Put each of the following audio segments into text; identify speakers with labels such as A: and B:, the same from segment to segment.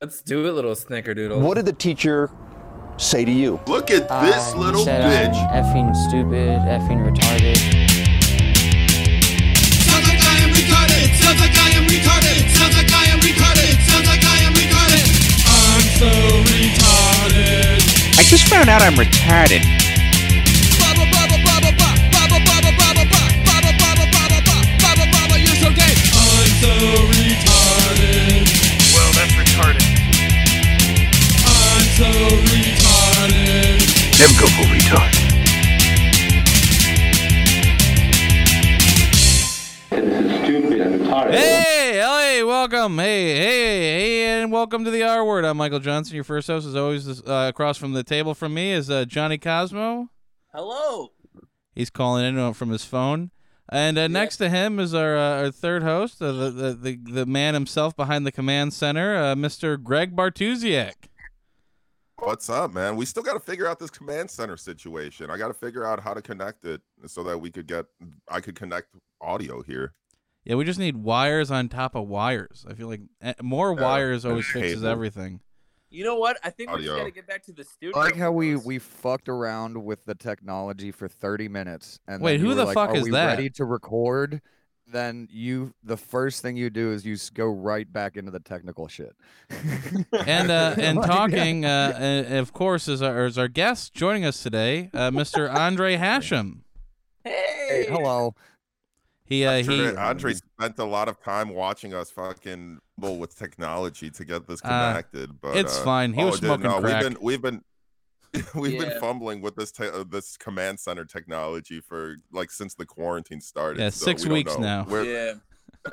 A: Let's do it, little snickerdoodle.
B: What did the teacher say to you?
C: Look at
D: Ah,
C: this
E: Um, he
C: little
E: said
C: bitch.
E: I'm effing stupid, effing retarded.
F: Sounds like I am retarded. Sounds like I am retarded. Sounds like I am retarded. Sounds like I am retarded. I'm so retarded.
G: I just found out I'm retarded.
F: Baba baba baba ba baba baba baba ba baba baba baba ba baba baba you're so gay. I'm so retarded.
H: Well, that's retarded.
F: I'm so retarded.
H: Never go full retard.
D: Hey, hey, welcome. Hey, hey, hey, and welcome to the R Word. I'm Michael Johnson. Your first host, as always, is, uh, across from the table from me is uh, Johnny Cosmo.
I: Hello.
D: He's calling in uh, from his phone. And uh, next to him is our, uh, our third host, uh, the, the, the, the man himself behind the command center, uh, Mr. Greg Bartusiak.
C: What's up, man? We still got to figure out this command center situation. I got to figure out how to connect it so that we could get, I could connect audio here.
D: Yeah, we just need wires on top of wires. I feel like eh, more
C: Yeah,
D: wires
C: and
D: always fixes
C: cable.
D: everything.
I: You know what? I think we just
C: Audio.
I: gotta get back to the studio.
J: I like how we
I: with
J: we fucked around with the technology for 30 minutes and
D: Wait,
J: then you
D: who
J: were
D: the
J: like,
D: fuck
J: Are
D: is
J: we
D: that?"
J: ready to record then you the first thing you do is you s- go right back into the technical shit
D: And uh, and
J: Like, yeah.
D: talking, uh, and of course, is our, is our guest joining us today, uh, Mr. Andre Hashem.
I: this.
J: Hey,
I: Hey.
J: hello
D: He uh, he
C: Andre, Andre
I: Mm-hmm.
C: spent a lot of time watching us fucking bull with technology to get this
D: Uh,
C: connected, but
D: it's
C: uh,
D: fine. He
C: oh,
D: was
C: dude,
D: smoking
C: no,
D: crack.
C: We've been, we've been, we've
I: Yeah.
C: been fumbling with this te- uh, this command center technology for like since the quarantine started.
D: Yeah,
C: so
D: six
C: we don't
D: weeks
C: know.
D: now.
C: We're, yeah.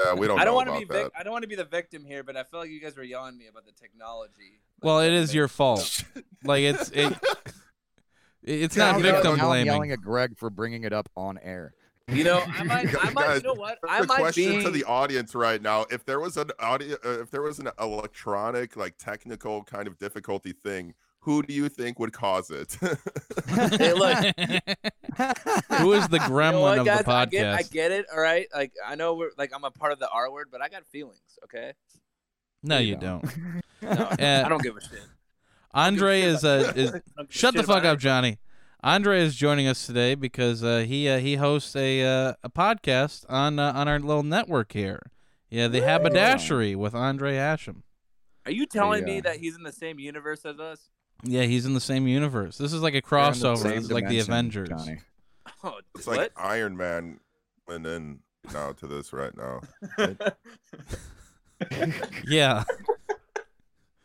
I: yeah.
C: we don't.
I: I don't
C: want to
I: be vic- I don't want to be the victim here, but I feel like you guys were yelling at me about the technology. Like,
D: Well, it
I: I
D: is
I: think-
D: your fault. Like it's it, it's
J: Now
D: not
J: I'm yelling-
D: victim
J: now I'm yelling
D: blaming.
J: at greg for bringing it up on air
I: You know, I might, I might,
C: Guys,
I: you know what?
C: That's
I: I
C: the
I: might
C: question
I: be.
C: to the audience right now. If there was an audio, uh, if there was an electronic, like technical kind of difficulty thing, who do you think would cause it?
I: Hey, look.
D: Who is the
I: You know what,
D: gremlin
I: guys?
D: of the
I: I get, I
D: podcast?
I: get it. All right. Like I know we're like I'm a part of the R word, but I got feelings. Okay.
D: No,
J: You
D: you
J: don't.
D: don't.
I: No, I don't give a shit.
D: Andre is uh, is
I: I don't give a
D: Shut the
I: shit about
D: fuck up, Johnny. Andre is joining us today because uh, he uh, he hosts a uh, a podcast on uh, on our little network here. Yeah, the haberdashery with Andre Asham.
I: Are you telling me
J: Yeah.
I: that he's in the same universe as us?
D: Yeah, he's in the same universe. This is like a
J: We're in the
D: crossover.
J: same
D: This is like the
J: dimension,
D: Avengers.
J: Johnny.
I: Oh,
C: it's
I: what?
C: like Iron Man, and then now to this right now.
D: Yeah,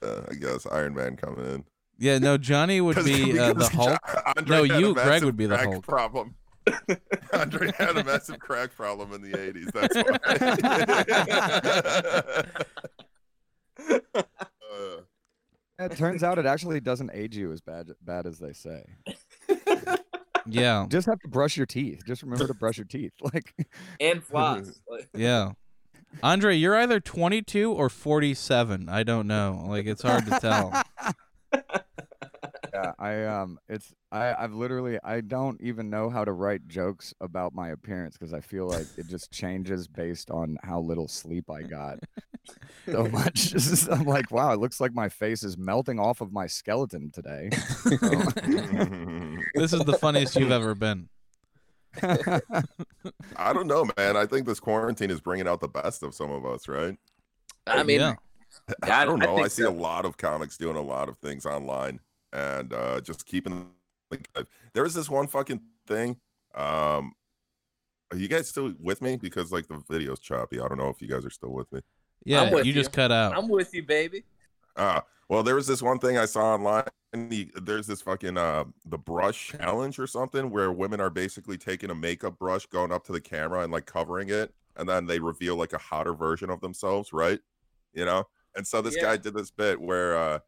C: Uh, I guess Iron Man coming in
D: yeah. No, Johnny would
C: 'Cause-
D: be uh, the
C: because
D: Hulk.
C: Andre
D: No,
C: had a
D: you, Greg,
C: massive
D: would be the
C: crack
D: Hulk.
C: Problem. Andre had a massive crack problem in the '80s. That's why. Uh,
J: it turns out it actually doesn't age you as bad bad as they say
D: Yeah,
J: just have to brush your teeth just remember to brush your teeth like
I: and floss. Like,
D: yeah. Andre, you're either 22 or 47. I don't know. Like it's hard to tell.
J: yeah i um it's i i've literally i don't even know how to write jokes about my appearance because i feel like it just changes based on how little sleep i got so much It's just- i'm like wow it looks like my face is melting off of my skeleton today So-
C: Uh,
D: This is the funniest you've ever been.
C: I don't know, man. I think this quarantine is bringing out the best of some of us, right?
I: I mean,
D: Yeah.
I: Yeah, I-
C: I don't
I: I
C: know. I,
I: think
C: see
I: so.
C: a lot of comics doing a lot of things online and uh just keeping like uh, there was this one fucking thing. Um are you guys still with me? Because like the video's choppy. I don't know if you guys are still with me.
D: Yeah,
I: with
D: you just
I: you.
D: cut out.
I: I'm with you, baby.
C: Uh well there was this one thing I saw online. The, there's this fucking uh the brush challenge or something where women are basically taking a makeup brush, going up to the camera and like covering it, and then they reveal like a hotter version of themselves, right? You know? And so this
I: Yeah.
C: guy did this bit where uh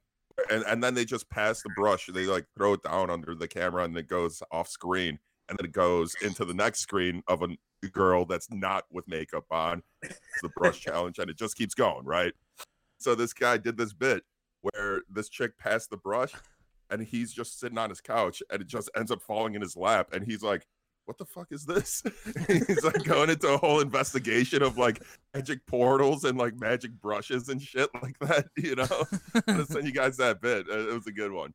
C: and, and then they just pass the brush. They like throw it down under the camera and it goes off screen and then it goes into the next screen of a n- girl that's not with makeup on. It's the brush challenge and it just keeps going, right? So this guy did this bit where this chick passed the brush and he's just sitting on his couch and it just ends up falling in his lap and he's like what the fuck is this? He's like going into a whole investigation of like magic portals and like magic brushes and shit like that, you know? I'm gonna send you guys that bit. Uh, It was a good one.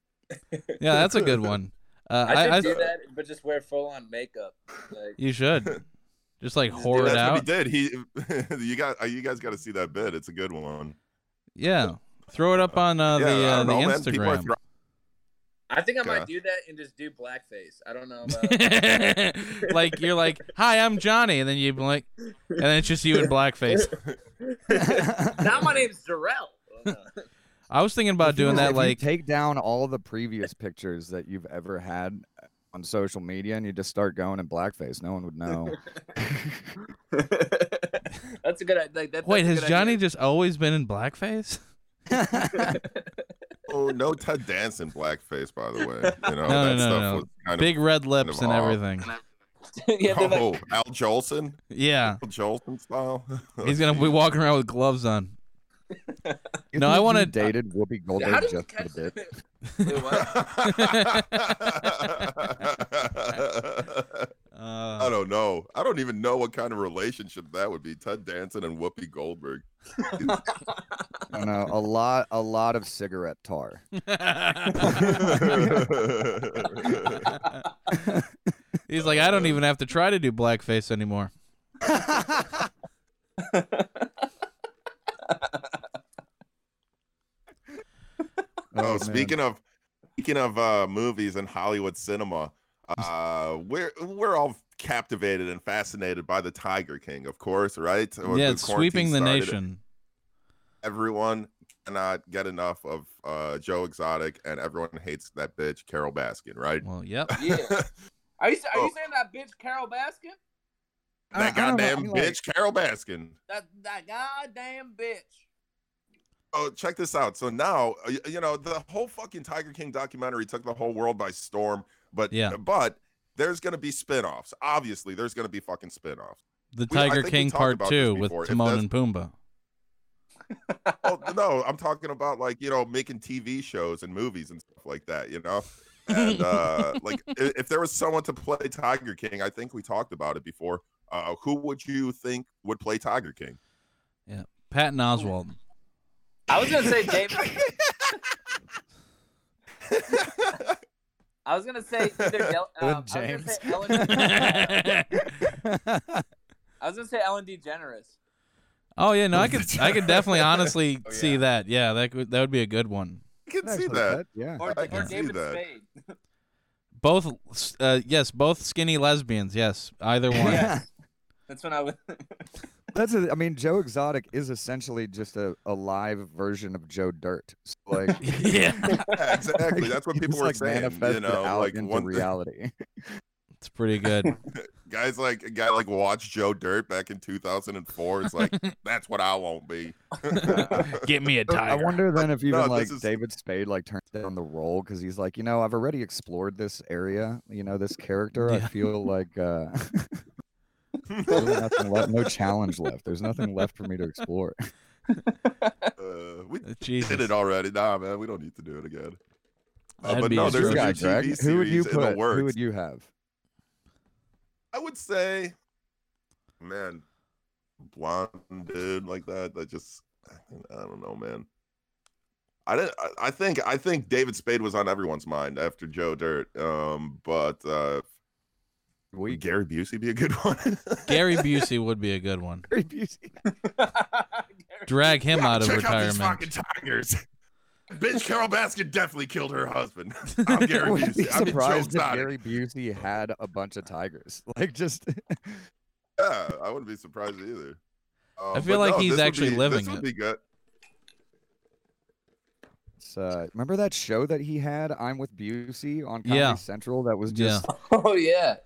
D: Yeah, that's a good one. Uh,
I: I
D: I,
I: should
D: I-
I: do that, but just wear full on makeup. Like,
D: you should just like
C: Dude,
D: whore it
C: that's
D: out.
C: what he did. He, you got, uh, you guys got to see that bit. It's a good one.
D: Yeah, throw it up on uh, the
C: I
D: uh,
C: don't
D: the
C: know, man. People are
D: Instagram.
C: thro-
I: I think I
C: Yeah.
I: might do that and just do blackface. I don't know. About...
D: like you're like, hi, I'm Johnny, and then you blink, and then it's just you in blackface.
I: now my name's Oh, Darrell.
D: I was thinking about
J: The thing
D: doing
J: is, if
D: that,
J: you
D: like,
J: take down all the previous pictures that you've ever had uh, on social media, and you just start going in blackface. No one would know.
I: that's a good. i- Like, that,
D: wait,
I: that's a
D: has
I: good
D: Johnny
I: Idea.
D: just always been in blackface?
C: oh no, Ted Dance in blackface, by the way. You know
D: No, no,
C: that
D: no,
C: stuff
D: no.
C: was kind
D: Big red
C: kind of
D: lips and
C: odd.
D: everything.
I: yeah,
C: of.
I: they're like,
C: oh, Al Jolson,
D: Yeah,
C: Al Jolson style.
D: he's gonna be walking around with gloves on.
J: You
D: No,
J: think
D: I
J: he
D: wanna-
J: dated Whoopi Goldberg
I: how Oh, did you
J: just for
I: catch
J: the bit.
I: that? Wait, what?
C: I
D: Uh,
C: don't know. I don't even know what kind of relationship that would be. Ted Danson and Whoopi Goldberg.
J: I don't know. A lot, a lot of cigarette tar.
C: Oh,
D: he's like, I don't even have to try to do blackface anymore.
C: Oh,
J: man.
C: speaking of speaking of uh, movies and Hollywood cinema, uh, we're we're all captivated and fascinated by the Tiger King, of course, right? When
D: yeah,
C: the
D: it's
C: quarantine
D: sweeping the
C: started,
D: nation.
C: Everyone cannot get enough of uh, Joe Exotic, and everyone hates that bitch Carol Baskin, right?
D: Well, yep.
I: Yeah. Are you are
C: Oh.
I: you saying that bitch Carol Baskin?
J: I- I
C: that
J: don't know,
C: goddamn
J: I'm like-
C: bitch Carol Baskin.
I: That that goddamn bitch.
C: Oh, check this out. So now, uh, y- you know, the whole fucking Tiger King documentary took the whole world by storm. But
D: Yeah.
C: but there's gonna be spin-offs. Obviously, there's gonna be fucking spin-offs.
D: The
C: We- I
D: Tiger
C: think we
D: King
C: talked
D: Part
C: about this
D: Two with
C: before. If
D: Timon
C: that's-
D: and Pumbaa.
C: Oh no, I'm talking about like you know making TV shows and movies and stuff like that. You know, and uh, like i- if there was someone to play Tiger King, I think we talked about it before. Uh, who would you think would play Tiger King?
D: Patton Oswald.
I: I was gonna say David. I was gonna say either Del-
J: With
I: um, I was gonna say
J: James.
I: Ellen. I was gonna say Ellen DeGeneres.
D: Oh yeah, no, I could I could
C: Oh,
D: definitely honestly see that. Yeah, that could, that would be a good one.
C: I can see
J: Actually,
C: that.
J: Yeah.
D: Oh,
I: Or,
C: I
I: or
C: can see
I: David
C: that.
I: Spade.
D: Both uh yes, both skinny lesbians, yes. Either one.
I: Yeah. That's when I was
J: That's a, I mean, Joe Exotic is essentially just a, a live version of Joe Dirt. So, like,
D: yeah.
C: Yeah, exactly. That's what
J: he
C: people
J: just,
C: were
J: like,
C: saying. You
J: manifested
C: know,
J: out
C: like
J: into
C: one thing-
J: reality.
D: It's pretty good.
C: guys like a guy like watched Joe Dirt back in 2004. It's like that's what I won't be.
D: Get me a
J: I
D: tiger.
J: wonder then if even
C: this
J: like
C: is-
J: David Spade like turned down the role because he's like, you know, I've already explored this area. You know, this character.
D: Yeah.
J: I feel like uh, really nothing left, no challenge left. There's nothing left for me to explore.
C: Uh, we did
D: Jesus.
C: it already. Nah, man, we don't need to do it again. Uh,
D: That'd
C: but
D: be
C: no,
D: a
C: there's a new
D: trip.
J: guy,
C: TV
J: Greg.
C: series
J: Who would you
C: in the
J: put?
C: works.
J: Who would you have?
C: I would say, man, blonde dude like that. That just, I don't know, man. I didn't. I- I think. I think David Spade was on everyone's mind after Joe Dirt. Um, but uh,
J: We
C: would Gary Busey be a good one?
D: Gary Busey would be a good one.
J: Gary Busey.
D: Drag him
C: Yeah,
D: out of
C: check
D: retirement.
C: Out these fucking tigers. Bitch, Carol Baskin definitely killed her husband. I'm Gary
J: Wouldn't be
C: Busey. I'm
J: surprised if
C: Joe Exotic.
J: Gary Busey had a bunch of tigers. Like just
C: Yeah, I wouldn't be surprised either. Um,
D: I feel
C: but
D: like
C: no,
D: he's
C: this would
D: actually
C: be-
D: living
C: this would
D: it.
C: Be good.
J: It's, uh, remember that show that he had, I'm with Busey on Comedy
D: Yeah.
J: Central. That was
D: Yeah.
J: just
I: Oh yeah.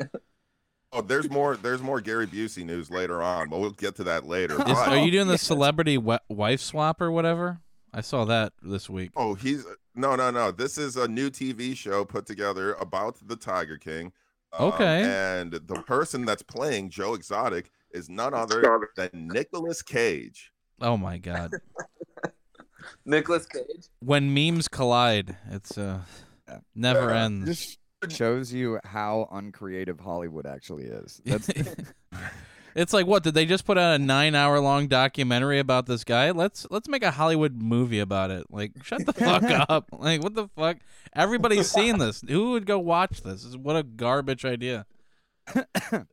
C: Oh, there's more. There's more Gary Busey news later on, but we'll get to that later.
D: Is-
C: But-
D: are you doing the celebrity wi- wife swap or whatever? I saw that this week.
C: Oh, he's no, no, no. This is a new TV show put together about the Tiger King. Um,
D: Okay.
C: And the person that's playing Joe Exotic is none other than Nicolas Cage.
D: Oh my god.
I: Nicholas Cage.
D: When memes collide, it's uh never ends.
J: just shows you how uncreative Hollywood actually is. That's
D: it's like what did they just put out a nine hour long documentary about this guy? Let's let's make a Hollywood movie about it. Like shut the fuck up. Like what the fuck? Everybody's seen this. Who would go watch this? This- What a garbage idea.
J: how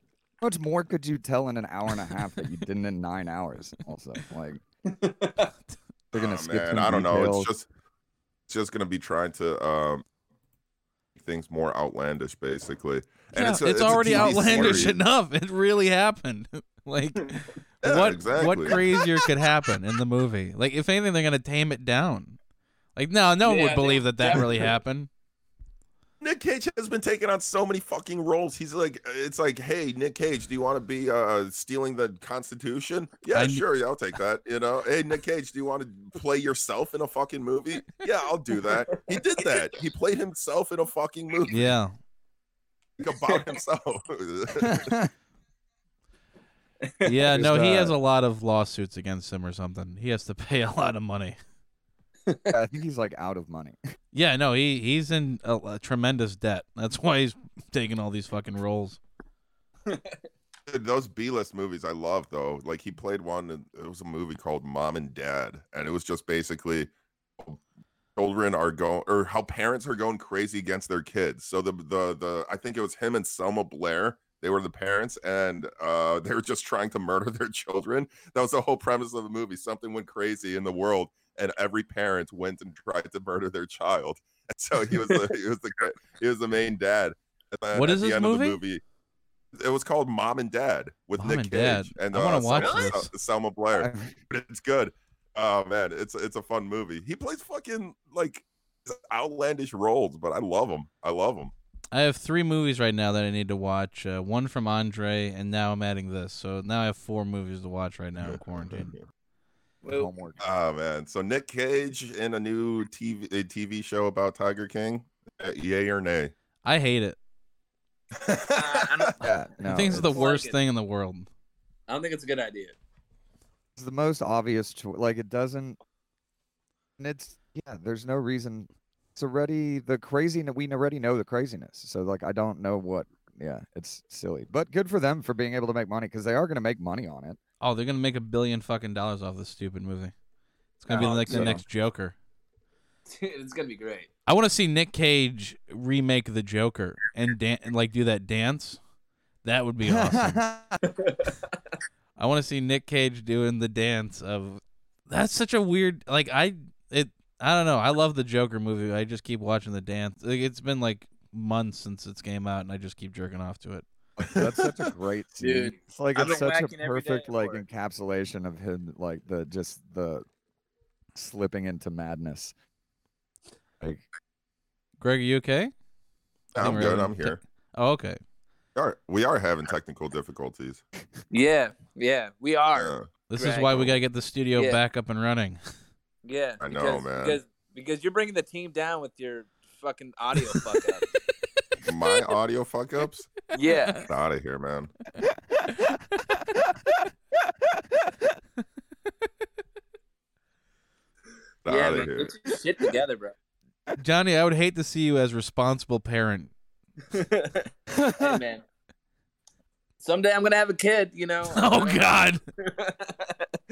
J: much more could you tell in an hour and a half that you didn't in nine hours? Also, like they're gonna
C: Ah,
J: skip.
C: man,
J: some
C: I don't know.
J: details.
C: It's just it's just gonna be trying to um make things more outlandish, basically. And
D: Yeah,
C: it's,
D: it's,
C: a- it's a
D: already
C: TV
D: outlandish
C: series.
D: enough. It really happened. like
C: Yeah,
D: what what
C: exactly.
D: crazier could happen in the movie? Like if anything, they're gonna tame it down. Like no, no one
A: Yeah,
D: would
A: they
D: believe that that really
A: definitely-
D: happened.
C: Nick Cage has been taking on so many fucking roles. He's like, it's like, hey, Nick Cage, do you want to be uh stealing the Constitution? Yeah,
D: I kn-
C: sure, yeah, I'll take that. You know, hey, Nick Cage, do you want to play yourself in a fucking movie? Yeah, I'll do that. He did that. He played himself in a fucking movie
D: Yeah.
C: about himself.
D: Yeah,
J: Just,
D: no, he
J: uh,
D: has a lot of lawsuits against him or something. He has to pay a lot of money.
J: I think he's like out of money.
D: Yeah, no, he he's in a, a tremendous debt. That's why he's taking all these fucking roles.
C: Dude, those b-list movies i love though like he played one and it was a movie called mom and dad and it was just basically children are going or how parents are going crazy against their kids so the the the i think it was him and selma blair they were the parents and uh they were just trying to murder their children that was the whole premise of the movie something went crazy in the world and every parent went and tried to murder their child and so he was the, he was the guy- he was the main dad And then
D: What
C: at
D: is
C: the
D: this
C: end of the
D: movie?
C: movie it was called Mom and Dad with
D: Mom
C: Nick
D: and
C: Cage
D: Dad.
C: and
D: I wanna watch
C: Selma,
D: this.
C: Sel- Selma Blair.
J: I-
C: But it's good. Oh man, it's it's a fun movie. He plays fucking like outlandish roles, but I love him. I love him.
D: I have three movies right now that I need to watch. Uh, one from Andre, and now I'm adding this. So now I have four movies to watch right now in quarantine.
A: Well,
J: homework.
C: Oh man, so Nick Cage in a new TV a TV show about Tiger King. Uh, yay or nay?
D: I hate it.
I: I
J: Yeah, no.
D: I think it's the
I: it's-
D: worst
I: Like it.
D: thing in the world.
I: don't think it's a good idea.
J: It's the most obvious choice. Like it doesn't. And it's yeah. There's no reason. It's already the craziness. We already know the craziness. So like, I don't know what. Yeah, it's silly, but good for them for being able to make money because they are going to make money on it.
D: Oh, they're gonna make a billion fucking dollars off this stupid movie. It's gonna be
I: Oh,
D: like the
J: so-
D: next Joker.
I: it's gonna be great.
D: I want to see Nick Cage remake the Joker and dan- and like do that dance. That would be awesome. I want to see Nick Cage doing the dance of. That's such a weird like I it I don't know. I love the Joker movie. I just keep watching the dance. Like, it's been like months since it's came out, and I just keep jerking off to it.
J: That's such a great scene.
I: Dude,
J: it's like
I: I've
J: it's
I: been
J: such a
I: whacking every day
J: perfect
I: at
J: like
I: work.
J: encapsulation of him, like the just the slipping into madness. Like
D: Greg, are you okay? I think
C: I'm
D: we're
C: good.
D: having
C: I'm
D: te-
C: here.
D: Oh, okay.
C: All right, we are having technical difficulties. Uh,
I: Yeah, yeah, we are.
C: Yeah.
D: This is
I: Greg.
D: why we gotta get the studio
I: Yeah.
D: back up and running.
I: Yeah,
C: I know,
I: because,
C: man.
I: Because because you're bringing the team down with your fucking audio fuck up.
C: My audio fuck ups.
I: Yeah,
C: Out of here, man.
I: yeah,
C: Outta
I: man,
C: here.
I: get your shit together, bro.
D: Johnny, I would hate to see you as responsible parent.
I: hey, man. Someday I'm gonna have a kid, you know.
D: Oh God.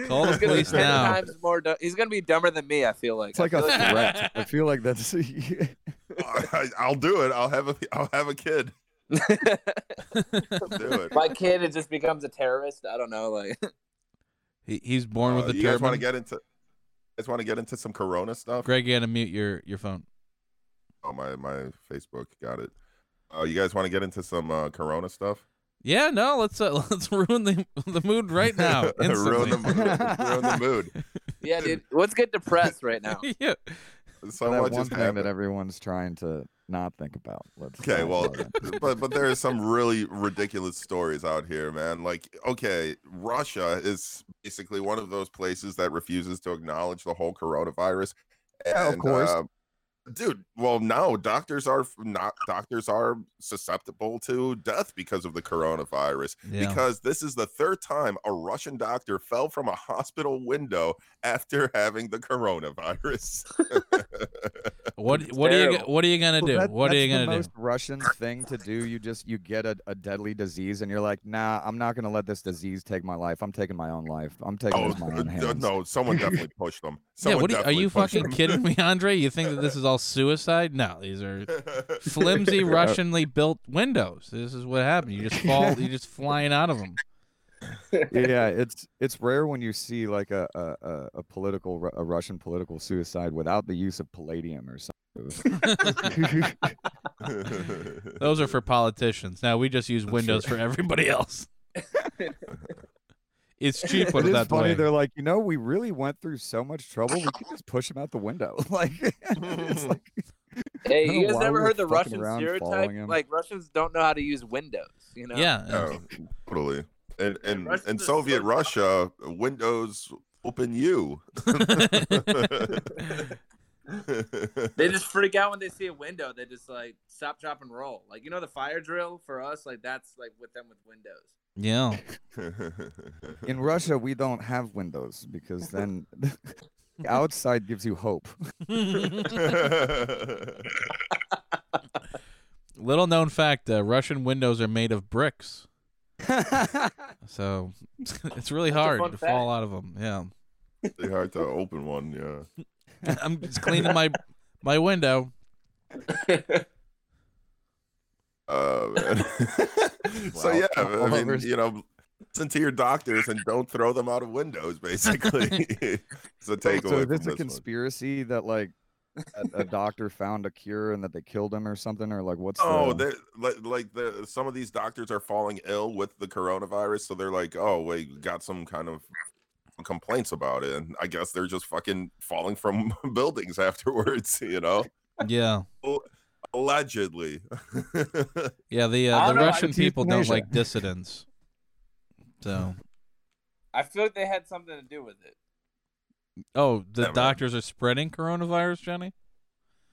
D: Call the
I: He's gonna be
D: police
I: ten
D: now.
I: times more. du- he's gonna be dumber than me. I feel like.
J: it's like
I: I
J: a
I: feel like
J: threat. I feel like that's
C: I, I'll do it. I'll have a I'll have a kid. I'll do it.
I: my kid it just becomes a terrorist. I don't know. Like,
D: He, he's born
C: Uh,
D: with a
C: you guys want to
D: turban.
C: get into? you Guys want to get into some Corona stuff?
D: Greg, you gotta mute your your phone.
C: Oh my my Facebook got it. Uh, you guys want to get into some uh, Corona stuff?
D: Yeah, no, let's uh, let's ruin the the mood right now.
C: ruin, the,
D: instantly.
C: mood- ruin the mood.
I: yeah, dude. Let's get depressed right now.
D: yeah.
C: So
J: that
C: much
J: one
C: has
J: thing
C: happened.
J: that everyone's trying to not think about. Let's
C: Okay,
J: not
C: well,
J: bother.
C: but but there are some really ridiculous stories out here, man. Like, okay, Russia is basically one of those places that refuses to acknowledge the whole coronavirus.
J: Yeah, of course.
C: uh, dude. Well, no, doctors are f- not doctors are susceptible to death because of the coronavirus.
D: Yeah.
C: Because this is the third time a Russian doctor fell from a hospital window after having the coronavirus.
D: What what are you
I: terrible.
D: go- what are you gonna
J: Well,
D: do?
J: that-
D: what are
J: that's
D: you
J: the
D: gonna
J: most Russian thing to do? You just you get a, a deadly disease and you're like, nah, I'm not gonna let this disease take my life. I'm taking my own life. I'm taking
C: Oh
J: this in my own
C: uh,
J: hands.
C: no! Someone definitely pushed them.
D: do? Yeah,
C: Someone
D: what are you, are
C: definitely
D: you
C: pushed
D: fucking
C: them.
D: kidding me, Andre? You think that this is all suicide? No, these are flimsy, Russianly built windows. This is what happened. You just fall. You're just flying out of them.
J: yeah, it's it's rare when you see like a a, a, a political Ru- a Russian political suicide without the use of palladium or something.
D: Those are for politicians. Now we just use windows for everybody else. it's cheaper
J: But it is
D: that
J: funny.
D: way.
J: They're like, you know, we really went through so much trouble. We could just push him out the window. like, it's like I
I: Hey,
J: don't
I: you
J: know
I: guys
J: why we
I: never
J: were
I: heard the
J: fucking
I: Russian
J: around
I: stereotype?
J: following him.
I: Like Russians don't know how to use Windows. You know?
D: Yeah.
C: Oh, totally. And and
I: Russians
C: in
I: are
C: Soviet
I: so-
C: Russia, Windows open you.
I: They just freak out when they see a window. They just like stop, drop, and roll. Like you know the fire drill for us. Like that's like with them with windows.
D: Yeah.
J: in Russia, we don't have windows because then outside gives you hope.
D: Little known fact: uh, Russian windows are made of bricks, so it's really hard
I: fun
D: to fall out of them. Yeah.
C: They hard to open one, yeah.
D: I'm just cleaning my my window.
C: Oh man. so
J: Wow.
C: yeah,
J: All
C: I mean,
J: over-
C: you know, listen to your doctors and don't throw them out of windows. Basically, it's a takeaway.
J: so
C: from
J: is this
C: this
J: a
C: one.
J: conspiracy that like a, a doctor found a cure and that they killed him or something or like what's
C: Oh,
J: the...
C: they like like the some of these doctors are falling ill with the coronavirus, so they're like, oh wait, we got some kind of complaints about it, and I guess they're just fucking falling from buildings afterwards, you know,
D: Yeah.
C: allegedly.
D: Yeah, the
I: I
D: uh, the
I: don't know, I
D: Russian
J: could see
D: people don't
J: euthanasia.
D: like dissidents. So,
I: I feel like they had something to do with it.
D: oh,
C: Yeah,
D: the
C: man.
D: doctors are spreading coronavirus, Johnny.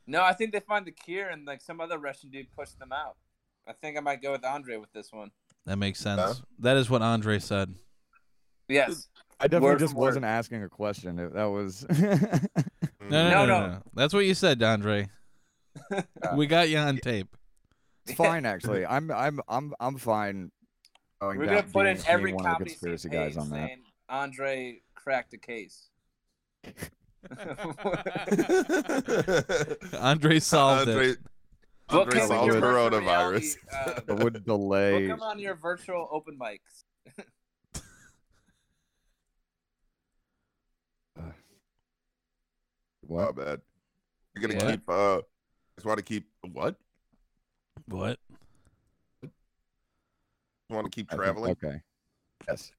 I: No, I think they find the cure and like some other Russian dude pushed them out. I think I might go with Andre with this one.
D: That makes sense. That is what Andre said.
I: Yes.
J: I definitely
I: Word
J: just
I: for word.
J: wasn't asking a question. It- That was
D: No, no, no,
I: No,
D: no.
I: no.
D: no. That's what you said, Andre. we got you on tape.
J: it's fine actually. I'm I'm I'm I'm fine. going
I: We're
J: down-
I: gonna put
J: being-
I: in
J: being
I: every
J: one of the
I: comedy
J: conspiracy
I: conspiracy
J: guys on that.
I: saying Andre cracked a case.
D: Andre solved
C: Mm. Andre,
D: it.
I: Book
C: Andre
I: him in
C: solved
I: your virtual
C: coronavirus.
I: reality, uh,
J: That would delay.
I: book him on your virtual open mics.
C: Wow,
J: What?
C: man. You're gonna
D: What?
C: keep. uh Just want to keep what?
D: What?
C: Want to keep
J: I think-
C: traveling?
J: Okay. Yes.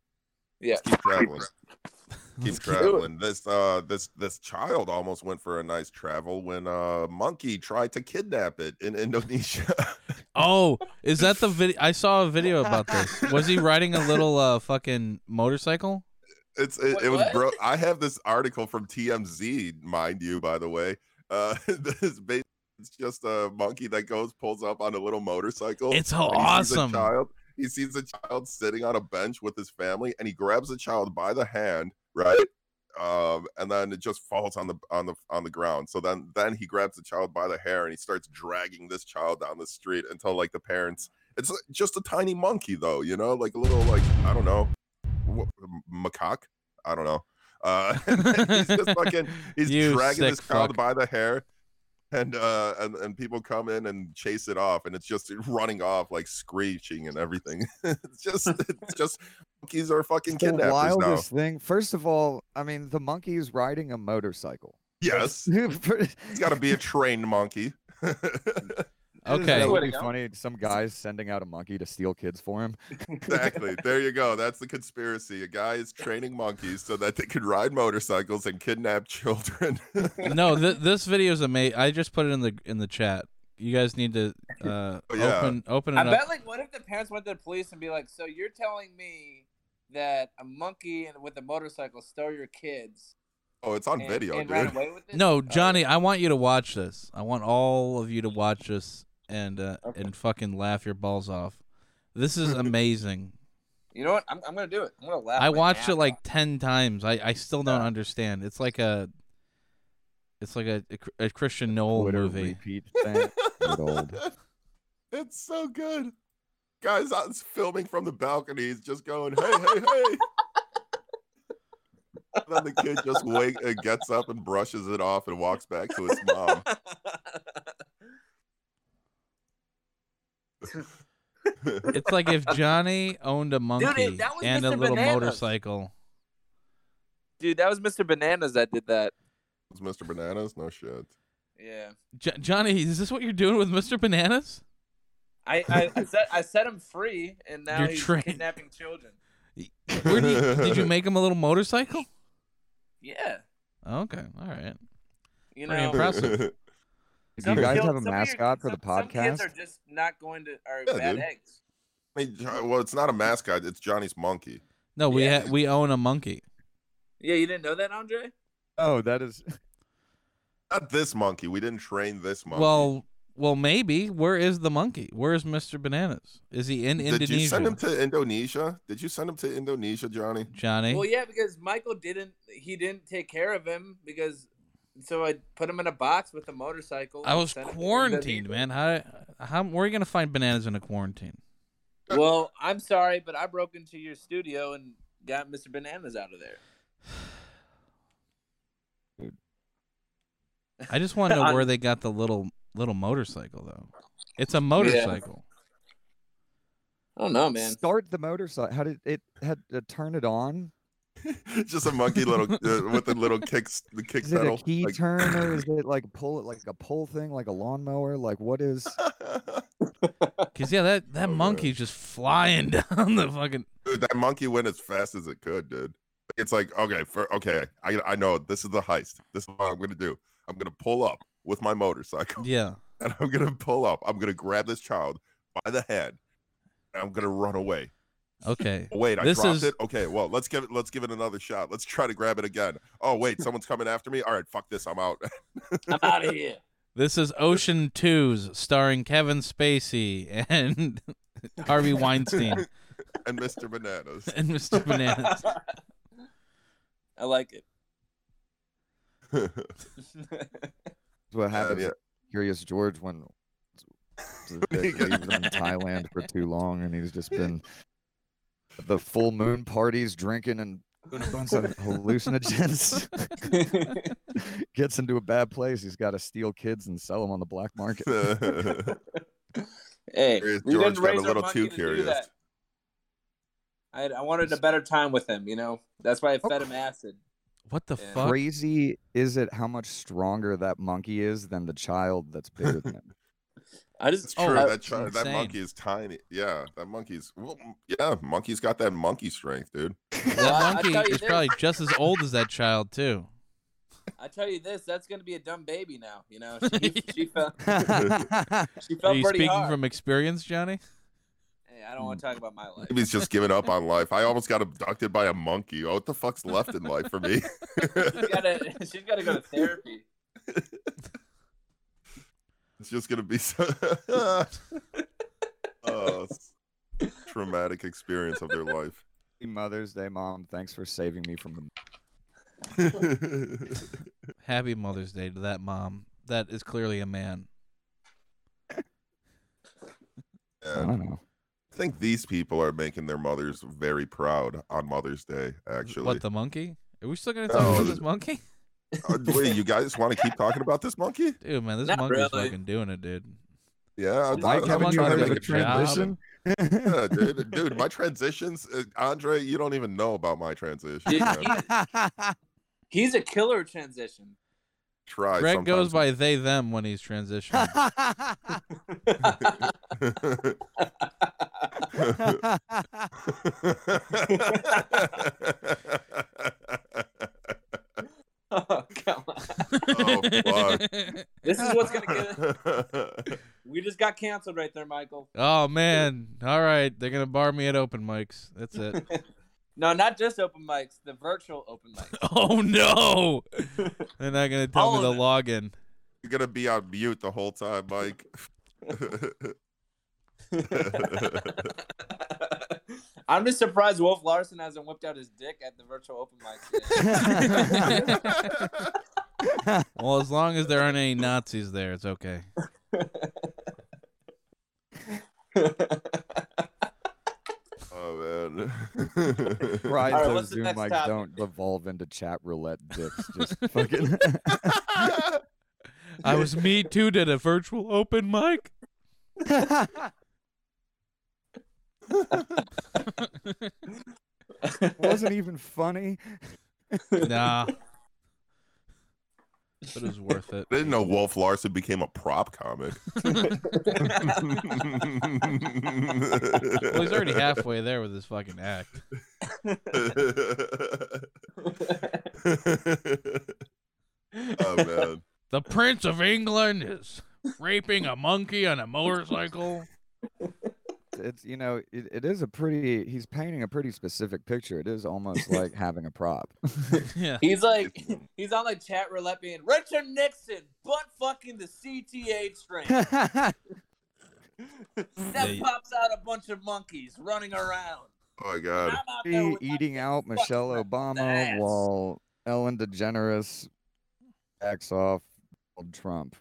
I: Yeah.
C: Keep traveling.
D: Let's
C: keep traveling. This uh this this child almost went for a nice travel when a monkey tried to kidnap it in Indonesia.
D: Oh, is that the video? I saw a video about this. Was he riding a little uh fucking motorcycle?
C: it's it,
I: What-
C: it was
I: what?
C: bro I have this article from TMZ, mind you, by the way. Uh this ba- it's just a monkey that goes pulls up on a little motorcycle.
D: It's so
C: and he sees a
D: awesome.
C: child. He sees a child sitting on a bench with his family, and he grabs the child by the hand, right? Um, and then it just falls on the on the on the ground. So then then he grabs the child by the hair and he starts dragging this child down the street until like the parents. It's like, just a tiny monkey though, you know, like a little like I don't know, what, macaque. I don't know. Uh, he's just fucking he's
D: You
C: dragging this
D: sick
C: child
D: fuck.
C: by the hair and uh and, and people come in and chase it off and it's just running off like screeching and everything it's just it's just monkeys are fucking
J: The
C: kidnappers now
J: wildest thing. First of all, I mean, the monkey is riding a motorcycle.
C: yes it's got to be a trained monkey
D: Okay.
J: That would
I: Way
J: be
I: to go.
J: funny. Some guys sending out a monkey to steal kids for him.
C: exactly there you go that's the conspiracy a guy is training monkeys so that they could ride motorcycles and kidnap children
D: no, th- this video is amazing. I just put it in the in the chat. You guys need to uh,
C: Oh, yeah.
D: open open it
I: I
D: up.
I: bet like what if the parents went to the police and be like, "So you're telling me that a monkey and with a motorcycle stole your kids
C: oh it's on
I: and,
C: video
I: and ran
C: dude
I: away with it?"
D: No,
I: Oh,
D: Johnny, I want you to watch this. I want all of you to watch this and uh,
I: Okay.
D: and fucking laugh your balls off. This is amazing.
I: You know what? I'm, I'm gonna do it. I'm gonna laugh.
D: I
I: my
D: watched
I: ass
D: it like
I: off.
D: ten times. I, I still don't understand. It's like a It's like a a, Chr- a Christian Noel
J: Twitter
D: movie.
J: repeat thing. Good old.
C: It's so good. Guys out filming from the balconies, just going, hey, hey, hey. and then the kid just wake uh, gets up and brushes it off and walks back to his mom.
D: It's like if Johnny owned a monkey
I: that was
D: and a
I: Mr.
D: little
I: Bananas.
D: motorcycle.
I: Dude, that was Mr. Bananas that did that.
C: It's Mr. Bananas. No shit.
I: Yeah.
D: Jo- Johnny, is this what you're doing with Mr. Bananas?
I: I, I, I set I set him free, and now
D: You're
I: he's
D: trained.
I: kidnapping children.
D: Where do you, did you make him a little motorcycle?
I: Yeah,
D: Okay, all right.
I: you
D: Pretty
I: know.
D: impressive.
J: Do
I: some
J: you guys
I: kids-
J: have
I: some
J: a
I: of your-
J: mascot for the
I: some- Some kids are
J: podcast?
I: just not going to are
C: Yeah,
I: bad
C: dude.
I: eggs.
C: I mean, Jo- well, it's not a mascot. It's Johnny's monkey.
D: No, we
I: Yeah.
D: ha- we own a monkey.
I: Yeah, you didn't know that, Andre?
J: Oh, that is.
C: Not this monkey. We didn't train this monkey.
D: Well, well, maybe. Where is the monkey? Where is Mr. Bananas? Is he in
C: did
D: Indonesia?
C: you send him to Indonesia? Did you send him to Indonesia, Johnny?
D: Johnny.
I: Well, yeah, because Michael didn't he didn't take care of him because so I put him in a box with a motorcycle.
D: I
I: and
D: was
I: sent him to
D: quarantined,
I: Indonesia.
D: man. How how where are you gonna find bananas in a quarantine?
I: Well, I'm sorry, but I broke into your studio and got Mr. Bananas out of there.
D: I just want to know
I: I-
D: where they got the little little motorcycle though. It's a motorcycle.
I: I don't know, Oh, man.
J: Start the motorcycle. How did it had to turn it on?
C: just a monkey little uh, with the little kicks, the kick
J: Is it a
C: pedal.
J: key
C: like-
J: turn or is it like pull it like a pull thing, like a lawnmower? Like what is?
D: Cause yeah, that that
C: Oh, yeah.
D: monkey's just flying down the fucking.
C: Dude, that monkey went as fast as it could, dude. It's like, okay, for okay, I I know this is the heist. This is what I'm gonna do. I'm gonna pull up with my motorcycle,
D: Yeah,
C: and I'm gonna pull up. I'm gonna grab this child by the head, and I'm gonna run away.
D: okay.
C: Oh, wait, I
D: This
C: dropped
D: is-
C: it. Okay, well, let's give it. Let's give it another shot. Let's try to grab it again. Oh wait, someone's coming after me. All right, fuck this. I'm out.
I: I'm out of here.
D: This is Ocean Twos, starring Kevin Spacey and Harvey Weinstein
C: and Mr. Bananas.
D: and Mr. Bananas.
I: I like it.
J: That's what happens
C: yeah.
J: to Curious George when that
C: he
J: leaves
C: gets-
J: in Thailand for too long and he's just been at the full moon parties drinking and doing a bunch of hallucinogens. Gets into a bad place. He's got to steal kids and sell them on the black market.
I: hey,
C: Curious
I: we
C: George
I: didn't
C: got
I: raise
C: a
I: our
C: little
I: monkey
C: too
I: to do
C: curious.
I: that. I, I wanted a better time with him, you know. That's why I
D: Oh.
I: fed him acid.
D: What the
I: Yeah.
D: fuck?
J: Crazy is it how much stronger that monkey is than the child that's bigger than him.
I: I
C: It's
I: just
C: true.
D: Oh,
C: that
D: that's
C: chi- that
D: insane.
C: monkey is tiny. Yeah, that monkey's. Well, m- yeah, monkey's got that monkey strength, dude.
I: Well, I- I
D: That monkey
I: tell you
D: is
I: this.
D: probably just as old as that child too.
I: I tell you this, that's gonna be a dumb baby now. You know, she, she felt she
D: Are
I: felt
D: you
I: pretty
D: speaking
I: hard.
D: from Hmm. experience, Johnny?
I: Hey, I don't want to talk about my life.
C: Maybe he's just giving up on life. I almost got abducted by a monkey. Oh, what the fuck's left in life for me?
I: She's gotta, she's gotta go to therapy.
C: it's just gonna be so. oh, s- traumatic experience of their life.
J: Happy Mother's Day, Mom. Thanks for saving me from the.
D: Happy Mother's Day to that mom. That is clearly a man.
J: I
C: And
J: don't know.
C: I think these people are making their mothers very proud on Mother's Day. Actually, Oh,
D: What the monkey? Are we still gonna talk
C: No.
D: about this monkey?
C: Uh, wait, you guys want to keep talking about this monkey?
D: Dude, man, this
I: Not
D: monkey's
I: really.
D: fucking doing it, dude.
C: Yeah,
I: Why
C: I, I, I've
D: haven't
C: been
D: you
C: trying to
D: heard of
C: make
D: the
C: a transition.
D: transition?
C: Yeah, dude, dude, my transitions, uh, Andre, you don't even know about my transition.
I: Dude,
C: man.
I: he- He's a killer transition.
C: Try.
D: Greg goes
C: sometimes.
D: by they them when he's transitioning.
I: Oh, come on.
C: Oh, fuck.
I: This is what's gonna get us. We just got canceled right there, Michael.
D: Oh man. All right. They're gonna bar me at open mics. That's it.
I: No, not just open mics, the virtual open mics.
D: oh no. They're not gonna tell
I: All
D: me the
I: of
D: login.
C: You're gonna be on mute the whole time, Mike.
I: I'm just surprised Wolf Larson hasn't whipped out his dick at the virtual open mics. yet.
D: Well, as long as there aren't any Nazis there, it's okay.
C: Oh man.
J: Brian
I: All right,
J: says
I: what's the
J: Zoom
I: next
J: mics
I: topic?
J: don't devolve into chat roulette dips. Just fucking.
D: I was me too did a virtual open mic.
J: wasn't even funny.
D: Nah. But it was worth it.
C: I didn't know Wolf Larson became a prop comic.
D: Well, he's already halfway there with his fucking act.
C: oh man.
D: The Prince of England is raping a monkey on a motorcycle.
J: It's you know it, it is a pretty. He's painting a pretty specific picture. It is almost like having a prop.
D: Yeah.
I: He's like, he's on like chat roulette being Richard Nixon, butt fucking the CTA train. that
D: Yeah.
I: pops out a bunch of monkeys running around.
C: Oh my god.
I: I'm out there
J: Be
I: with my
J: eating out Michelle
I: fucking
J: Obama
I: ass.
J: while Ellen DeGeneres backs off Donald Trump.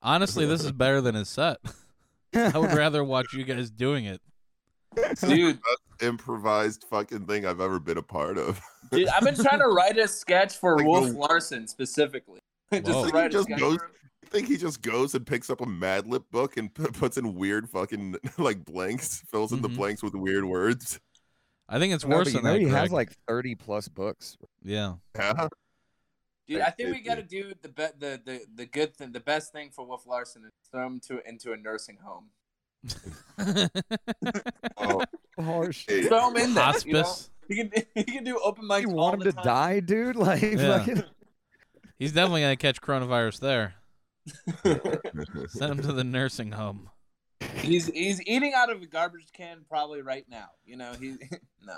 D: Honestly, this is better than his set. I would rather watch you guys doing it.
I: dude.
C: Improvised fucking thing I've ever been a part of.
I: Dude, I've been trying to write a sketch for
C: Like
I: Wolf
C: the-
I: Larson specifically.
D: Whoa.
I: just
D: He
I: to write a
C: just
I: sketch.
C: goes-
I: for him.
C: I think he just goes and picks up a Mad Lib book and p- puts in weird fucking like blanks, fills in
D: Mhm.
C: the blanks with weird words.
D: I think it's
J: No, but
D: worse
J: you
D: than
J: know
D: that.
J: he has
D: Greg.
J: like thirty plus books.
D: yeah.
C: Yeah.
I: Dude, I think we got to do the be- the the the good thing, the best thing for Wolf Larson is throw him to into a nursing home.
C: Oh,
J: Harsh.
C: hey,
I: Throw him in there. You know?
D: Hospice.
I: He can he can do open mics.
J: You
I: all
J: want him
I: the
J: to
I: time.
J: die, dude? Like,
D: Yeah.
J: fucking-
D: He's definitely gonna catch coronavirus there. Send him to the nursing home.
I: He's he's eating out of a garbage can probably right now. You know he no.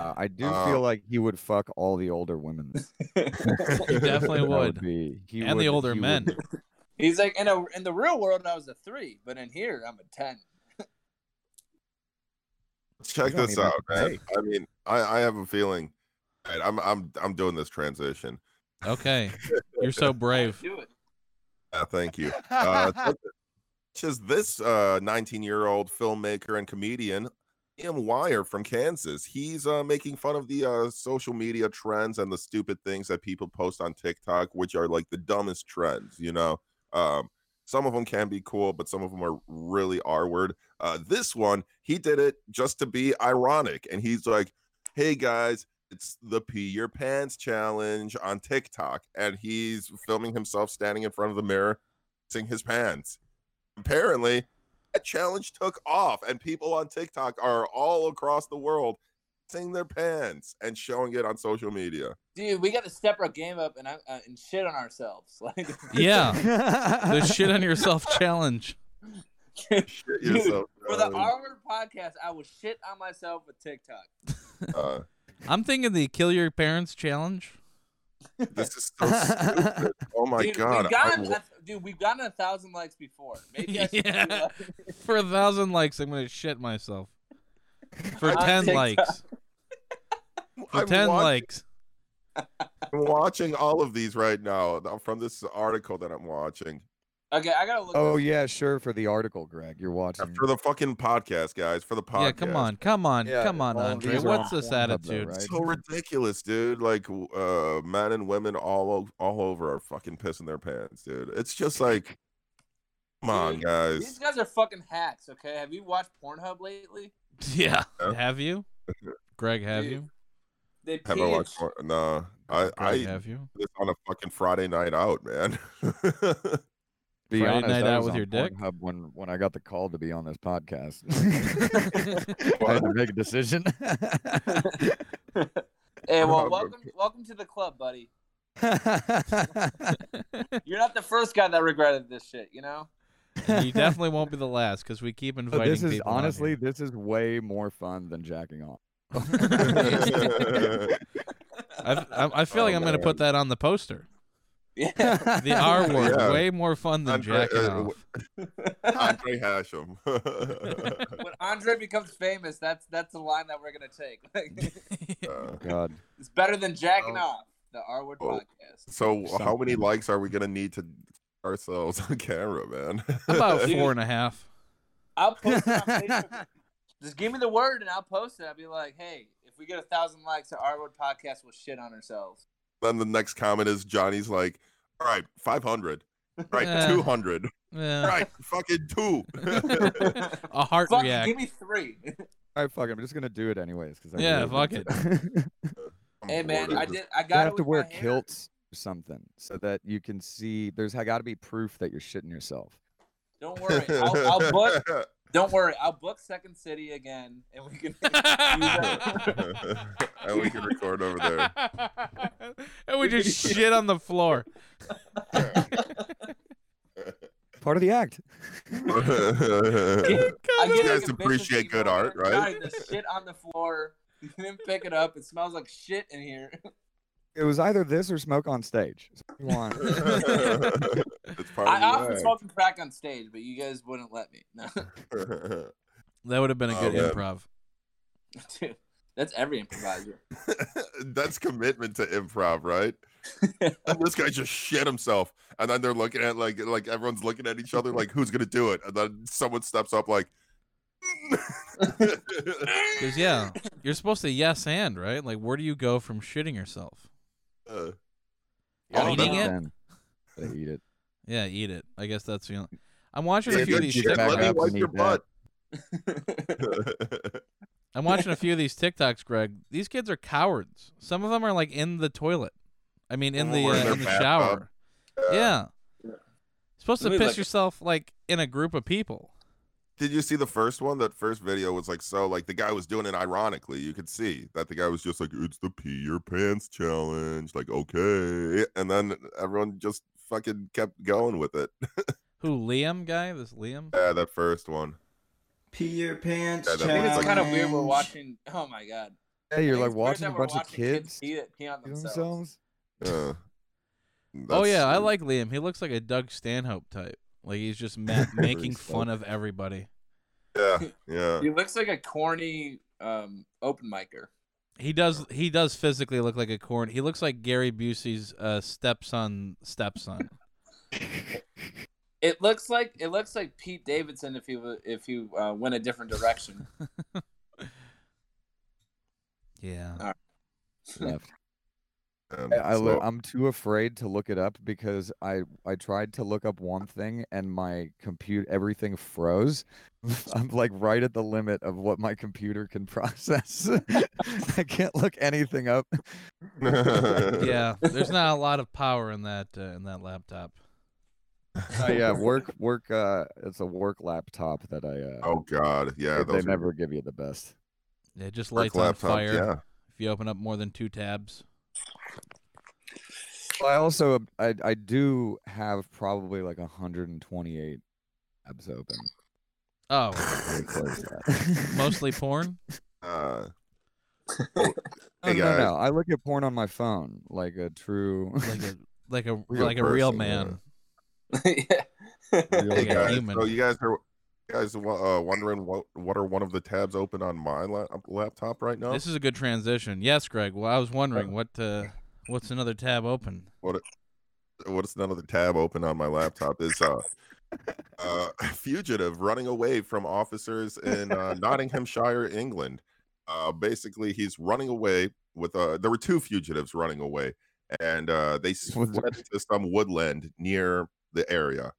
J: Uh, I do
C: Uh,
J: feel like he would fuck all the older women.
D: He definitely
J: That
D: would.
J: be, he
D: And
J: would-
D: the older
J: he would-
D: men.
I: He's like in a in the real world I was a three, but in here I'm a ten.
C: check
J: You don't
C: this
J: even have
C: out,
J: to
C: man.
J: pay.
C: I mean, I, I have a feeling. all right, I'm I'm I'm doing this transition.
D: Okay. You're so brave.
I: Do it.
C: Yeah, thank you. Uh, such- such as this uh, 19-year-old filmmaker and comedian, Ian Wire from Kansas. He's uh, making fun of the uh, social media trends and the stupid things that people post on TikTok, which are like the dumbest trends. You know, um, some of them can be cool, but some of them are really R-word. Uh, this one, he did it just to be ironic, and he's like, "Hey guys." it's the pee your pants challenge on TikTok, and he's filming himself standing in front of the mirror, seeing his pants. Apparently, that challenge took off, and people on TikTok are all across the world seeing their pants and showing it on social media.
I: Dude, we got to step our game up and I, uh, and shit on ourselves. Like
D: Yeah. The shit on yourself challenge.
C: Shit
I: Dude,
C: yourself.
I: for the
C: Charlie.
I: R word podcast, I will shit on myself with TikTok.
C: Uh,
D: I'm thinking the kill your parents challenge.
C: this is so stupid. Oh my
I: dude,
C: god!
I: we've
C: I
I: gotten,
C: lo-
I: a, dude, we've gotten a thousand likes before. Maybe I should do,
D: Yeah.
I: uh,
D: For a thousand likes, I'm gonna shit myself. For
I: On
D: ten
I: TikTok.
D: likes. For
C: I'm
D: ten
C: watching-
D: likes.
C: I'm watching all of these right now uh, from this article that I'm watching.
I: Okay, I gotta look.
J: oh yeah, sure. For the article, Greg, you're
C: Uh,
J: watching.
C: For the fucking podcast, guys. For the podcast.
D: Yeah, come on, come on,
J: Yeah,
D: come on,
J: all of
D: Andre.
J: these are on
D: What's this
J: Pornhub, though,
D: attitude?
J: right?
C: so ridiculous, dude. Like w- uh men and women all o- all over are fucking pissing their pants, dude. It's just like come on,
I: Dude, These
C: guys.
I: guys are fucking hacks. Okay, have you watched Pornhub lately?
D: Yeah.
C: Yeah.
D: Have you? Greg, have
I: Dude,
D: you?
I: They
C: Have I
I: pee and
C: watched more? No. I I
D: Greg,
C: did
D: have you?
C: this on a fucking Friday night out, man.
J: be
D: Friday
J: honest,
D: night
J: I
D: out
J: was
D: with
J: on
D: your dick?
J: Pornhub when when I got the call to be on this podcast. I had to make a decision.
I: Hey, well,
C: Um,
I: welcome, welcome to the club, buddy. You're not the first guy that regretted this shit, you know.
D: And you definitely won't be the last because we keep
J: So
D: inviting
J: this is
D: people. on
J: honestly,
D: here.
J: this is way more fun than jacking off.
D: I've- I, I feel like
C: Oh,
D: I'm going to put that on the poster.
I: Yeah.
D: The R word,
C: Yeah.
D: way more fun than
C: Andre-
D: jacking
C: uh,
D: off.
C: Andre Hashem.
I: when Andre becomes famous, that's that's the line that we're gonna take. Like,
C: Uh,
J: God,
I: it's better than jacking
C: Oh.
I: off. The R Word
C: Oh.
I: podcast.
C: So how many
J: Something.
C: likes are we gonna need to ourselves on camera, man?
D: About four and a half.
I: I'll post it on Facebook. Just give me the word and I'll post it. I'll be like, hey, if we get a thousand likes, the R Word podcast will shit on ourselves.
C: then the next comment is Johnny's like, all right, five hundred. All right,
D: Yeah.
C: two hundred. All
D: Yeah.
C: right, fucking two.
D: a heart
I: Fuck,
D: react.
I: give me three.
J: All right, fuck it. I'm just gonna do it anyways. Cause I
D: Yeah,
J: really
D: fuck
J: think
D: it.
J: that-
C: I'm
I: hey man,
C: bored
I: I
C: of this.
I: did. I
J: you
I: got
J: have to wear
I: kilt.
J: kilts or something so that you can see. There's got to be proof that you're shitting yourself.
I: Don't worry, I'll, I'll book. Don't worry, I'll book Second City again, and we can.
C: and we can record over there.
D: and we just shit on the floor.
J: Part of the act.
C: That's
I: I
C: You
I: get, like,
C: guys
I: a bitch
C: appreciate
I: receipt
C: good
I: on
C: art,
I: it.
C: right?
I: Guys, the shit on the floor. You didn't pick it up. It smells like shit in here.
J: It was either this or smoke on stage. So you want-
C: part
I: I
C: of
I: often
C: the
I: smoke and crack on stage, but you guys wouldn't let me. No,
C: act.
D: That would have been a
C: Oh,
D: good
C: man.
D: improv.
I: dude, that's every improviser.
C: That's commitment to improv, right? and this guy just shit himself, and then they're looking at like like everyone's looking at each other like who's gonna do it, and then someone steps up like.
D: Because yeah, you're supposed to yes and right. Like, where do you go from shitting yourself?
C: Uh,
D: Oh,
C: that's-
D: eating it?
J: Then they eat it.
D: Yeah, eat it. I guess that's the. Only... I'm watching
C: Yeah,
D: a few of
C: dude,
D: these.
J: shit
D: TikTok-
J: back
C: Let me
J: up
C: wipe
J: and
C: your
J: eat that.
C: butt.
D: I'm watching a few of these TikToks, Greg. These kids are cowards. Some of them are like in the toilet. I mean, in
C: Oh,
D: the
C: or in
D: uh,
C: their
D: in the
C: bathtub.
D: shower. Yeah. Supposed to
I: Let me,
D: piss
I: like-
D: yourself like in a group of people.
C: Did you see the first one? That first video was like so like the guy was doing it ironically. You could see that the guy was just like, "It's the pee your pants challenge." Like, okay, and then everyone just fucking kept going with it.
D: Who Liam guy? This Liam.
C: Yeah, that first one.
F: Pee your pants.
C: Yeah, that
I: I think it's
C: Challenge.
I: kind of weird. We're watching. Oh my god.
J: Hey, you're
I: I
J: like
I: think it's weird
J: watching a
I: that we're
J: bunch of
I: watching
J: kids
I: pee it- pee on
J: eat
I: themselves.
J: themselves.
C: Yeah.
D: Oh
C: That's-
D: yeah, I like Liam. He looks like a Doug Stanhope type. Like he's just ma- making fun of everybody.
C: Yeah, yeah.
I: He looks like a corny um, open micer.
D: He does. He does physically look like a corn. He looks like Gary Busey's uh, stepson. Stepson.
I: It looks like it looks like Pete Davidson if he wa- if he uh, went a different direction.
D: yeah.
J: Left.
C: And
J: I, I li-
C: so-
J: I'm too afraid to look it up because I I tried to look up one thing and my compute everything froze. I'm like right at the limit of what my computer can process. I can't look anything up.
D: Yeah. There's not a lot of power in that uh, in that laptop.
J: Uh, yeah, work work. Uh, it's a work laptop that I. Uh,
C: Oh god, yeah.
J: they-
C: Those
J: they
C: are
J: never give you the best.
D: It just
C: brick
D: lights on
C: laptops,
D: fire
C: Yeah.
D: if you open up more than two tabs.
J: Well, I also I I do have probably like 128 apps open.
D: Oh,
J: Let me close that.
D: mostly porn.
C: Uh, oh,
J: No,
C: Hey,
J: no,
C: guys.
J: no. I look at porn on my phone, like a true.
D: Like a like a
C: Real
D: like a real
C: person,
D: man.
I: yeah.
D: Like
C: hey
D: a
C: guys,
D: human.
C: so you guys are you guys wa- uh, wondering what what are one of the tabs open on my la- laptop right now?
D: This is a good transition. Yes, Greg. Well, I was wondering what uh, what's another tab open.
C: What's another tab open on my laptop is uh, uh fugitive running away from officers in uh, Nottinghamshire, England. Uh, basically, he's running away with uh, there were two fugitives running away, and uh, they s-
J: Was there-
C: fled to some woodland near the area.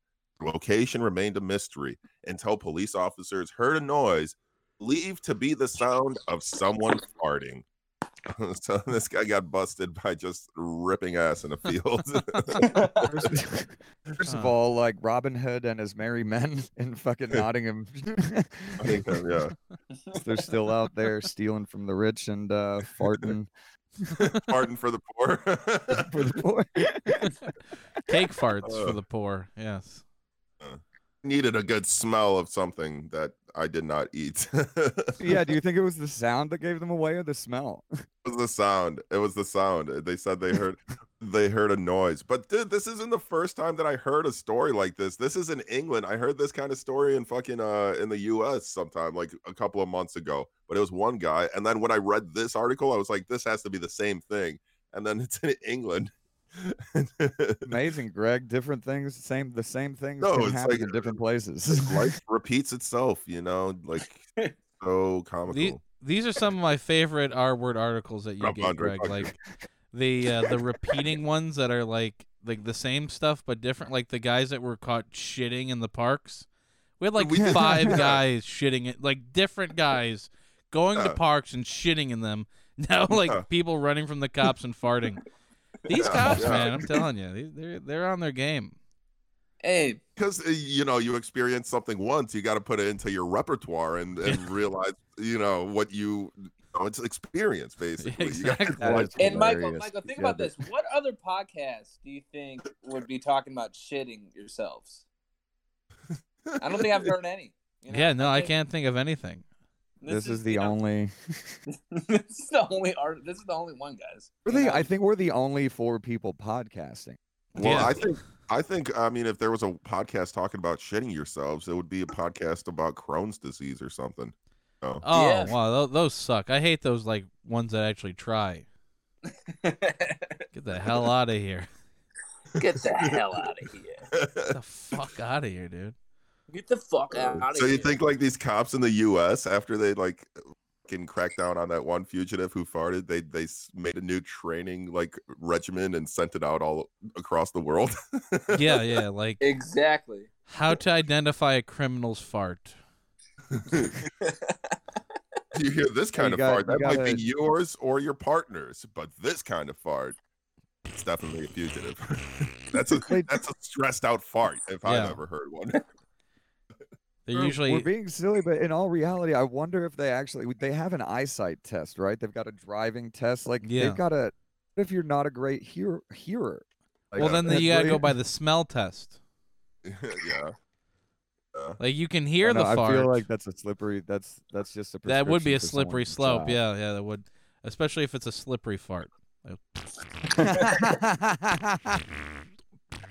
C: Location remained a mystery until police officers heard a noise believed to be the sound of someone farting. so this guy got busted by just ripping ass in a field.
J: First, first of
D: Huh.
J: all, like Robin Hood and his merry men in fucking Nottingham,
C: I think that- yeah,
J: they're still out there stealing from the rich and uh, farting
C: farting for the poor.
J: for the poor.
D: Cake farts for
C: Ugh.
D: the poor. Yes.
C: Needed a good smell of something that I did not eat. it
J: yeah, do you think it was the sound that gave them away or the smell?
C: was the sound. It was the sound. They said they heard they heard a noise. But dude, this isn't the first time that I heard a story like this. This is in England. I heard this kind of story in fucking uh in the US sometime, like a couple of months ago. But it was one guy. And then when I read this article, I was like, this has to be the same thing. and then it's in England.
J: Amazing, Greg. Different things, same the same things
C: No,
J: can
C: it's
J: happen
C: like-
J: in different places.
C: Life repeats itself, you know, like so comical.
D: The- these are some of my favorite R word articles that you
C: Rob
D: get,
C: Andre,
D: Greg.
C: fuck you.
D: Like the uh, the repeating ones that are like like the same stuff but different. Like the guys that were caught shitting in the parks. We had like
C: We did-
D: five
C: yeah.
D: guys shitting it, like different guys going to
C: Yeah.
D: parks and shitting in them.
C: Uh.
D: Now like
C: Yeah.
D: people running from the cops and farting. These
C: Yeah,
D: cops,
C: yeah.
D: man, I'm telling you, they- they're they're on their game.
I: Hey,
C: because eh, you know you experience something once you got to put it into your repertoire and and realize you know what you, you know, it's experience basically you
D: Exactly.
J: That
C: gotta,
J: is
I: and Michael,
J: hilarious.
I: Michael, think
J: Yeah,
I: about
J: that-
I: this. What other podcast do you think would be talking about shitting yourselves? I don't think I've heard any. you know?
D: Yeah, no, I
I: think
D: can't think of anything.
J: This, is,
I: you
J: the
I: know,
J: only.
I: this is the only art. This is the only one, guys. you
J: Really,
I: know?
J: I think we're the only four people podcasting.
C: well
D: Yeah.
C: i think i think i mean if there was a podcast talking about shitting yourselves it would be a podcast about crohn's disease or something oh
D: Oh
I: Yeah.
D: wow, tho- those suck. I hate those like ones that actually try. Get the hell out of here.
I: Get the hell out of here.
D: Get the fuck out of here, dude.
I: Get the fuck out of
C: so
I: here.
C: you think like these cops in the us after they like can crack down on that one fugitive who farted they they s- made a new training like regimen and sent it out all across the world
D: Yeah, yeah. Like
I: exactly?
D: how to identify a criminal's fart.
C: you hear this kind
J: you
C: of
J: got- you
C: fart, that might
J: gotta-
C: be yours or your partner's, but this kind of fart, it's definitely a fugitive. that's a
J: Wait.
C: that's a stressed out fart if
D: Yeah.
C: I've ever heard one.
D: They're
J: We're-
D: usually
J: we're being silly, but in all reality, I wonder if they actually they have an eyesight test, right? They've got a driving test. Like
D: Yeah.
J: they've got a. What if you're not a great hear, hearer? Like,
D: well. Then
J: that's
D: you gotta
J: where
D: go by the smell test.
C: yeah.
D: Like you can
J: I
D: hear
J: know,
D: the fart.
J: I feel like that's a slippery. That's that's just a.
D: that would be a
J: prescription for someone
D: slippery
J: to
D: slope.
J: try.
D: Yeah, yeah. That would, especially if it's a slippery fart.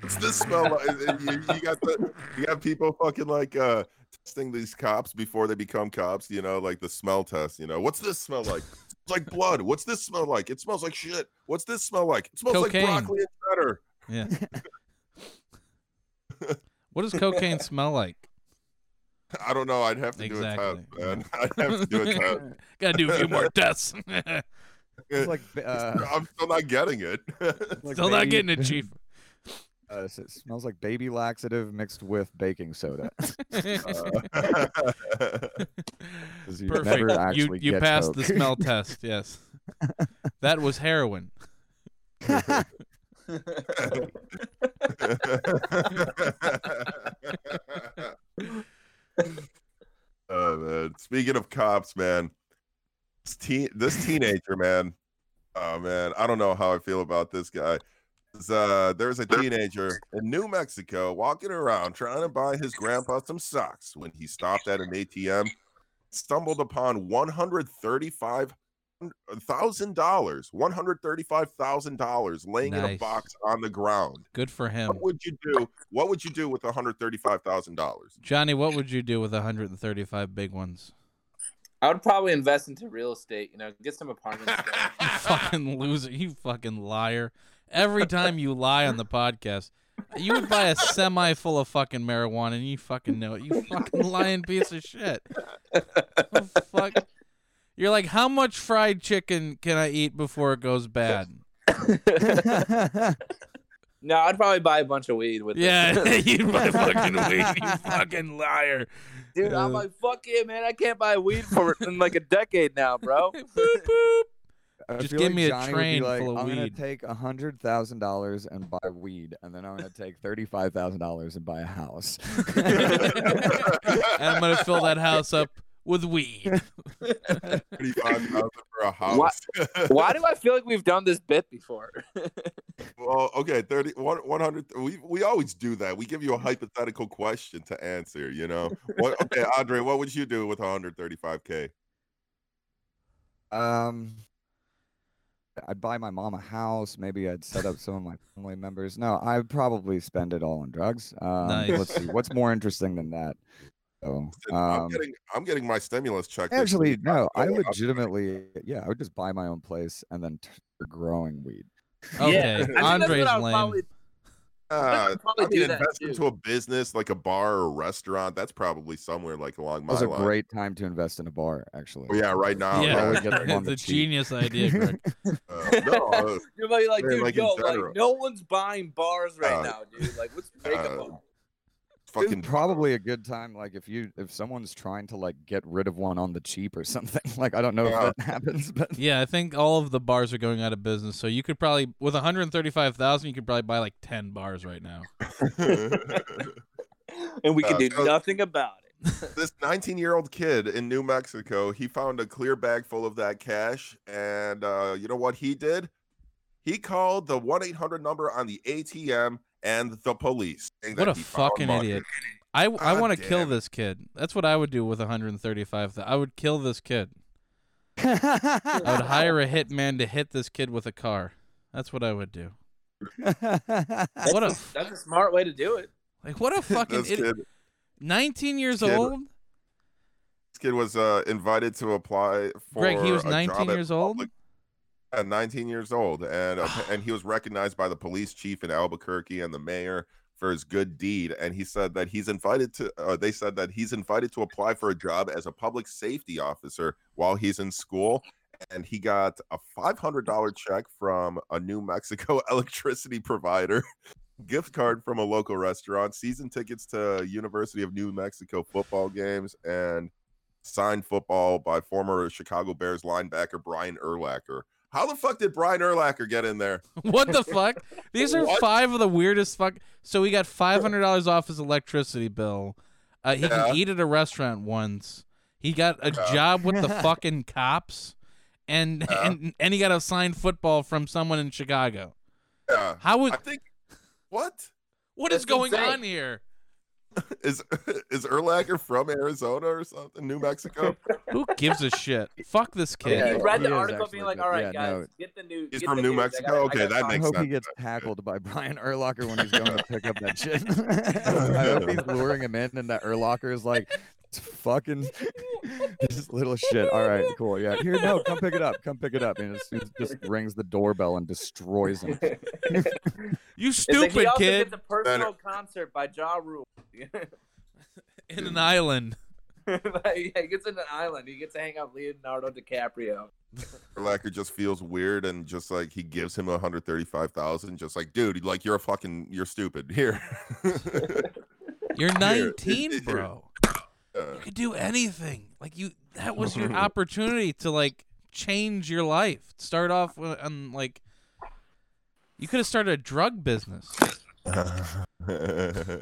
C: It's this smell like- and you, you got the you got people fucking like uh testing these cops before they become cops, you know, like the smell test, you know. What's this smell like? It's like blood. What's this smell like? It smells like shit. What's this smell like? It smells
D: Cocaine.
C: like broccoli and cheddar.
D: Yeah. what does cocaine smell like?
C: I don't know. I'd have to do
D: Exactly.
C: a test, man. I'd have to do a test.
D: Gotta do a few more tests.
J: It's like uh,
C: I'm still not getting it.
J: like
D: Still not
J: baby-
D: getting it, chief.
J: Uh, s- it smells like baby laxative mixed with baking soda. Uh, you never
D: Perfect. you
J: actually
D: you
J: get
D: passed the
J: coke.
D: smell test. Yes. that was heroin.
C: oh man! Speaking of cops, man, this, teen, this teenager, man. Oh man, I don't know how I feel about this guy. There's, uh, there's a teenager in New Mexico walking around trying to buy his grandpa some socks when he stopped at an ATM, stumbled upon one hundred thirty-five thousand dollars, one hundred thirty-five thousand dollars laying in a
D: Nice.
C: box on the ground.
D: Good for him.
C: What would you do? What would you do with one hundred thirty-five thousand dollars?
D: Johnny, what would you do with 135 big ones?
I: I would probably invest into real estate. You know, get some apartments. going.
D: You fucking loser. You fucking liar. Every time you lie on the podcast, you would buy a semi full of fucking marijuana and you fucking know it. You fucking lying piece of shit. Oh, fuck. You're like, how much fried chicken can I eat before it goes bad?
I: no, I'd probably buy a bunch of weed with. it.
D: Yeah, you'd buy fucking weed, you fucking liar.
I: dude. I'm like, fuck it, man. I can't buy weed for in like a decade now, bro.
D: Boop, boop.
J: I
D: Just
J: feel
D: give
J: like
D: me a
J: Johnny would be
D: train
J: like,
D: full of
J: I'm gonna
D: weed."
J: take a hundred thousand dollars and buy weed, and then I'm gonna take thirty-five thousand dollars and buy a house.
D: And I'm going to fill that house up with weed.
C: Thirty-five thousand for a house.
I: Why- Why do I feel like we've done this bit before?
C: Well, okay, 30, one- 100. We, we always do that. We give you a hypothetical question to answer, you know? What, okay, Andre, what would you do with 135K?
J: um, I'd buy my mom a house. Maybe I'd set up some of my family members. No, I'd probably spend it all on drugs. Um, Let's see, what's more interesting than that? So,
C: Listen, I'm,
J: um,
C: getting, I'm getting my stimulus check. this
J: Actually,
C: week.
J: no. I
C: know what I'm-
J: legitimately, yeah, I would just buy my own place and then t- growing weed.
I: Yeah, I
D: Okay,
I: think that's what
D: Andre's
I: I would
D: lame.
I: probably-
C: Uh,
I: probably
C: I
I: do
C: mean,
I: that,
C: invest
I: too.
C: into a business like a bar or restaurant. That's probably somewhere like along
J: That
C: my
J: was a
C: line.
J: great time to invest in a bar, actually.
C: Oh, yeah, right now.
D: Yeah.
J: Probably get them on
D: it's
J: the
D: a
J: cheap.
D: genius idea, Greg.
C: Uh, no, uh,
I: You're like, like
C: Yeah,
I: dude,
C: like in
I: yo,
C: general.
I: like no one's buying bars right
C: Uh,
I: now, dude. Like, what's the makeup
C: uh,
I: on?
J: It's
C: fucking
J: probably a good time, like if you if someone's trying to like get rid of one on the cheap or something. Like I don't know
C: Yeah.
J: if that happens, but
D: yeah, I think all of the bars are going out of business. So you could probably, with one hundred thirty-five thousand, you could probably buy like ten bars right now.
I: And we
C: can
I: can
C: uh,
I: do
C: do so-
I: nothing about it.
C: this 19 year old kid in New Mexico, he found a clear bag full of that cash. And uh, you know what he did? He called the 1 800 number on the ATM and the police. saying
D: What
C: that
D: a
C: he found
D: fucking
C: money.
D: idiot! I, I
C: God
D: want to kill
C: damn it.
D: this kid. That's what I would do with one hundred thirty-five. I would kill this kid. I would hire a hitman to hit this kid with a car. That's what I would do. What a
I: That's a smart way to do it.
D: like what a fucking
C: This
D: idiot.
C: kid,
D: Nineteen years
C: Kid-
D: old.
C: this kid was uh, invited to apply for
D: Greg, he was
C: a job
D: 19
C: at
D: years old.
C: public- Yeah, 19 years old. And, uh, and he was recognized by the police chief in Albuquerque and the mayor for his good deed. And he said that he's invited to, uh, they said that he's invited to apply for a job as a public safety officer while he's in school. And he got a $500 check from a New Mexico electricity provider, gift card from a local restaurant, season tickets to University of New Mexico football games, and signed football by former Chicago Bears linebacker Brian Erlacher. How the fuck did Brian Erlacher get in there?
D: What the fuck? These are
C: What?
D: five of the weirdest fuck. So he got five hundred dollars off his electricity bill. Uh, he
C: Yeah.
D: can eat at a restaurant once. He got a
C: Yeah.
D: job with the fucking cops, and
C: Yeah.
D: and and he got a signed football from someone in Chicago.
C: Yeah,
D: How would
C: I think what
D: what is
I: that's
D: going
I: insane.
D: on here?
C: is is Erlacher from Arizona or something? New Mexico?
D: Who gives a shit? Fuck this kid.
J: Yeah,
I: you read
J: he
I: the
J: is
I: article
J: actually
I: being like,
J: good.
I: all right,
J: Yeah,
I: guys,
J: no.
I: get the news.
C: He's
I: get
C: from
I: the
C: New
I: news. I
C: Mexico?
I: gotta- I
C: Okay,
I: gotta
C: that
I: find-
J: I
C: makes
J: hope he
C: sense.
J: gets tackled by Brian Erlocker when he's going to pick up that shit. I hope he's luring him in, and that Erlocker is like, "It's fucking this is little shit. All right, cool. Yeah, here, no, come pick it up. Come pick it up. And it's- it just rings the doorbell and destroys him.
D: You
I: It's like
D: stupid
I: he also
D: kid
I: Did the personal concert by Ja Rule.
D: in an island.
I: like, yeah, he gets in an island. He gets to hang out with Leonardo DiCaprio.
C: Erlacher just feels weird and just like he gives him 135,000 just like dude, like you're a fucking you're stupid. Here.
D: You're
C: here.
D: 19, bro.
C: Uh,
D: You could do anything. Like you, that was your opportunity to like change your life. Start off wi- on like, you could have started a drug business.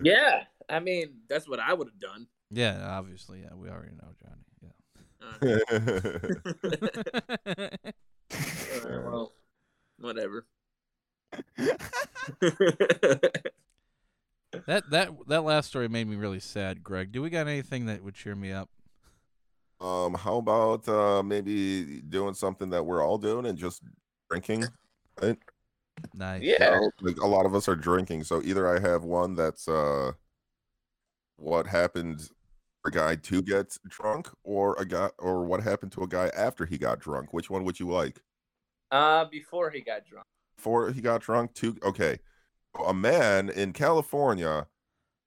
I: Yeah, I mean, that's what I would have done.
D: Yeah, obviously. Yeah, we already know, Johnny.
I: Uh,
C: yeah.
D: Yeah.
I: uh, well, whatever.
D: that that that last story made me really sad, Greg. Do we got anything that would cheer me up?
C: um how about uh maybe doing something that we're all doing and just drinking?
D: Nice.
I: yeah.
C: know, like a lot of us are drinking so either i have one that's uh what happened for a guy to get drunk or a guy or what happened to a guy after he got drunk which one would you like
I: Uh, before he got drunk.
C: before he got drunk two okay a man in california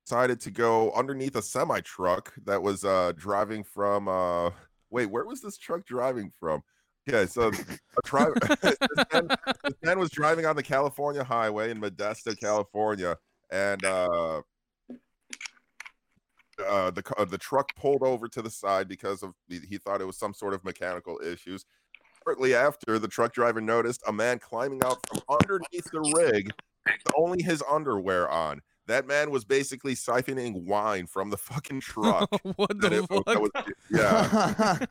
C: decided to go underneath a semi truck that was uh driving from uh wait where was this truck driving from yeah so a driver this man this man was driving on the California highway in Modesto, California, and uh, uh, the ca- the truck pulled over to the side because of he he thought it was some sort of mechanical issues. Shortly after, the truck driver noticed a man climbing out from underneath the rig with only his underwear on. That man was basically siphoning wine from the fucking truck.
D: what
C: that
D: the
C: it-
D: fuck?
C: that was- yeah,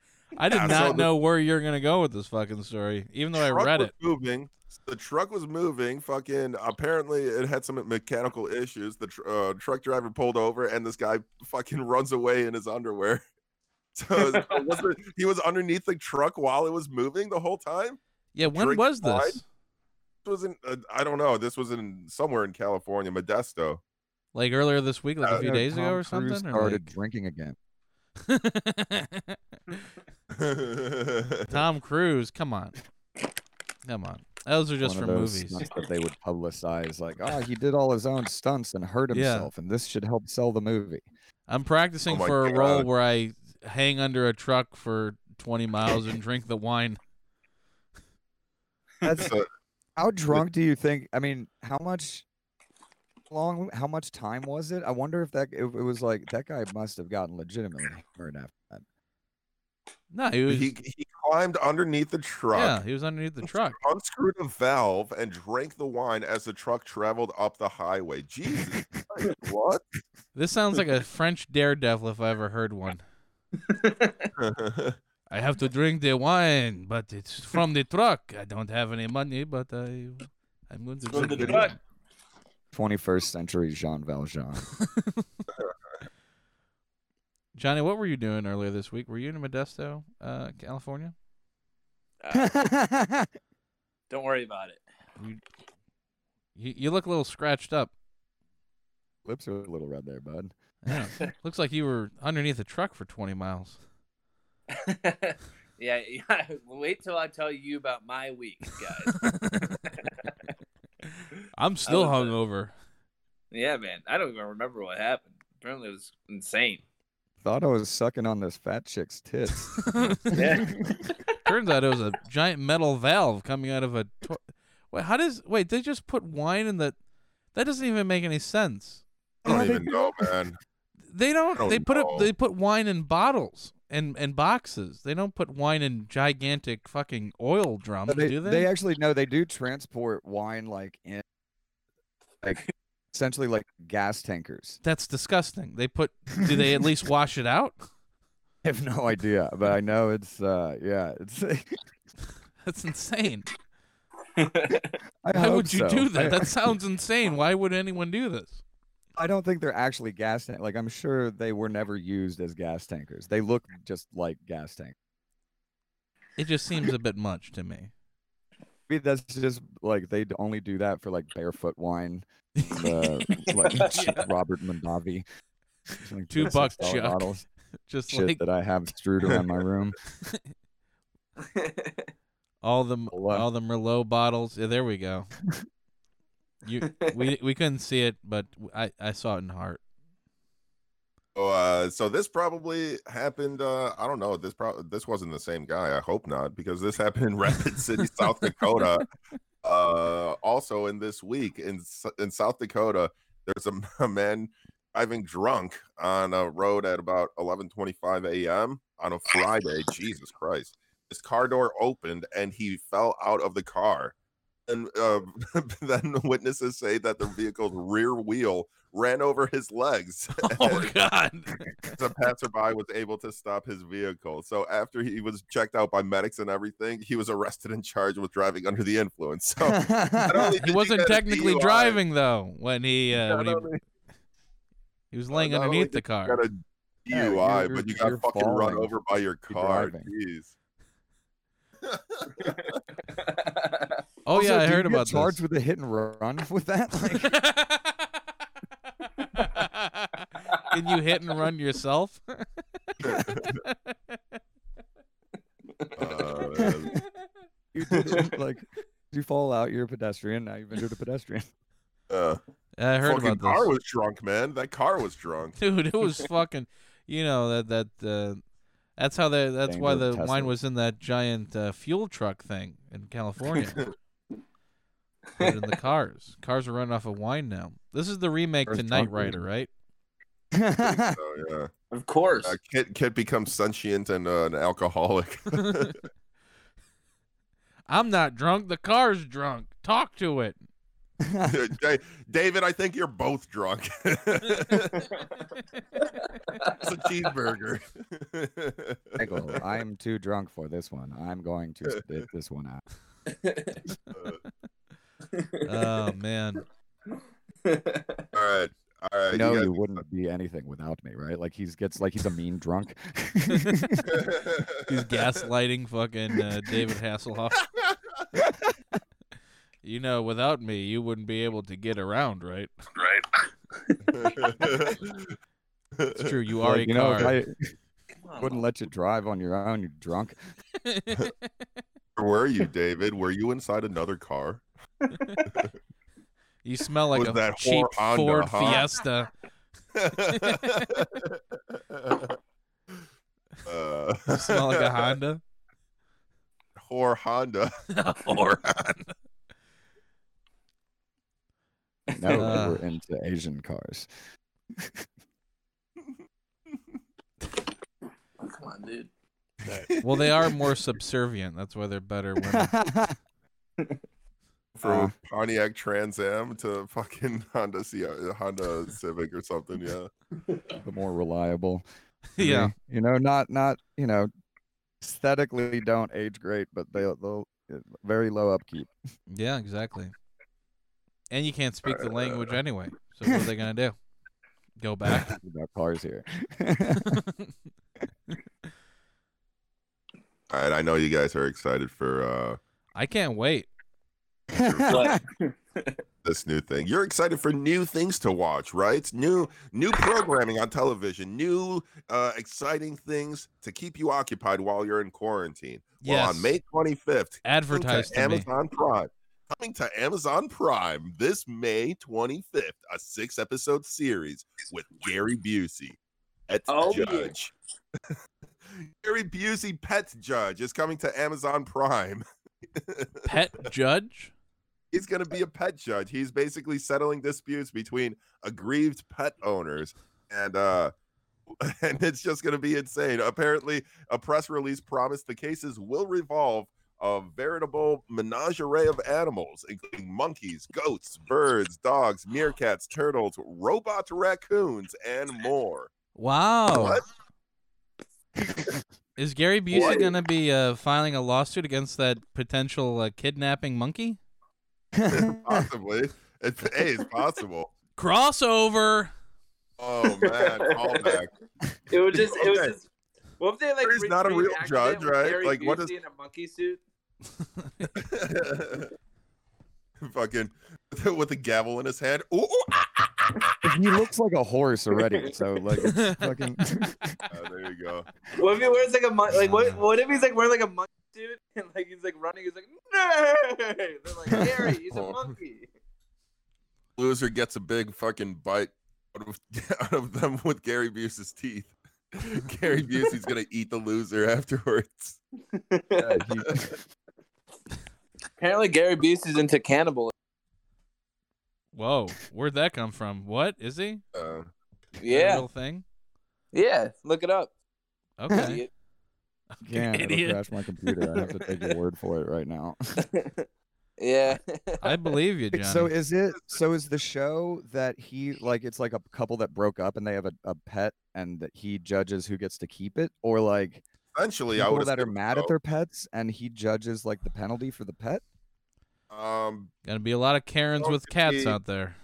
D: I did
C: Yeah, so
D: not
C: the-
D: know where you're gonna go with this fucking story, even though I
C: truck
D: read
C: was
D: it.
C: Moving. The truck was moving. Fucking. Apparently, it had some mechanical issues. The tr- uh, truck driver pulled over, and this guy fucking runs away in his underwear. So it was- it wasn't- he was underneath the truck while it was moving the whole time.
D: Yeah, when
C: drink
D: was
C: wine?
D: this?
C: This was in. Uh, I don't know. This was in somewhere in California, Modesto.
D: Like earlier this week, like
C: Uh,
D: a few
J: You know,
D: days ago
J: Tom
D: or
J: Cruise
D: something? Or
J: started
D: like-
J: drinking again.
D: Tom Cruise, come on. Come on. Those are just
J: one
D: for
J: of those
D: movies.
J: stunts that they would publicize, like, oh, he did all his own stunts and hurt
D: Yeah.
J: himself, and this should help sell the movie.
D: I'm practicing
C: Oh my
D: for a role
C: God.
D: where I hang under a truck for 20 miles and drink the wine.
J: That's
C: So-
J: how drunk do you think? I mean, how much long? How much time was it? I wonder if that if it was like that guy must have gotten legitimately hurt after that.
D: No, he was.
C: He, he climbed underneath the
D: yeah,
C: truck,
D: he was underneath the truck.
C: unscrewed a valve, and drank the wine as the truck traveled up the highway. Jesus, Christ, what?
D: This sounds like a French daredevil if I ever heard one. I have to drink the wine, but it's from the truck. I don't have any money, but I, I'm going to
C: From
D: drink
C: the
D: it.
C: truck.
J: Twenty first century Jean Valjean.
D: Johnny, what were you doing earlier this week? Were you in Modesto, uh, California?
I: uh,
J: Ah.
I: Don't worry about it.
D: You, you, you look a little scratched up.
J: Lips are a little red there, bud.
D: Yeah. Looks like you were underneath a truck for 20 miles.
I: yeah, yeah, wait till I tell you about my week, guys.
D: I'm
I: was,
D: still
I: uh,
D: hungover.
I: yeah, man, I don't even remember what happened. Apparently, it was insane.
J: Thought I was sucking on this fat chick's tits.
I: Yeah.
D: Turns out it was a giant metal valve coming out of a. To- wait, how does? Wait, they just put wine in the. That doesn't even make any sense.
C: I don't even know, man.
D: They don't.
I: Oh,
C: don't
D: they put
C: know.
D: it. They put wine in bottles and and boxes. They don't put wine in gigantic fucking oil drums,
J: But they,
D: do they?
J: they actually no, they do transport wine like in like essentially like gas tankers.
D: That's disgusting. They put. Do they at least wash it out?
J: I have no idea, but I know it's uh yeah, it's
D: That's insane.
J: I
D: Why
J: hope
D: would you
J: so.
D: do that?
J: I,
D: That sounds insane. Why would anyone do this?
J: I don't think they're actually gas tank like I'm sure they were never used as gas tankers. They look just like gas tank.
D: It just seems a bit much to me.
J: Maybe that's just like they only do that for like barefoot wine, the, like Robert Mondavi. It's like
D: Two
J: $26
D: buck chuck.
J: bottles,
D: Just
J: shit
D: like
J: that I have strewed around my room.
D: All the m-
J: Merlot.
D: all the Merlot bottles. Yeah, there we go. you we we couldn't see it, but w- I I saw it in heart.
C: So, uh, so this probably happened. Uh, I don't know. This probably this wasn't the same guy. I hope not, because this happened in Rapid City, South Dakota. Uh, also, in this week in S- in South Dakota, there's a, m- a man driving drunk on a road at about 11:25 a.m. on a Friday. Jesus Christ! His car door opened and he fell out of the car. And uh, then witnesses say that the vehicle's rear wheel ran over his legs.
D: Oh God!
C: the passerby was able to stop his vehicle. So after he was checked out by medics and everything, he was arrested and charged with driving under the influence. So
J: Oh.
C: not only did
D: He wasn't
C: get a
D: technically
C: DUI,
D: driving though when he uh,
C: Not
D: when he,
C: only
D: he was laying
C: not only
D: underneath
C: did
D: the
C: you
D: car.
C: got a
J: Yeah,
C: DUI,
J: you're-
C: but you got
J: you're
C: fucking
J: falling.
C: run over by your car.
J: driving.
C: Jeez.
D: Oh yeah, I heard about
J: charged
D: this.
J: with a hit and run with that. Like,
D: Can you hit and run yourself?
C: Uh, man.
J: you did it, like you fall out, you're a pedestrian. Now you've injured a pedestrian.
C: Uh,
D: I heard
C: fucking
D: about this.
C: car was drunk, man. That car was drunk.
D: dude it was fucking you know that that uh that's how the that's why
J: Danger
D: the
J: of
D: wine
J: Tesla.
D: was in that giant uh, fuel truck thing in california Put it in the cars cars are running off of wine now this is the remake
J: Cars
D: to knight
J: drunk
D: rider right
C: So yeah,
I: of course.
C: uh, Kit Kit becomes sentient and uh, an alcoholic.
D: i'm not drunk the car's drunk talk to it
C: Da- David, I think you're both drunk. it's a cheeseburger.
J: Michael, I'm too drunk for this one. I'm going to spit this one out.
C: Uh,
D: oh man
C: All right. All right.
J: I
C: you
J: know
C: guys-
J: Uh, you wouldn't be anything without me, right? Like he's gets like he's a mean drunk.
D: he's gaslighting fucking uh, david hasselhoff you know without me you wouldn't be able to get around right
H: right?
D: it's true you are
J: Like,
D: a
J: you know,
D: car
J: if I wouldn't let you drive on your own, you drunk.
C: Where were you, David? Were you inside another car?
D: You smell like
C: With
D: a
C: that
D: cheap
C: whore Honda,
D: Ford
C: huh?
D: Fiesta.
C: uh,
D: You smell like a Honda.
C: Whore Honda.
D: Whore Honda.
J: No,
D: Uh.
J: we're into Asian cars.
I: Come on, dude.
D: Well, they are more subservient. That's why they're better women.
C: From
J: Uh.
D: Uh-huh.
C: Pontiac Trans Am to fucking Honda C- Honda Civic or something. Yeah.
J: the more reliable. for
D: yeah.
J: me. You know, not not you know, aesthetically don't age great, but they they'll uh, very low upkeep.
D: Yeah, exactly. And you can't speak the
C: Uh.
D: language anyway. So what are they gonna do? Go back?
J: about cars here.
C: All right. I know you guys are excited for uh,
D: I can't wait.
I: But
C: this new thing. You're excited for new things to watch, right? New new programming on television, new uh, exciting things to keep you occupied while you're in quarantine. Well,
D: Yes.
C: on May 25th, coming
D: Advertise
C: to
D: to me.
C: Amazon Prime. Coming to Amazon Prime this May 25th, a six episode series with Gary Busey, Pet
I: Oh, yeah.
C: Judge. Gary Busey, Pet Judge, is coming to Amazon Prime.
D: Pet judge?
C: He's going to be a pet judge. He's basically settling disputes between aggrieved pet owners and uh and it's just going to be insane. Apparently, a press release promised the cases will revolve a veritable menagerie of animals, including monkeys, goats, birds, dogs, meerkats, turtles, robot raccoons, and more.
D: Wow.
C: What?
D: Is Gary Busey
C: What?
D: gonna be uh, filing a lawsuit against that potential uh, kidnapping monkey?
C: Possibly. It's, hey, it's possible.
D: Crossover.
C: Oh, man. Callback.
I: it was just. It was
C: Okay.
I: just. What if they like?
C: He's not a
I: recreate
C: real
I: an
C: judge,
I: accident with
C: right?
I: Gary
C: Like, what is-
I: Busey in a monkey suit?
C: Fucking with a gavel in his hand. Ooh, ooh, ah!
J: he looks like a horse already, so like it's fucking.
C: Uh, there you go.
I: What if he wears like a mon- like what? What if he's like wearing like a monkey suit and like he's like running? He's like nerd. They're like Gary, he's a monkey.
C: Loser gets a big fucking bite out of, out of them with Gary Busey's teeth. Gary Busey's gonna eat the loser afterwards.
J: yeah, he-
I: Apparently, Gary Busey's into cannibal.
D: Whoa, where'd that come from? What is he? Is
C: Uh,
D: that a real thing.
I: yeah. Look it up.
D: Okay.
J: yeah, it'll
D: Idiot.
J: crash my computer. I have to take your word for it right now.
I: Yeah.
D: I believe you, Johnny.
J: So is it? So is the show that he like? It's like a couple that broke up and they have a, a pet, and that he judges who gets to keep it, or like
C: eventually, I
J: people
C: would
J: that are mad at their pets, and he judges like the penalty for the pet.
C: um
D: Gonna be a lot of
J: Oh,
D: Karens
C: Well,
D: with
C: if
D: cats
C: he-
D: out there.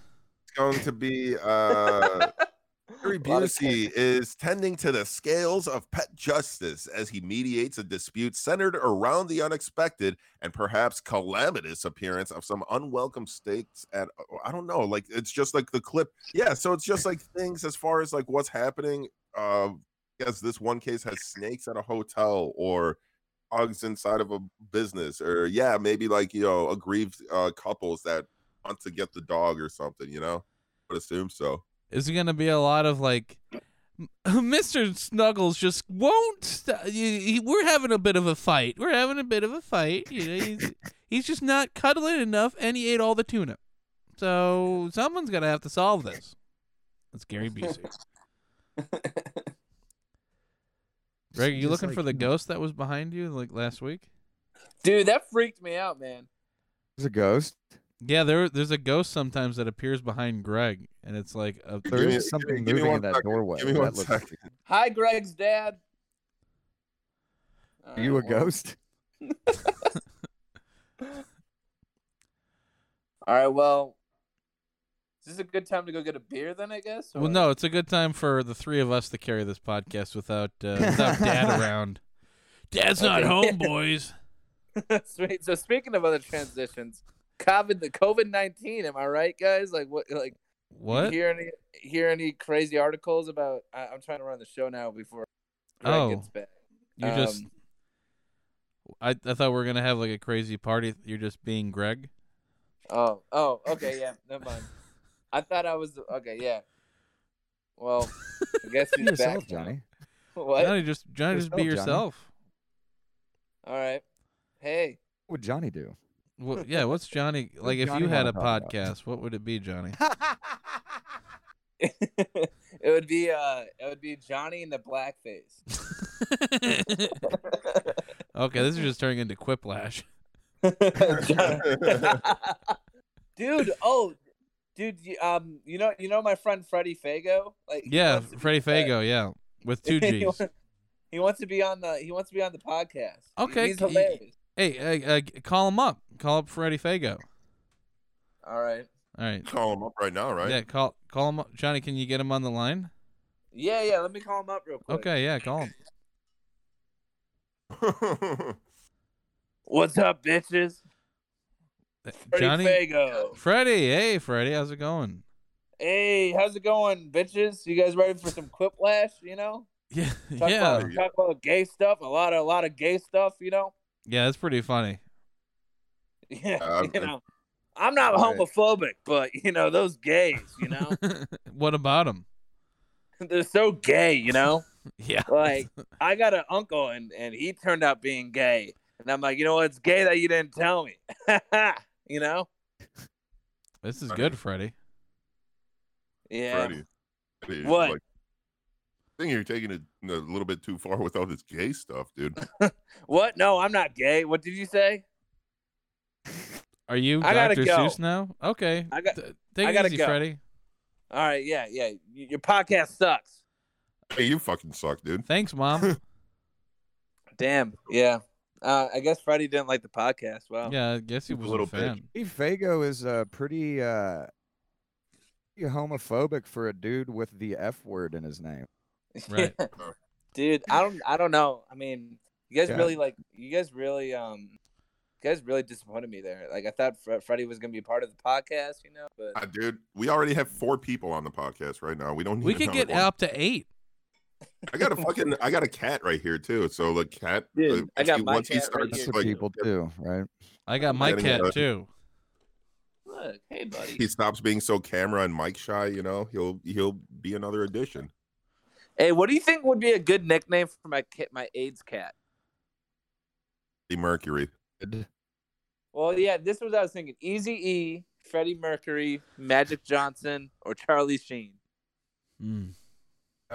C: it's going to be uh Gary Busey is tending to the scales of pet justice as he mediates a dispute centered around the unexpected and perhaps calamitous appearance of some unwelcome stakes at I don't know, like it's just like the clip. Yeah, so it's just like things as far as like what's happening. Uh yes, this one case has snakes at a hotel or dogs inside of a business, or yeah, maybe like you know, aggrieved uh couples that want to get the dog or something, you know. I would assume so.
D: Is it gonna be a lot of like, Mister Snuggles just won't. St- he- he- we're having a bit of a fight. We're having a bit of a fight. You know, he's he's just not cuddling enough, and he ate all the tuna. So someone's gonna have to solve this. That's Gary Busey. Greg, are you
J: Just
D: looking
J: like,
D: for the
J: you know,
D: ghost that was behind you like last week?
I: Dude, that freaked me out, man.
J: There's a ghost.
D: Yeah, there there's a ghost sometimes that appears behind Greg, and it's like a
J: There
C: me-
J: is
C: give me-
J: something
C: give me
J: moving
C: one
J: in that
C: second.
J: doorway.
C: Give me
J: that
C: one
J: looks
C: second.
I: Hi, Greg's dad.
J: Are you a ghost?
I: All right. Well, is this a good time to go get a beer then? I guess.
D: Well,
I: or-
D: no, it's a good time for the three of us to carry this podcast without uh, without Dad around. Dad's not
I: Okay.
D: home, boys.
I: Sweet. So speaking of other transitions, COVID the COVID nineteen. Am I right, guys? Like what? Like you
D: What?
I: hear any hear any crazy articles about? I, I'm trying to run the show now before Greg
D: Oh.
I: gets back.
D: You just
I: um,
D: I, I thought we were gonna have like a crazy party. You're just being Greg.
I: Oh, oh, okay, yeah, never mind. I thought I was okay, yeah. Well, I guess
J: Be
I: he's
J: yourself,
I: back now.
J: Johnny.
I: What?
D: Johnny, just Johnny, just be
J: Yourself,
D: yourself.
I: All right. Hey,
J: What would Johnny do?
D: Well, yeah, what's Johnny like? If
J: Johnny
D: you had
J: wanna
D: a
J: talk about?
D: podcast, what would it be, Johnny?
I: it would be uh, it would be Johnny in the blackface.
D: okay, this is just turning into quiplash.
I: dude, oh, dude, you- um, you know, you know my friend Freddie Fago, like he
D: Yeah,
I: wants to be-
D: Freddie Fago. Yeah, with two
I: He
D: G's.
I: wants- he wants to be on the he wants to be on the podcast. He-
D: Okay,
I: he's
D: c-
I: hilarious.
D: hey, uh, uh, call him up. Call up Freddie Fago.
I: All right,
D: All right.
C: Call him up right now, right?
D: Yeah, call call him up. Johnny, can you get him on the line?
I: yeah, yeah. Let me call him up real quick.
D: Okay, yeah, call him.
I: what's up, bitches?
D: Uh,
I: Freddie
D: Johnny
I: Fago.
D: Freddie, hey Freddie, how's it going?
I: Hey, how's it going, bitches? You guys ready for some quiplash? You know,
D: Yeah.
I: talk
D: yeah.
I: about talk about gay stuff. A lot of a lot of gay stuff. You know.
D: Yeah, that's pretty funny.
I: Yeah,
C: Uh,
I: you
C: uh,
I: know, I'm not
C: all right.
I: homophobic, but you know those gays, you know,
D: what about him?
I: they're so gay, you know.
D: Yeah.
I: Like I got an uncle, and and he turned out being gay, and I'm like, you know what? It's gay that you didn't tell me, you know.
D: This is
C: Freddie.
D: good, Freddie.
I: Yeah.
C: Freddie. Freddie,
I: What?
C: like, I think you're taking it a little bit too far with all this gay stuff, dude.
I: What? No, I'm not gay. What did you say?
D: Are you
I: I gotta
D: Dr.
I: go.
D: Seuss now? Okay.
I: I got-
D: Th- Take
I: I
D: it
I: gotta
D: easy,
I: go.
D: Freddie.
I: All right. Yeah. Yeah. y- Your podcast sucks.
C: hey, you fucking suck, dude.
D: Thanks, mom.
I: Damn. Yeah. Uh, I guess Freddie didn't like the podcast. Wow.
D: yeah, I guess he
C: He's a
D: was
C: little
D: a
C: bitch.
D: fan.
J: Steve Fago is uh, pretty uh, pretty homophobic for a dude with the F word in his name.
D: Right.
I: Dude, I don't. I don't know. I mean, you guys
J: Yeah.
I: really like. You guys really. Um. You guys really disappointed me there. Like I thought Fre- Freddie was gonna be a part of the podcast, you know. But
C: Ah, dude, we already have four people on the podcast right now. We don't need
D: We could
C: another
D: get
C: one.
D: up to eight.
C: I got a fucking I got a cat right here too. So the cat
I: Dude,
C: uh,
I: I
C: once
I: got
C: he-
I: my
C: once he
I: cat right
C: starts
J: That's
I: It's
J: what
C: like
J: people do, right?
D: I got
C: I'm
D: my
C: getting
D: cat
C: a-
D: too.
I: look, hey, buddy.
C: he stops being so camera and mic shy, you know, he'll he'll be another addition.
I: Hey, what do you think would be a good nickname for my kit, my AIDS cat?
C: The Mercury.
I: Well, yeah, this was what I was thinking: Easy E, Freddie Mercury, Magic Johnson, or Charlie Sheen.
D: Mm.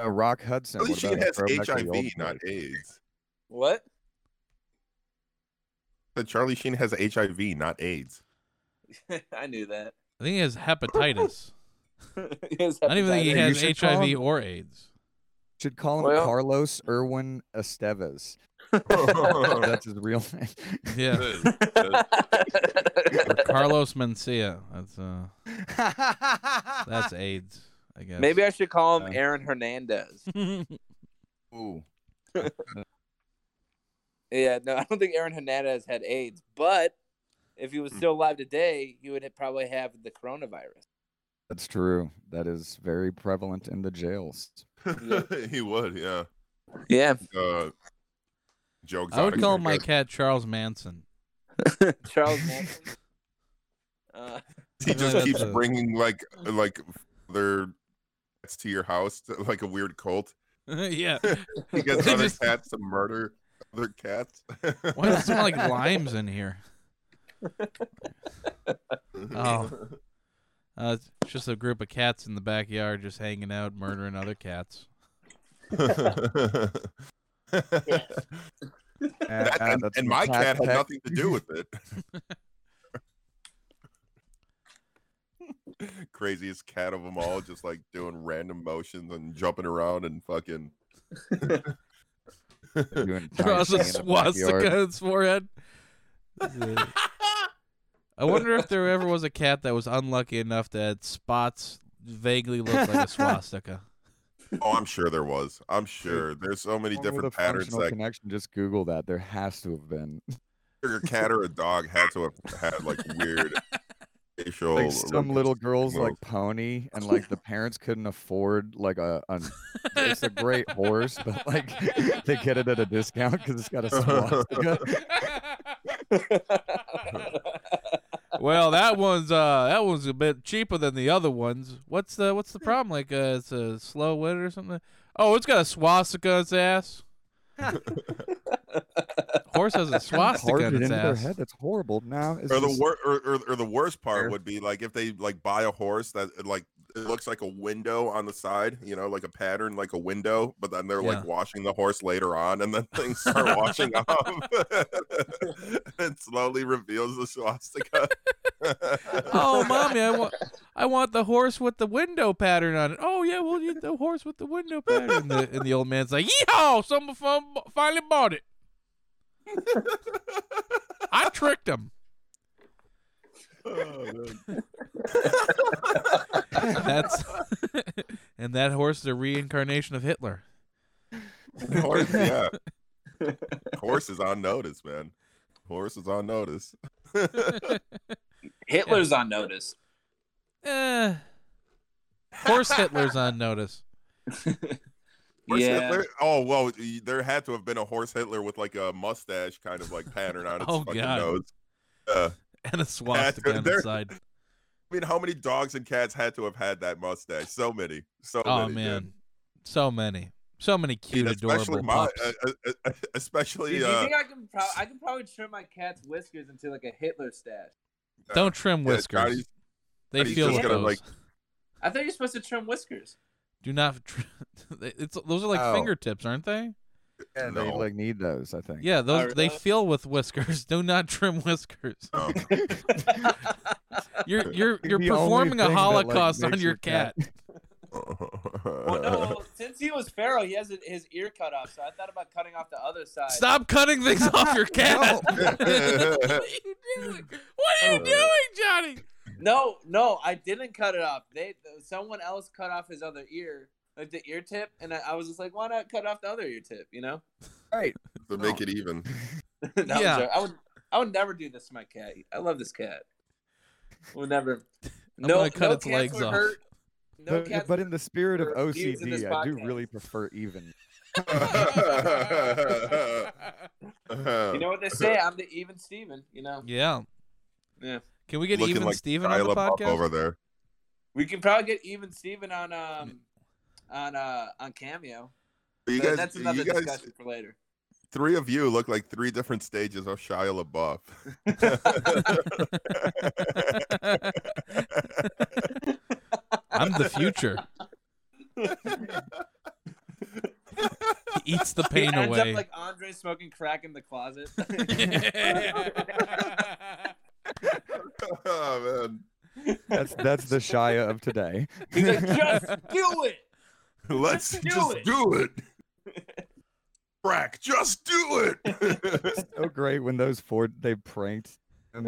J: Uh, Rock Hudson.
C: At
J: what
C: least she
J: about a
C: has
J: throwback to the
C: HIV,
J: old
C: not
J: days?
C: AIDS.
I: What?
C: But Charlie Sheen has HIV, not AIDS.
I: I knew that.
D: I think he has hepatitis.
I: Yes,
D: I don't even think he
J: You
D: has
J: should call
D: HIV
J: him.
D: or AIDS.
J: Should call him
I: Well-
J: Carlos Irwin Estevez. Oh, That's his real name.
D: Yeah. Or Carlos Mencia. That's uh that's AIDS, I guess.
I: Maybe I should call him
J: Uh,
I: Aaron Hernandez.
D: I
J: Ooh.
I: Yeah, no, I don't think Aaron Hernandez had AIDS, but if he was
D: Hmm.
I: still alive today, he would probably have the coronavirus.
J: That's true. That is very prevalent in the jails.
C: he would, yeah.
I: Yeah,
C: Uh, jokes.
D: would call my cat Charles Manson.
I: Charles Manson. Uh,
C: He
D: I feel like
C: just
D: that's
C: keeps
D: a-
C: bringing like like their cats to your house, to- like a weird cult.
D: yeah.
C: He gets
D: They
C: other
D: just-
C: cats to murder other cats.
D: Why does it smell like limes in here? Oh. Uh, it's just a group of cats in the backyard just hanging out, murdering other cats.
J: Yeah,
C: That- and,
J: Ah, that's the
C: and my cat had
J: tech.
C: nothing to do with it. Craziest cat of them all, just like doing random motions and jumping around and fucking.
J: doing
D: Draws
J: Tyson
D: a
J: in the backyard.
D: swastika on its forehead. I wonder if there ever was a cat that was unlucky enough that spots vaguely looked like a swastika.
C: Oh, I'm sure there was. I'm sure there's so many
J: Someone with
C: different
J: a
C: patterns
J: functional
C: that
J: connection. Just Google that. There has to have been.
C: either a cat or a dog had to have had like weird facial.
J: like some
C: wrinkles.
J: little girls
C: Well-
J: like pony and like the parents couldn't afford like a, a it's a great horse but like they get it at a discount because it's got a swastika
D: well, that one's uh, that one's a bit cheaper than the other ones. What's the what's the problem? Like, uh, it's a slow wit or something. Oh, it's got a swastika on its ass. Horse has a swastika
J: Carved
D: on
J: it
D: its
J: into their
D: ass.
J: head that's horrible now it's
C: or the
J: just-
C: wor- or, or, or the worst part would be like if they like buy a horse that uh, like it looks like a window on the side, you know, like a pattern, like a window, but then they're
D: Yeah.
C: like washing the horse later on, and then things start washing off, and slowly reveals the swastika.
D: Oh, mommy, I want I want the horse with the window pattern on it. Oh yeah, we'll get the horse with the window pattern. And the, and the old man's like, "Yeehaw! Someone fin- finally bought it." I tricked him. That's and that horse is a reincarnation of Hitler.
C: horse, yeah, horse is on notice, man. Horse is on notice.
I: Hitler's on notice.
D: Eh. Horse Hitler's on notice.
C: Horse
I: yeah.
C: Hitler? Oh well, y- there had to have been a horse Hitler with like a mustache kind of like pattern on its
D: Oh,
C: fucking
D: God.
C: nose. Yeah.
D: And a swastika on
C: there-
D: the side.
C: I mean, how many dogs and cats had to have had that mustache? So many. So
D: Oh
C: many, dude.
D: man. So many. So many cute,
C: Dude,
D: adorable
C: my-
D: pups.
C: uh, uh, uh, especially
I: Dude, do you
C: uh,
I: think I can? Pro- I can probably trim my cat's whiskers into like a Hitler stash.
D: Don't trim
C: yeah,
D: whiskers.
C: Johnny's-
D: they
C: Johnny's
D: feel
C: just
D: with
C: gonna,
D: those.
C: like-
I: I thought you're supposed to trim whiskers.
D: Do not. Tr- it's those are like
J: Oh.
D: fingertips, aren't they?
J: yeah, they
C: No.
J: like need those i think
D: Yeah, those
C: uh,
D: they
I: really?
D: feel with whiskers. Do not trim whiskers.
C: no.
D: You're you're
J: The
D: you're
J: only
D: performing a
J: thing that, like,
D: holocaust on
J: makes
D: your
J: your cat-
D: cat.
I: Well, Oh,
D: Oh,
I: no, since he was feral, he has it- his ear cut off. So I thought about cutting off the other side.
D: Stop cutting things off your cat. what are you doing? What are you doing, Johnny?
I: No, no, I didn't cut it off. They someone else cut off his other ear, like the ear tip, and I, I was just like, why not cut off the other ear tip? You know?
C: to make it even.
I: No, I'm
D: Yeah.
I: joking. I would. I would never do this to my cat. I love this cat. We'll never. no,
D: gonna cut
I: no
D: its
I: cats
D: legs
I: were
D: off.
I: hurt. No
J: but,
I: cats
J: but in the spirit of
I: were used in this
J: ocd i do
I: podcast.
J: really prefer even
I: You know what they say? I'm the even Steven, you know.
D: yeah.
I: Yeah.
D: Can we get
C: Looking
D: even
C: like
D: Steven on the
C: Shia LaBeouf
D: podcast?
C: over there.
I: We can probably get even Steven on um on uh on Cameo.
C: You
I: Th-
C: guys,
I: That's another
C: you guys,
I: discussion for later.
C: three of you look like three different stages of Shia LaBeouf.
D: I'm the future. he eats the pain
I: he ends
D: away.
I: up like Andre smoking crack in the closet.
C: oh man.
J: that's that's the shia of today
I: He's like, just do it.
C: Let's
I: Just
C: just
I: do
C: do
I: it.
C: it. Crack, just do it.
J: so great when those four they pranked him.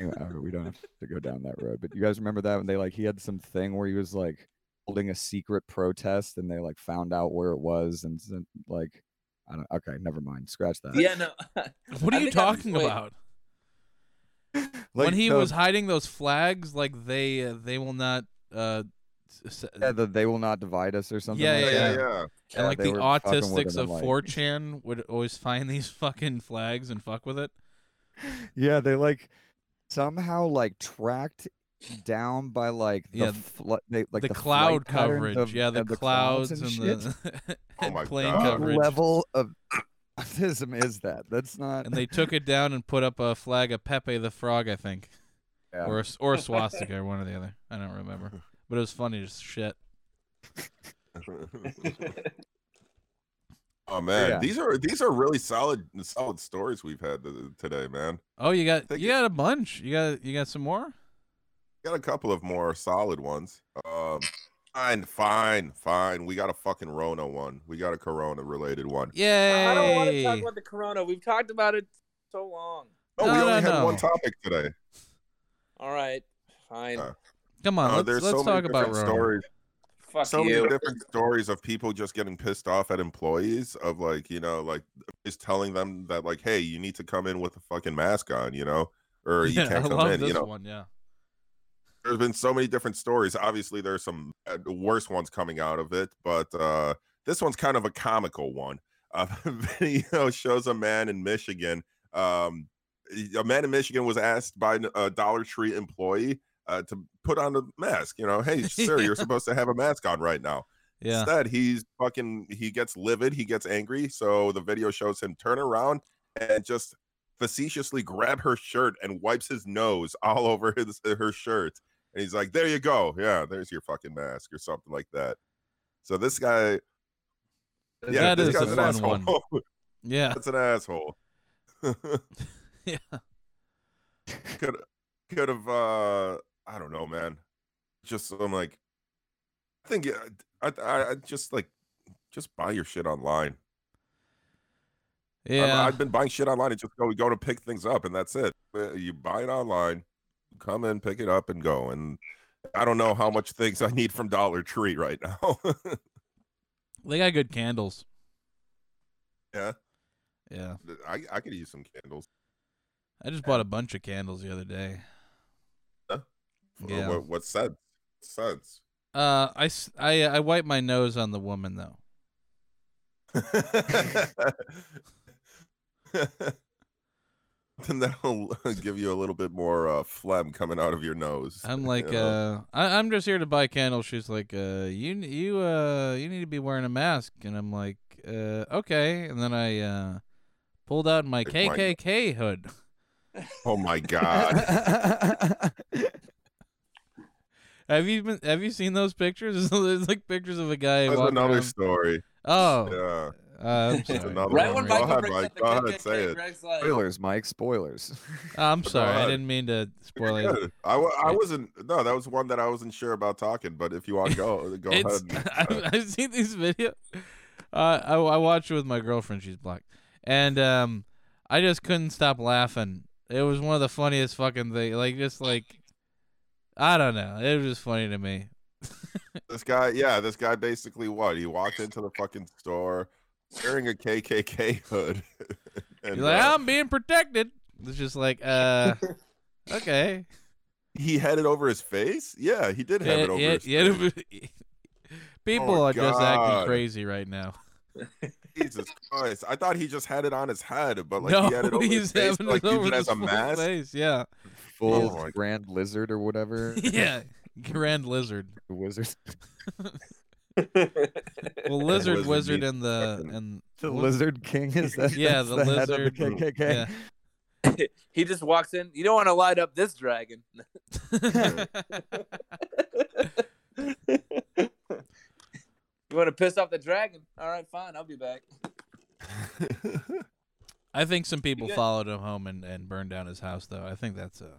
J: anyway, all right, we don't have to go down that road. But you guys remember that when they like he had some thing where he was like holding a secret protest and they like found out where it was and sent, like I don't okay, never mind. Scratch that.
I: Yeah, no.
D: what
I: I
D: are you
I: think I'm-
D: talking
I: wait.
D: about?
J: Like,
D: when he
J: the-
D: was hiding those flags, like they uh, they will not. Uh, s- s-
J: yeah, the, they will not divide us or something.
D: Yeah,
J: like
C: yeah, yeah,
J: that.
C: yeah.
D: and like
J: they
D: the
J: were fucking with
D: autistics
J: him,
D: of
J: like-
D: 4chan would always find these fucking flags and fuck with it.
J: Yeah, they like somehow like tracked down by like the
D: Yeah,
J: flo- they, like
D: the,
J: the flight
D: cloud
J: patterns
D: coverage,
J: of-
D: yeah, the,
J: of
D: clouds and,
J: shit.
D: the
C: Oh
D: and
C: my
D: plane
C: God.
J: what
D: coverage.
J: level of autism is that? That's not.
D: And they took it down and put up a flag of Pepe the Frog, I think,
J: Yeah.
D: or a, s- or a swastika, or one or the other. I don't remember, but it was funny as shit.
C: oh man,
J: Yeah.
C: these are these are really solid solid stories we've had th- today, man.
D: Oh, you got
C: Thank
D: you
C: you.
D: got a bunch. You got you got some more.
C: Got a couple of more solid ones. Um, fine, fine, fine. We got a fucking Rona one. We got a Corona related one.
D: Yay!
I: I don't want to talk about the corona. We've talked about it so long.
C: Oh,
D: No,
C: we only
D: no,
C: had one
D: no.
C: topic today.
I: All right. Fine.
C: Uh,
D: Come on,
C: Uh,
D: let's,
C: there's
D: let's
C: so many
D: talk about
C: different
D: Rona.
C: stories.
I: Fuck
C: so
I: you.
C: many different stories of people just getting pissed off at employees of like you know like just telling them that like hey you need to come in with a fucking mask on you know or you
D: Yeah,
C: can't
D: I
C: come
D: love
C: in.
D: this
C: You know,
D: one. Yeah.
C: there's been so many different stories. Obviously, there's some uh, worse ones coming out of it, but uh, this one's kind of a comical one. Uh, video shows a man in Michigan. Um, a man in Michigan was asked by an- a Dollar Tree employee uh, to put on a mask. You know, hey, sir, you're supposed to have a mask on right now.
D: Yeah.
C: Instead, he's fucking he gets livid, he gets angry. So the video shows him turn around and just facetiously grab her shirt and wipes his nose all over his her shirt. And he's like, There you go. Yeah, there's your fucking mask or something like that. So this guy yeah,
D: That
C: this
D: is a
C: guy's an
D: fun
C: asshole.
D: Yeah.
C: That's an asshole.
D: Yeah.
C: could could have uh i don't know man just i'm like i think uh, I, I i just like just buy your shit online I'm-
D: Yeah.
C: I've, been buying shit online and just go go to pick things up and that's it Uh, you buy it online come in pick it up and go and i don't know how much things i need from dollar tree right now
D: They got good candles.
C: Yeah.
D: Yeah.
C: i i could use some candles
D: I just bought a bunch of candles the other day.
C: Huh? Uh,
D: Yeah.
C: what, what sense sense
D: Uh, I, s- I, I wiped my nose on the woman though.
C: then that'll give you a little bit more uh, phlegm coming out of your nose.
D: I'm like,
C: you know?
D: uh, I, I'm just here to buy candles. She's like, uh, you, n- you, uh, you need to be wearing a mask. And I'm like, uh, okay. And then I, uh, pulled out my
C: Like mine.
D: KKK hood.
C: oh my god,
D: Have you been, have you seen those pictures? There's like pictures of a guy.
C: that's
D: walking
C: another
D: around-
C: story.
D: Oh,
C: Yeah,
D: uh, I'm
C: that's
D: sorry.
C: another
I: Right when
C: one. Go
I: Michael
C: ahead,
I: brings
C: Mike.
I: up the
C: Go
I: KKK,
C: ahead, say it.
I: Greg's like,
J: spoilers, Mike. Spoilers.
D: I'm sorry. I
C: God.
D: didn't mean to spoil
C: You're
D: it.
C: good. I, wa- I wasn't no that was one that I wasn't sure about talking but if you want to go go ahead
D: It's,
C: Uh,
D: I've, I've seen these videos. Uh, I, I watched it with my girlfriend. She's black, and um, I just couldn't stop laughing. It was one of the funniest fucking things. Like just like, I don't know. It was just funny to me.
C: this guy yeah this guy basically what he walked into the fucking store wearing a KKK hood and
D: You're like,
C: uh,
D: I'm being protected. It's just like, uh, okay.
C: he had it over his face yeah he did have it
D: Yeah,
C: over
D: yeah,
C: his
D: yeah,
C: face.
D: people
C: Oh,
D: are just acting
C: God.
D: crazy right now.
C: Jesus Christ! I thought he just had it on his head, but like
D: no,
C: he had it over his
D: he's
C: face,
D: having
C: like
D: it over
C: used it
D: his
C: as a
D: full
C: mask.
D: face. Yeah,
J: Full
C: my-
J: grand lizard or whatever.
D: yeah, grand lizard.
J: The wizard.
D: Well, lizard,
C: Lizard
D: wizard,
C: meets
D: and the
C: fucking-
D: and
J: The
D: what-
J: lizard king is that?
D: Yeah,
J: that's
D: the
J: head of
D: lizard.
J: the KKK.
D: yeah.
I: he just walks in. You don't want to light up this dragon. You want to piss off the dragon? All right, fine. I'll be back.
D: I think some people
I: got-
D: followed him home and, and burned down his house, though. I think that's a,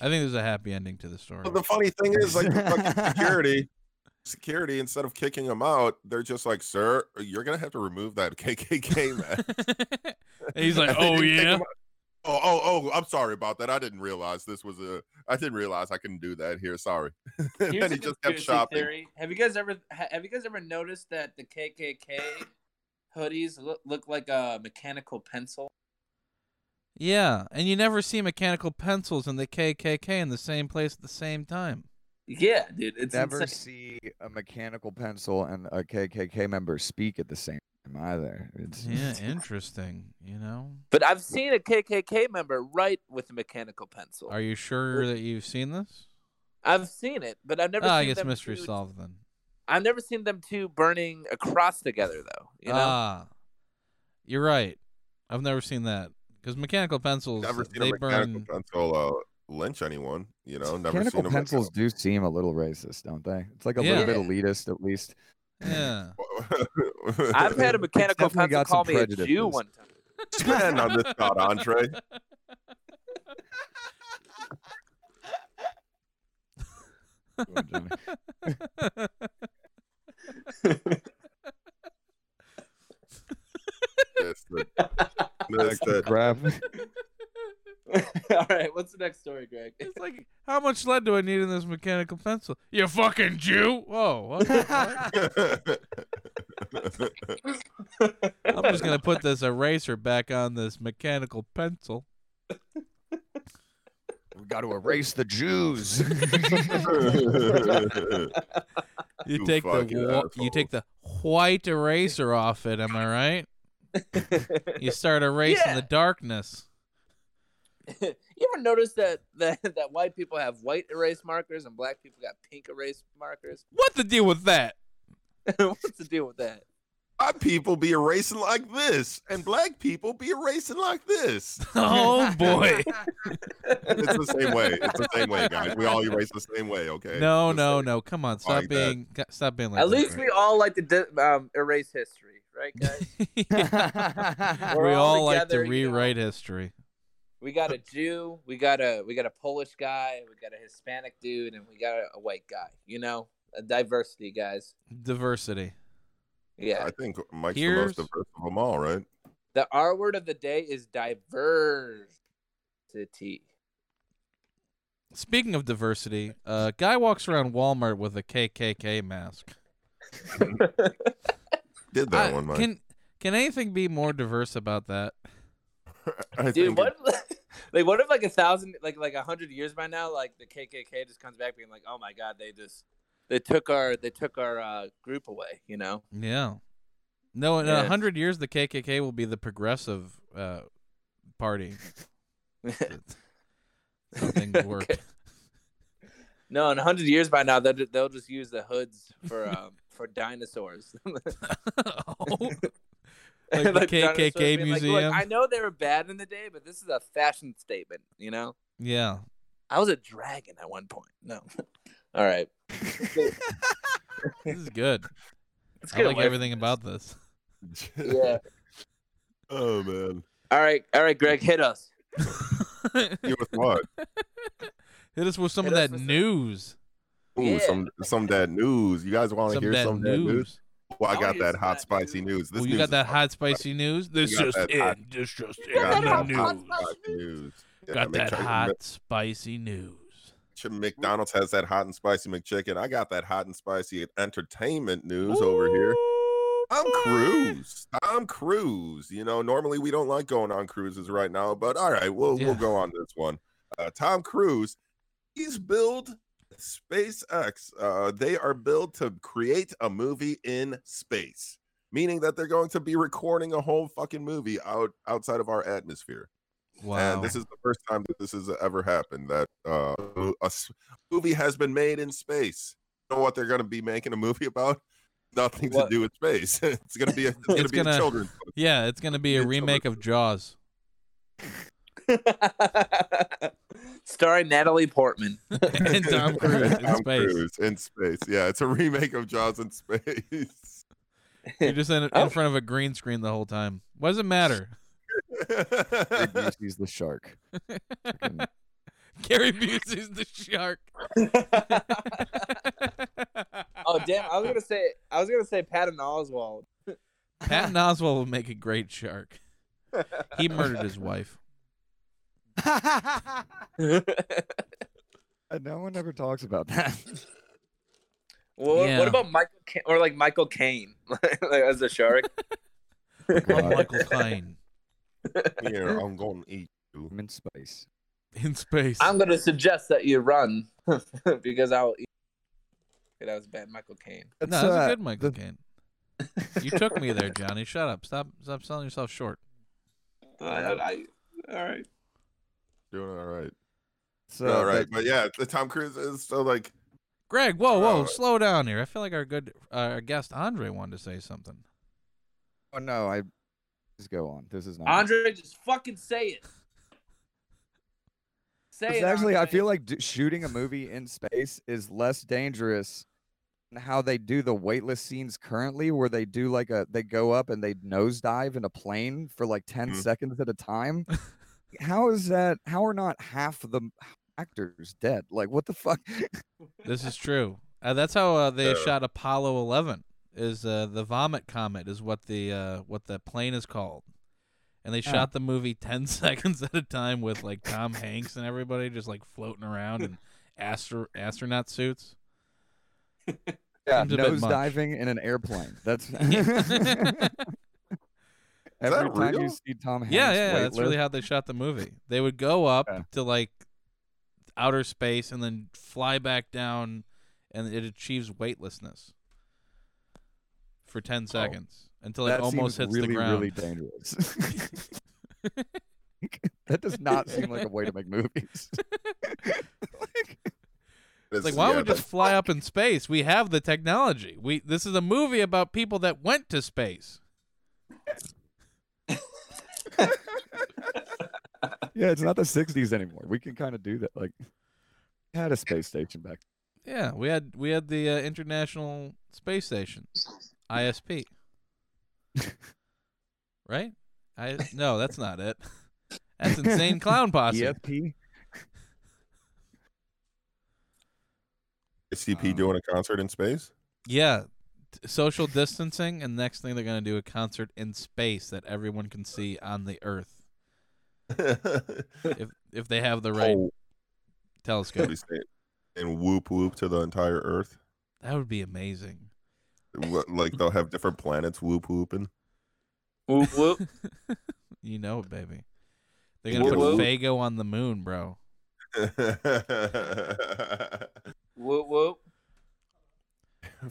D: I think there's a happy ending to the story.
C: But the funny thing is, like the fucking security, security instead of kicking him out, they're just like, "Sir, you're gonna have to remove that KKK man."
D: And he's like,
C: And they
D: oh
C: didn't kick
D: yeah,
C: him out. Oh, oh, oh! I'm sorry about that. I didn't realize this was a. I didn't realize I couldn't do that here. Sorry. and
I: Here's
C: then
I: a
C: he just kept
I: conspiracy
C: shopping.
I: Theory. Have you guys ever ha- have you guys ever noticed that the KKK hoodies look, look like a mechanical pencil?
D: yeah. And you never see mechanical pencils and the KKK in the same place at the same time.
I: Yeah, dude. It's
J: Never
I: insane.
J: see a mechanical pencil and a KKK member speak at the same time either. It's,
D: Yeah, interesting. You know,
I: But I've seen a KKK member write with a mechanical pencil.
D: are you sure that you've seen this?
I: I've seen it, but I've never.
D: Ah, I
I: seen
D: guess
I: them
D: mystery
I: two-
D: solved then.
I: I've never seen them two burning a cross together, though. You know,
D: Ah, you're right. I've never seen that because mechanical pencils
C: Never seen
D: they
C: a mechanical
D: burn.
C: pencil uh, lynch anyone. You know, never
J: mechanical
C: seen a
J: pencils do seem a little racist, don't they? It's like a
D: Yeah.
J: little bit elitist, at least.
D: Yeah.
C: mechanical-
I: I've had a mechanical
J: definitely
I: pencil
J: got some
I: call me a Jew
J: prejudices.
I: one time.
C: Expand on this thought, Andre.
J: Go, Jimmy.
C: That's the, that's the,
J: Grab.
I: All right, what's the next story, Greg?
D: It's like, how much lead do I need in this mechanical pencil? You fucking Jew! Whoa! okay, what? I'm just gonna put this eraser back on this mechanical pencil.
J: We've got to erase the Jews.
D: You
C: You
D: take the
C: fucking
D: wha- you take the white eraser off it. Am I right? You start erasing
I: Yeah.
D: the darkness.
I: you ever notice that, that that white people have white erase markers and black people got pink erase markers?
D: What the deal with that?
I: What's the deal with that?
C: Why people be erasing like this, and black people be erasing like this.
D: Oh boy.
C: It's the same way. It's the same way, guys. We all erase the same way. Okay.
D: No,
C: The
D: no,
C: same.
D: no. Come on. Stop
C: Like that.
D: being g- stop being like
I: At
D: that,
I: least
D: right?
I: we all like to di- um, erase history, right, guys?
D: we
I: We're all
D: all like to
I: together, you know.
D: rewrite history.
I: we got a Jew, we got a we got a Polish guy, we got a Hispanic dude, and we got a, a white guy. You know, a diversity, guys.
D: Diversity.
I: Yeah,
C: I think Mike's
D: Here's-
C: the most diverse of them all, right?
I: the R word of the day is diversity.
D: Speaking of diversity, a guy walks around Walmart with a KKK mask.
C: Did that
D: I-
C: one, Mike?
D: Can can anything be more diverse about that?
C: I
I: Dude,
C: think it-
I: what? Like, what if like a thousand, like like a hundred years by now, like the KKK just comes back being like, oh my god, they just they took our they took our uh, group away. You know,
D: Yeah. No, in a
I: Yeah.
D: hundred years, the KKK will be the progressive uh, party. Something's worked.
I: no, in a hundred years by now, they'll ju- they'll just use the hoods for um for dinosaurs.
D: Oh. Like the
I: dinosaurs
D: KKK
I: being like, "Look,
D: museum.
I: I know they were bad in the day, but this is a fashion statement. You know,
D: Yeah.
I: I was a dragon at one point. No, all right,
D: This is good.
I: let's
D: I
I: get
D: like
I: away
D: everything about this.
I: from- Yeah.
C: Oh man.
I: All right, all right, Greg, hit us.
C: You with what?
D: Hit us with some
I: Hit
D: of
I: us
D: that
I: with some-
D: news.
C: Ooh,
I: Yeah.
C: some some that news. You guys want to
D: Some
C: hear
D: of that
C: some that
D: news.
C: news? Well, I
I: Oh, I
C: got
I: wanna hear some
C: that hot
I: of that
C: spicy
I: news.
C: news. This
D: Well, you
C: news
D: got
C: is
D: that
C: fucking
D: hot spicy news. This
C: got
D: just
C: that
D: in.
C: hot-
D: This just in.
C: got
D: The
C: that
D: news.
C: hot spicy news. Yeah,
D: got
C: Mc-
D: that
C: Mc-
D: hot spicy news.
C: Ch- McDonald's has that hot and spicy McChicken. I got that hot and spicy entertainment news over here. Tom Cruise. Tom Cruise. You know, normally we don't like going on cruises right now, but all right, we'll
D: Yeah.
C: we'll go on this one. Uh, Tom Cruise, he's billed SpaceX. Uh, they are billed to create a movie in space, meaning that they're going to be recording a whole fucking movie out outside of our atmosphere.
D: Wow.
C: And this is the first time that this has ever happened that uh, a s- movie has been made in space. You know what they're going to be making a movie about? Nothing
I: What?
C: to do with space. it's going to be a, it's going
D: It's
C: to be
D: gonna-
C: a children's book.
D: yeah, it's gonna be a
C: It's a-
D: remake of Jaws.
I: Starring Natalie Portman.
D: and Tom Cruise in
C: Tom
D: space.
C: Cruise in space. Yeah, it's a remake of Jaws in space.
D: You're just in, in
I: Oh.
D: front of a green screen the whole time. What does it matter?
J: Big Busey's the shark.
D: Gary Busey's the shark.
I: Oh damn! I was gonna say I was gonna say Patton Oswald.
D: Patton Oswald would make a great shark. He murdered his wife.
J: And no one ever talks about that.
I: Well,
D: Yeah.
I: What about Michael Ca- or like Michael Caine like, as a shark?
D: I'm Michael Caine
C: Here, I'm going to eat you.
J: I'm in space.
D: in space.
I: I'm gonna suggest that you run because I'll. Eat. That was bad, Michael Caine.
D: no, that's
J: uh,
D: a good Michael Caine. You took me there, Johnny. Shut up. Stop. Stop selling yourself short.
I: all right.
C: Doing all right.
J: So
C: all right. But yeah, the Tom Cruise is so like,
D: Greg, whoa, whoa,
C: Uh,
D: slow down here. I feel like our good uh, our guest Andre wanted to say something.
J: oh no, I just go on. This is not.
I: Andre, just fucking say it. Say
J: It's
I: it.
J: actually, I
I: Andre.
J: feel like d- shooting a movie in space is less dangerous than how they do the weightless scenes currently, where they do like a they go up and they nosedive in a plane for like 10
C: Mhm.
D: Mm-hmm.
J: seconds at a time. how is that? How are not half of the m- actors dead? Like, what the fuck?
D: This is true. Uh, that's how uh, they
C: Uh,
D: shot Apollo 11. Is uh, the vomit comet is what the uh, what the plane is called, and they
J: Huh.
D: shot the movie ten seconds at a time with like Tom Hanks and everybody just like floating around in astro- astronaut suits.
J: Yeah,
D: Seems a bit much.
J: nosediving in an airplane. That's
D: yeah,
J: every
C: that
J: time
C: real?
J: you see Tom Hanks.
D: yeah, yeah, that's
J: weightless-
D: really how they shot the movie. They would go up
J: Yeah.
D: to like outer space and then fly back down, and it achieves weightlessness for ten seconds until
J: Oh.
D: it
J: that
D: almost
J: seems
D: hits
J: really,
D: the ground.
J: really dangerous. that does not seem like a way to make movies. Like,
D: It's like why
C: yeah,
D: don't we just fly up in space? We have the technology. We this is a movie about people that went to space.
J: yeah, it's not the '60s anymore. We can kind of do that. Like, I had a space station back.
D: Yeah, we had we had the uh, International Space Station, ISP. right? I no, that's not it. That's insane clown
J: E
D: posse.
J: EFP.
C: Is
D: Oh.
C: CP doing a concert in space?
D: Yeah, t- social distancing, and next thing they're gonna do a concert in space that everyone can see on the Earth if if they have the right
C: Oh,
D: telescope.
C: that'd be sick. And whoop whoop to the entire Earth.
D: That would be amazing.
C: Wha- Like they'll have different planets whoop whooping.
I: Whoop whoop.
D: you know it, baby. They're gonna put
I: Whoa.
D: Fago on the moon, bro.
C: they
I: whoop whoop.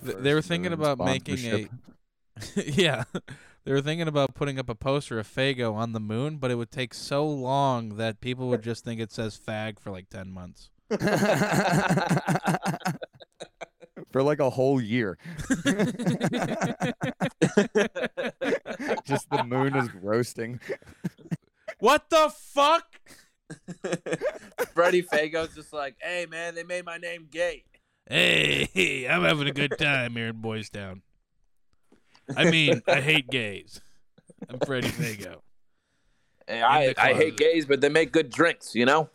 D: Th- they were thinking about making a, yeah, they were thinking about putting up a poster of Fago on the moon, but it would take so long that people would just think it says fag for like ten months.
J: for like a whole year. Just the moon is roasting.
D: What the fuck?
I: Freddie Fago's just like, hey man, they made my name gay.
D: Hey, I'm having a good time here in Boys Town. I mean, I hate gays. I'm Freddie Fago.
I: Hey, I,
D: the
I: I
D: closet.
I: hate gays, but they make good drinks, you know?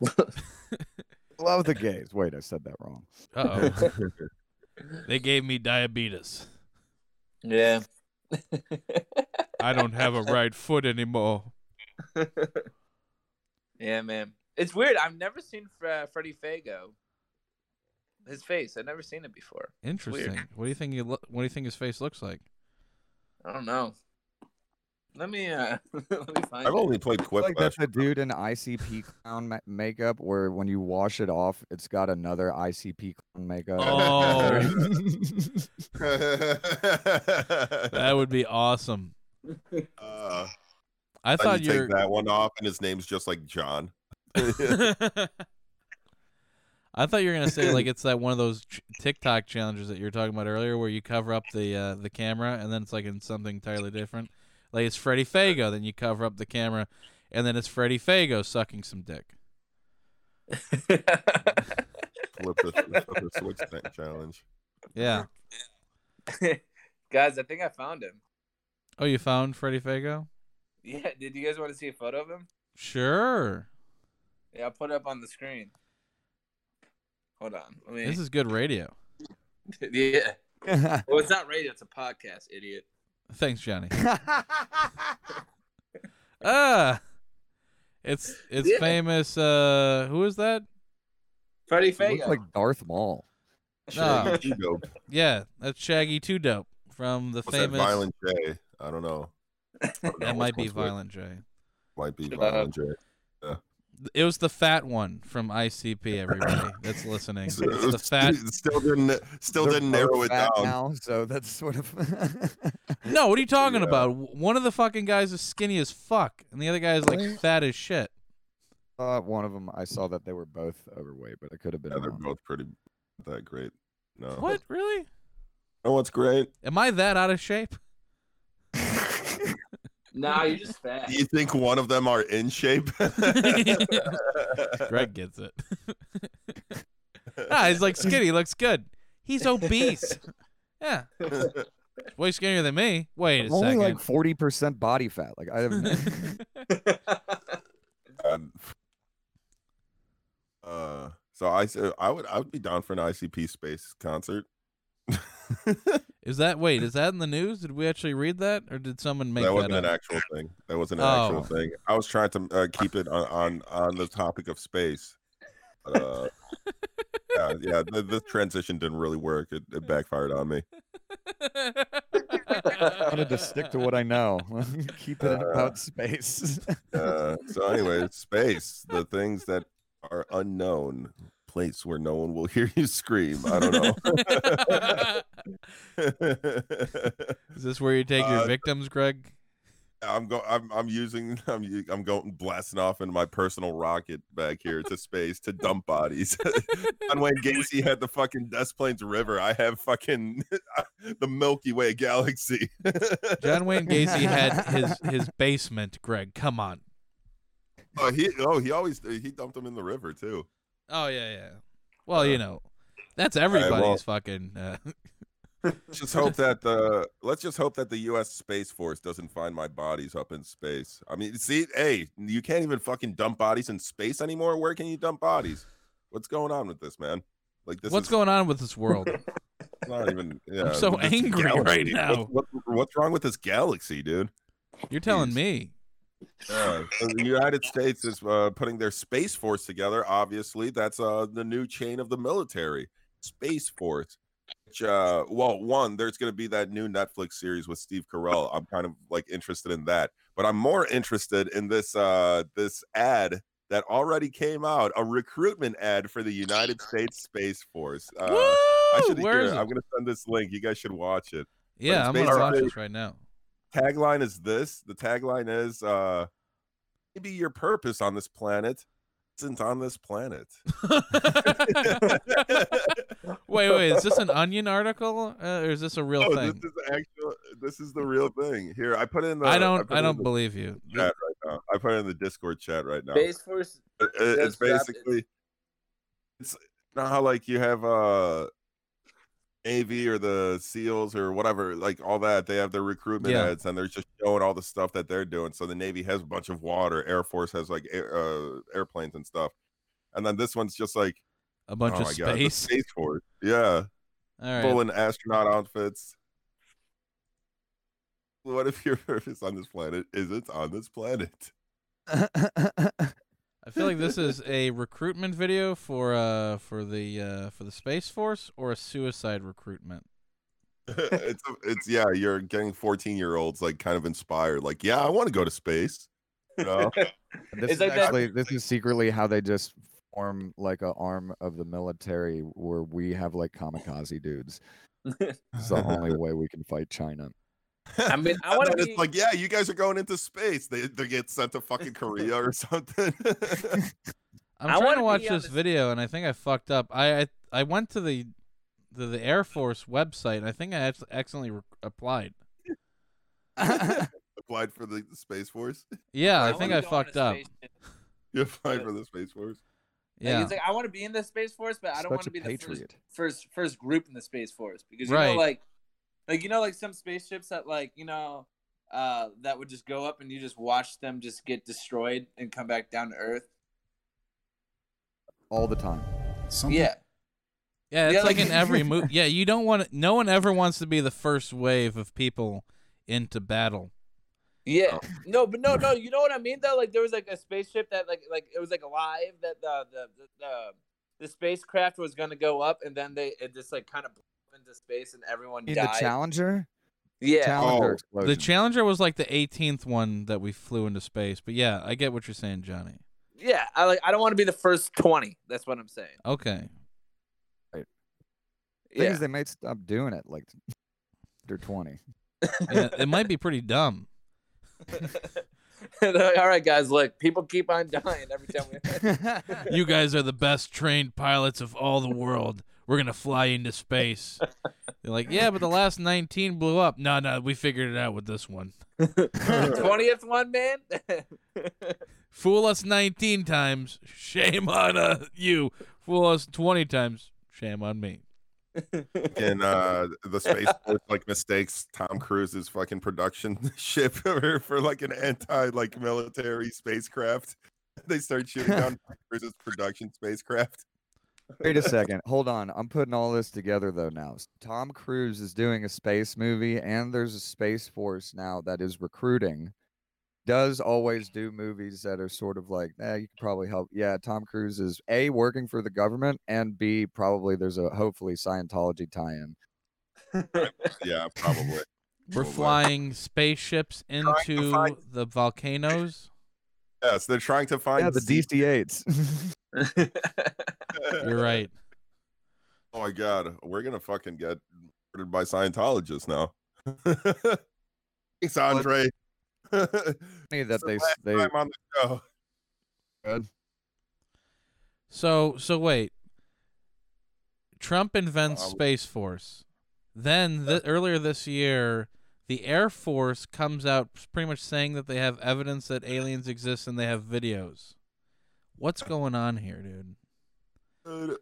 J: Love the gays. Wait, I said that wrong.
D: Uh oh. They gave me diabetes.
I: yeah.
D: I don't have a right foot anymore.
I: Yeah, man. It's weird. I've never seen Fre- Freddie Fago. His face. I've never seen it before.
D: Interesting. What do you think? He lo- what do you think his face looks like?
I: I don't know. Let me uh let me find
C: I've
I: it.
C: only played
J: It's
C: Quiplash.
J: like that's the dude in ICP clown ma- makeup, where when you wash it off, it's got another ICP clown makeup.
D: Oh. That would be awesome.
C: Uh,
D: I
C: I
D: thought
C: you
D: you
C: take that one off, and his name's just like John.
D: were. I thought you were gonna say like it's that one of those ch- TikTok challenges that you were talking about earlier, where you cover up the uh, the camera and then it's like in something entirely different. Like it's Freddie Fago, then you cover up the camera, and then it's Freddie Fago sucking some dick.
C: Flip the, flip the switch thing challenge.
D: Yeah.
I: guys, I think I found him.
D: Oh, you found Freddie Fago?
I: Yeah, did you guys want to see a photo of him?
D: Sure.
I: Yeah, I'll put it up on the screen. Hold on. Let me
D: This is good radio.
I: Yeah. Well it's not radio, it's a podcast, idiot.
D: Thanks, Johnny. Ah, it's it's
I: Yeah.
D: famous. Uh, who is that?
I: Freddie
J: He looks
I: Fago.
J: like Darth Maul.
D: No.
C: Shaggy Ego.
D: Yeah, that's Shaggy Two Dope from the
C: What's that
D: famous.
C: Violent J? I don't know. I don't know
D: that
C: which
D: might be
C: one's which.
D: Violent J.
C: Might be
I: Shut
C: Violent J.
D: It was the fat one from ICP. Everybody that's listening, it's the fat.
C: Still didn't. Still
J: They're
C: didn't
J: both
C: narrow it down.
J: fat now, so that's sort of.
D: No, what are you talking
C: Yeah.
D: about? W- One of the fucking guys is skinny as fuck, and the other guy is like fat as shit.
J: uh, one of them, I saw that they were both overweight, but it could have been.
C: Yeah, they're
J: wrong.
C: both pretty. That great. No.
D: What really?
C: Oh, what's great?
D: Am I that out of shape?
I: nah, you're just fat.
C: Do you think one of them are in shape?
D: Greg gets it. ah, he's like skinny. Looks good. He's obese. Yeah. Way skinnier than me. Wait a
J: I'm only
D: second.
J: like forty percent body fat. Like I have. no-
C: Um, uh, so I said I would I would be down for an ICP space concert. that
D: is that wait? Is that in the news? Did we actually read that, or did someone make that,
C: wasn't an
D: up?
C: actual thing. That wasn't an
D: Oh.
C: actual thing. I was trying to uh, keep it on, on on the topic of space. But, uh, yeah, yeah. The, the transition didn't really work. It, it backfired on me.
J: I wanted to stick to what I know. Keep it
C: Uh,
J: about space.
C: Uh, so anyway, space, the things that are unknown. place where no one will hear you scream. I don't know.
D: Is this where you take your
C: Uh,
D: victims, Greg?
C: I'm going. I'm, I'm using. I'm. u- I'm going blasting off in my personal rocket back here to space to dump bodies. John Wayne Gacy had the fucking Des Plaines River. I have fucking the Milky Way galaxy.
D: John Wayne Gacy had his his basement, Greg. Come on.
C: oh, he. Oh, he always. He dumped them in the river too.
D: Oh yeah, yeah. Well,
C: Uh,
D: you know, that's
C: right,
D: everybody's
C: well-
D: fucking. Uh,
C: Let's Just hope that the. Let's just hope that the U.S. Space Force doesn't find my bodies up in space. I mean, see, hey, you can't even fucking dump bodies in space anymore. Where can you dump bodies? What's going on with this, man? Like this.
D: what's
C: is-
D: going on with this world?
C: It's not even. Yeah,
D: so
C: this
D: angry right
C: galaxy.
D: now.
C: What's, what- what's wrong with this galaxy, dude?
D: You're telling
C: Jeez.
D: me.
C: Yeah, Uh, so the United States is uh, putting their space force together. Obviously, that's uh, the new chain of the military, space force. Which, uh, well, one, there's going to be that new Netflix series with Steve Carell. I'm kind of like interested in that, but I'm more interested in this uh, this ad that already came out, a recruitment ad for the United States Space Force. Uh, I should.
D: Woo!
C: Hear
D: Where is
C: it.
D: it?
C: I'm going to send this link. You guys should watch it.
D: yeah,
C: it's
D: I'm gonna
C: based
D: watch
C: on-
D: this right now.
C: tagline is this the tagline is uh maybe your purpose on this planet isn't on this planet
D: wait, wait. Is this an Onion article uh, or is this a real
C: oh, this
D: thing?
C: is actual this is the real thing here i put in the
D: I
C: put
D: don't.
C: it
D: I
C: in
D: don't
C: the
D: believe you.
C: chat right now. i put it in the discord chat right now
I: Base Force.
C: It- it- it's
I: Just drop it.
C: basically it's not how like you have uh navy or the seals or whatever like all that they have their recruitment
D: Yeah.
C: ads and they're just showing all the stuff that they're doing so the navy has a bunch of water air force has like air, uh, airplanes and stuff and then this one's just like
D: A bunch
C: oh
D: of
C: my God, the
D: space.
C: space force yeah
D: All right.
C: full in astronaut outfits what if your purpose on this planet isn't on this planet
D: I feel like this is a recruitment video for uh for the uh for the space force or a suicide recruitment.
C: it's it's yeah, you're getting 14 year olds like kind of inspired, like, yeah, I want to go to space. You know?
J: This
I: It's
J: is
I: like that-
J: actually this is secretly how they just form like a arm of the military where we have like kamikaze dudes. It's the only way we can fight China.
I: I mean, I
C: And
I: wanna
C: then it's
I: be-
C: like, yeah, you guys are going into space. They they get sent to fucking Korea or something.
D: I'm
I: I
D: trying
I: wanna
D: to
I: be
D: watch
I: on
D: this
I: this-
D: video and I think I fucked up. I I, I went to the the, the Air Force website and I think I acc- accidentally re- applied.
C: applied for the, the space force.
D: Yeah, I
I: wanna
D: think I
I: go on a
D: fucked up.
I: space ship.
C: You applied for the space force.
I: Like,
D: Yeah.
I: It's like I want to be in the space force, but I don't want
J: Such
I: to
J: a
I: be the first,
J: patriot.
I: first first group in the space force because you
D: Right.
I: know like like you know like some spaceships that like you know uh that would just go up and you just watch them just get destroyed and come back down to Earth.
J: All the time.
I: Yeah.
D: Yeah, it's
I: Yeah,
D: like
I: like-
D: in every movie. Yeah, you don't want no one ever wants to be the first wave of people into battle.
I: Yeah.
J: Oh.
I: No, but no, no. You know what I mean though. Like there was like a spaceship that like like it was like alive that the the the, the, the spacecraft was gonna go up and then they it just like kind of blew up into space and everyone
J: Hey,
I: died.
J: The Challenger?
I: yeah.
J: Challenger
C: Oh,
J: explosion.
D: The Challenger was like the 18th one that we flew into space. But yeah, I get what you're saying, Johnny.
I: Yeah. I like I don't want to be the first twenty. That's what I'm saying.
D: Okay.
J: Thing
I: Yeah.
J: is, they might stop doing it like they're 20.
D: Yeah, it might be pretty dumb.
I: They're like, All right, guys, look, people keep on dying every time we.
D: You guys are the best trained pilots of all the world. We're gonna fly into space. They're like, yeah, but the last 19 blew up. No, no, we figured it out with this one.
I: 20th one, man.
D: Fool us 19 times, shame on uh, you. Fool us 20 times, shame on me.
C: And uh the space force like mistakes Tom Cruise's fucking production ship for, for like an anti like military spacecraft. They start shooting down Tom Cruise's production spacecraft.
J: Wait a second. Hold on. I'm putting all this together though now. S- Tom Cruise is doing a space movie and there's a space force now that is recruiting. Does always do movies that are sort of like, eh, you could probably help. Yeah, Tom Cruise is A working for the government and B probably there's a hopefully Scientology tie-in.
C: Yeah, probably.
D: We're
C: Well, well.
D: flying spaceships
C: Oh, to
D: into
C: find-
D: the volcanoes.
C: Yes, they're trying to find
J: yeah, the
C: se-
J: DC8s.
D: You're right.
C: Oh my god, we're gonna fucking get murdered by Scientologists now. Thanks, Andre.
J: Funny that
C: It's the
J: they
C: last
J: they
C: Time on the show.
D: So so wait. Trump invents
C: Uh, we-
D: Space Force. Then th- earlier this year, the Air Force comes out pretty much saying that they have evidence that aliens exist and they have videos. What's going on here, dude?
C: Dude,
D: What's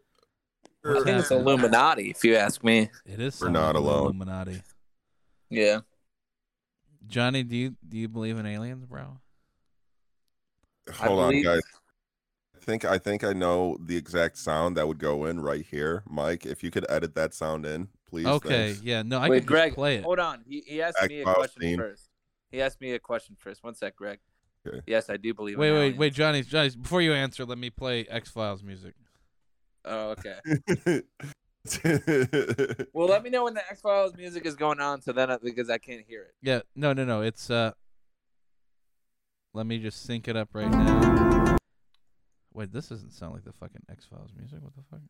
C: we're-
I: it's
D: happening?
I: Illuminati, if you ask me.
D: It is
C: We're
D: sounding
C: not
D: like
C: alone.
D: Illuminati.
I: Yeah.
D: Johnny, do you do you believe in aliens, bro?
C: Hold on,
I: believe-
C: guys. I think I think I know the exact sound that would go in right here, Mike. If you could edit that sound in, please.
D: okay,
C: thanks.
D: yeah, no, I
I: Wait,
D: can
I: Greg,
D: just play it.
I: Hold on. He, he asked
C: Back
I: me a
C: to our
I: question
C: theme.
I: first. He asked me a question first. One sec, Greg.
C: Okay.
I: Yes, I do believe.
D: Wait,
I: in
D: wait,
I: aliens.
D: wait, Johnny, Johnny, before you answer, let me play X Files music.
I: Oh, okay. Well, let me know when the X Files music is going on, so then I, because I can't hear it.
D: Yeah, no, no, no. It's uh. Let me just sync it up right now. Wait, this doesn't sound like the fucking X Files music. What the fuck?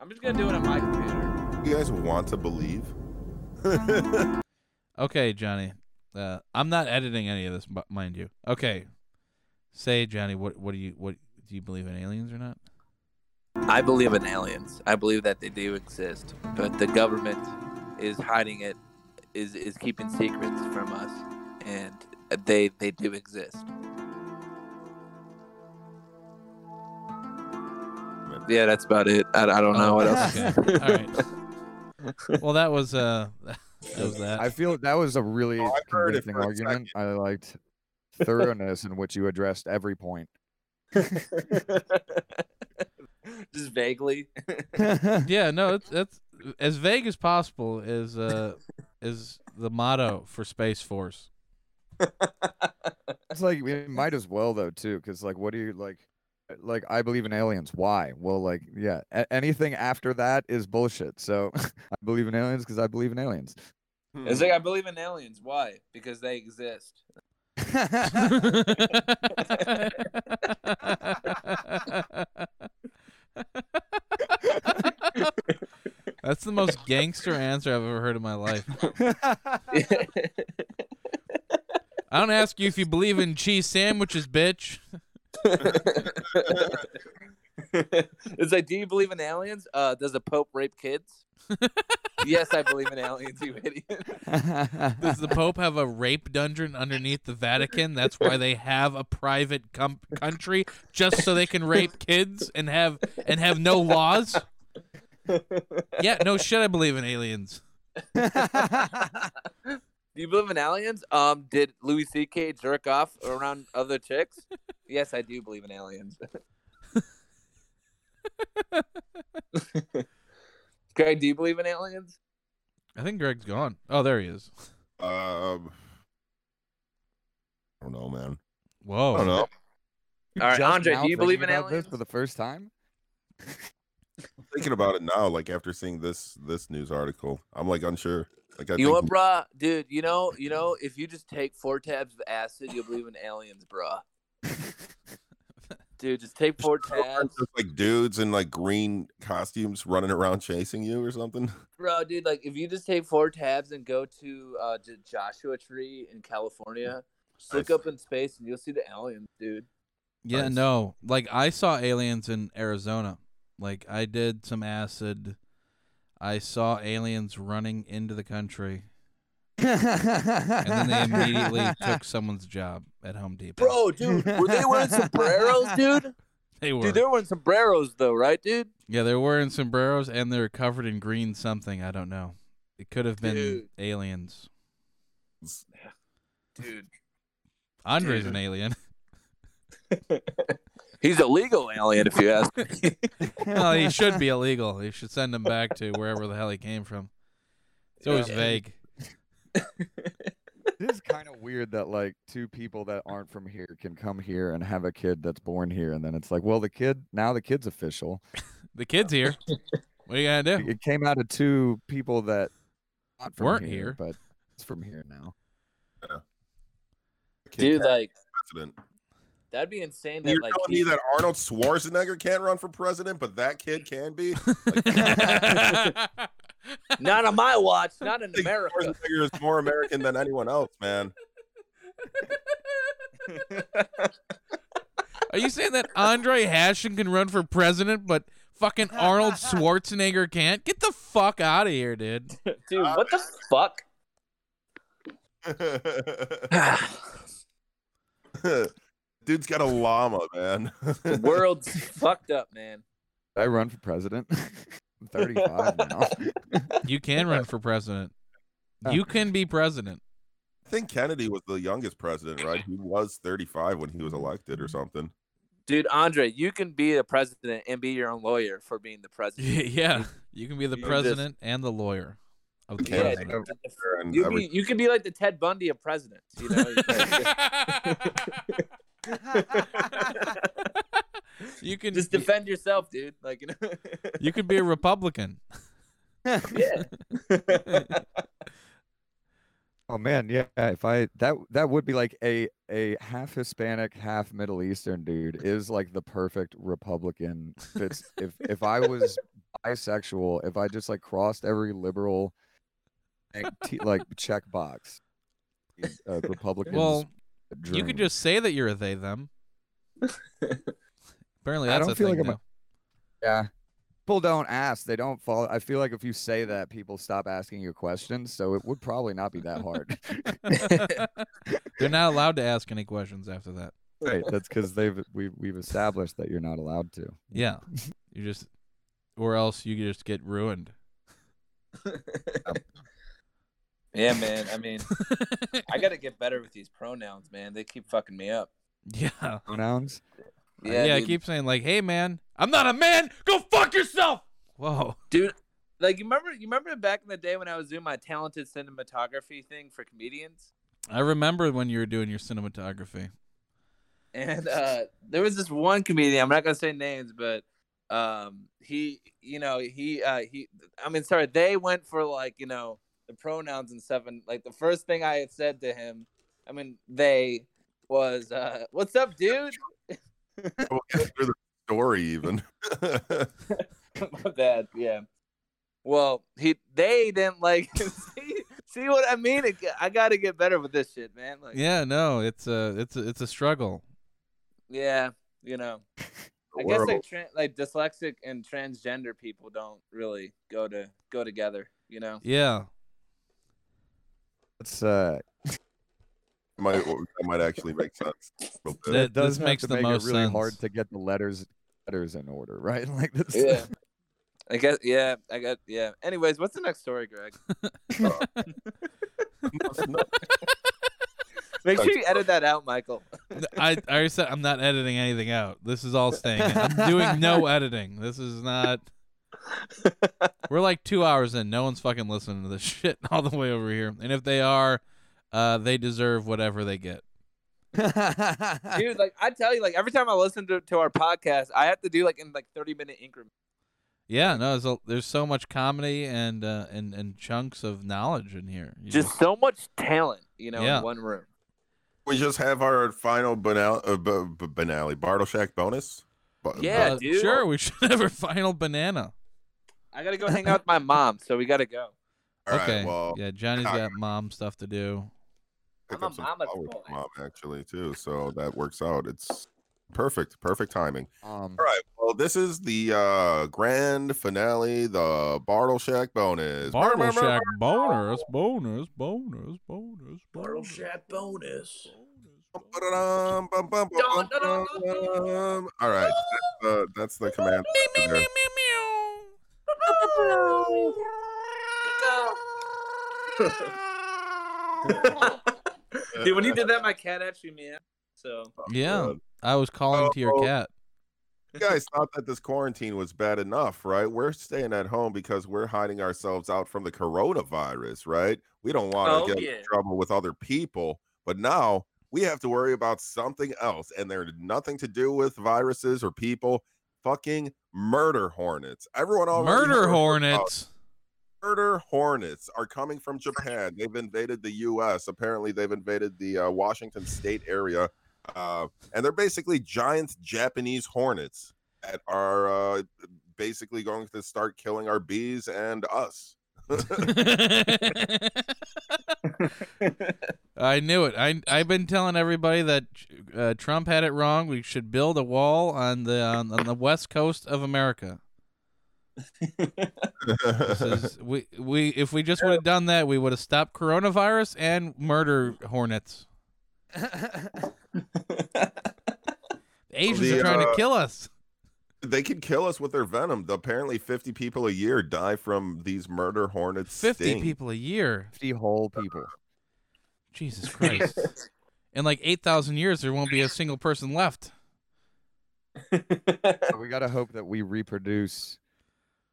I: I'm just gonna do it on my computer.
C: you guys want to believe?
D: Okay, Johnny. Uh, I'm not editing any of this, mi- mind you. Okay, say, Johnny, what, what do you, what do you believe in aliens or not?
I: I believe in aliens. I believe that they do exist, but the government is hiding it, is is keeping secrets from us, and they they do exist. Yeah, that's about it. I, I don't know what else.
D: Okay. All right. Well, that was uh, that was that.
J: I feel that was a really
C: Oh, I've heard it
J: convincing
C: for a
J: argument. I liked thoroughness in which you addressed every point.
I: Just vaguely.
D: yeah, no, it's, that's as vague as possible is uh is the motto for Space Force.
J: It's like it might as well though too, because like, what do you like? uh, Like, I believe in aliens. Why? Well, like, yeah, a- anything after that is bullshit. So I believe in aliens because I believe in aliens.
I: It's like I believe in aliens. Why? Because they exist.
D: That's the most gangster answer I've ever heard in my life. I don't ask you if you believe in cheese sandwiches, bitch.
I: it's like, do you believe in aliens? Uh, does the Pope rape kids? yes, I believe in aliens, you idiot.
D: Does the Pope have a rape dungeon underneath the Vatican? That's why they have a private com- country just so they can rape kids and have and have no laws. Yeah, no shit. I believe in aliens.
I: Do you believe in aliens? Um, did Louis C.K. jerk off around other chicks? yes, I do believe in aliens. Greg, do you believe in aliens?
D: I think Greg's gone. Oh, there he is.
C: Um, I don't know, man.
D: Whoa.
C: I don't know.
I: All right,
J: Just
I: Andre,
J: now
I: do you believe in
J: thinking about
I: aliens?
J: this for the first time?
C: Thinking about it now, like after seeing this this news article, I'm like unsure. Like I
I: You know what,
C: think,
I: bruh? Dude, you know, you know, if you just take four tabs of acid, you'll believe in aliens, bruh. Dude, just take four tabs.
C: just like dudes in like green costumes running around chasing you or something.
I: Bro, dude, like if you just take four tabs and go to uh J- Joshua Tree in California, just look
C: Nice.
I: up in space and you'll see the aliens, dude.
D: Yeah,
C: Nice.
D: no. Like I saw aliens in Arizona. Like I did some acid. I saw aliens running into the country, and then they immediately took someone's job at Home Depot.
I: Bro, dude, were they wearing sombreros, dude?
D: they were.
I: Dude, they were wearing sombreros though, right, dude?
D: yeah, they're wearing sombreros and they're covered in green something. I don't know. It could have been
I: Dude.
D: aliens.
I: Dude.
D: Andre's
I: Dude.
D: an alien.
I: He's a legal alien if you ask me.
D: well, he Oh, should be illegal. They should send him back to wherever the hell he came from. It's always
I: Yeah.
D: vague.
J: It is kind of weird that like two people that aren't from here can come here and have a kid that's born here, and then it's like, well, the kid now the kid's official.
D: The kid's here. What are you gonna do?
J: It came out of two people that not from
D: Weren't here.
J: but it's from here now.
I: Dude, like
C: Accident.
I: That'd be insane. That
C: You're
I: like
C: telling
I: he-
C: me that Arnold Schwarzenegger can't run for president, but that kid can be.
I: not on my watch, not in America.
C: Schwarzenegger is more American than anyone else, man.
D: Are you saying that Andre Hashin can run for president, but fucking Arnold Schwarzenegger can't? Get the fuck out of here, dude.
I: Dude, what the fuck?
C: Dude's got a llama, man.
I: The world's fucked up, man.
J: I run for president. I'm 35 now.
D: You can run for president.
J: Oh.
D: You can be president.
C: I think Kennedy was the youngest president, right? He was 35 when he was elected or something.
I: Dude, Andre, you can be the president and be your own lawyer for being the president.
D: yeah. You can be the
C: You just-
D: president and the lawyer of the
C: Yeah,
I: Yeah,
D: president.
I: dude,
C: And
I: you
C: every-
I: be you could be like the Ted Bundy of presidents, you know.
D: you can
I: Just defend yourself, dude. Like, you know.
D: you could be a Republican.
J: Oh man, yeah. If I that that would be like a a half Hispanic, half Middle Eastern dude is like the perfect Republican. Fits if if I was bisexual, if I just like crossed every liberal like, t- like check box, uh, Republicans.
D: Well, you
J: dream.
D: could just say that you're a they them. Apparently
J: I
D: that's
J: don't
D: a
J: feel
D: thing
J: like I'm a-
D: now.
J: yeah. People don't ask; they don't follow. I feel like if you say that, people stop asking you questions. So it would probably not be that hard.
D: They're not allowed to ask any questions after that.
J: right? That's because they've we we've established that you're not allowed to.
D: Yeah. You just or else you just get ruined.
I: yeah, man. I mean, I got to get better with these pronouns, man. They keep fucking me up.
D: yeah.
J: Pronouns.
D: Yeah, I
I: dude.
D: keep saying like, "Hey man, I'm not a man. Go fuck yourself." Whoa.
I: dude like you remember you remember back in the day when i was doing my talented cinematography thing for comedians
D: I remember when you were doing your cinematography.
I: and uh there was this one comedian i'm not gonna say names but um he you know he uh he i mean sorry they went for like you know the pronouns and stuff and like the first thing i had said to him i mean they was uh what's up dude
C: we'll get through the story even.
I: My bad. Yeah. Well, he they didn't like see, see what I mean. It- I got to get better with this shit, man. Like,
D: Yeah, no, it's a it's a, it's a struggle.
I: yeah, you know. I guess like tran like dyslexic and transgender people don't really go to go together, you know.
D: Yeah.
J: That's uh,
C: might, that might actually make sense. a little bit.
D: That-
J: it does
D: this
J: have
D: makes
J: to
D: the
J: make
D: most
J: it really
D: sense.
J: hard to get the letters letters in order, right? Like this.
I: Yeah. I guess yeah, I got yeah. Anyways, what's the next story, Greg? Make sure you edit that out, Michael.
D: I I already said I'm not editing anything out. This is all staying. in. I'm doing no editing. This is not. We're like two hours in. No one's fucking listening to this shit all the way over here. And if they are, uh, they deserve whatever they get.
I: Dude, like I tell you, like every time I listen to, to our podcast, I have to do like in like thirty minute increments.
D: Yeah, no, there's, a, there's so much comedy and uh, and and chunks of knowledge in here. You
I: just so much talent, you know,
D: Yeah.
I: in one room.
C: we just have our final banal, uh, b- b- banale Bartleshack bonus. Bu-
I: Yeah,
D: uh,
I: dude.
D: Sure, we should have our final banana.
I: I gotta go hang out with my mom, so we gotta go.
C: bu- all right,
D: okay.
C: well,
D: yeah, Johnny's
C: cock-
D: got mom stuff to do.
C: pick
I: I'm a
C: up some
I: mama's
C: flowers
I: boy.
C: from mom actually too, so that works out. It's perfect, perfect timing.
J: Um,
C: All right, well, this is the uh, grand finale, the Bartleshack bonus.
D: Bartle Shack bonus, bonus, bonus, bonus, bonus.
F: bonus.
C: Ba-da-dum, bum, bum, bum, bum, bum. All right, that's, uh, that's the command. there.
I: Dude, when you did that, my cat actually meowed. So
D: Yeah,
C: Uh,
D: I was calling to your
C: Oh.
D: cat.
C: you guys thought that this quarantine was bad enough, right? We're staying at home because we're hiding ourselves out from the coronavirus, right? We don't want
I: Oh,
C: to get
I: yeah.
C: in trouble with other people, but now we have to worry about something else, and there's nothing to do with viruses or people. Fucking murder hornets! Everyone already knows
D: Murder
C: about
D: hornets.
C: murder hornets are coming from Japan. They've invaded the U.S. Apparently, they've invaded the uh, Washington state area Uh, and they're basically giant Japanese hornets that are uh, basically going to start killing our bees and us.
D: I knew it. I I've been telling everybody that uh, Trump had it wrong. We should build a wall on the on, on the west coast of America. This is- we we if we just would have done that, we would have stopped coronavirus and murder hornets. The Asians
C: The,
D: are trying to
C: uh,
D: kill us.
C: they can kill us with their venom. Apparently, 50 people a year die from these murder hornets.
D: Fifty
C: sting.
D: people a year.
J: Fifty whole people.
D: Jesus Christ! In like eight thousand years, there won't be a single person left.
J: So we gotta hope that we reproduce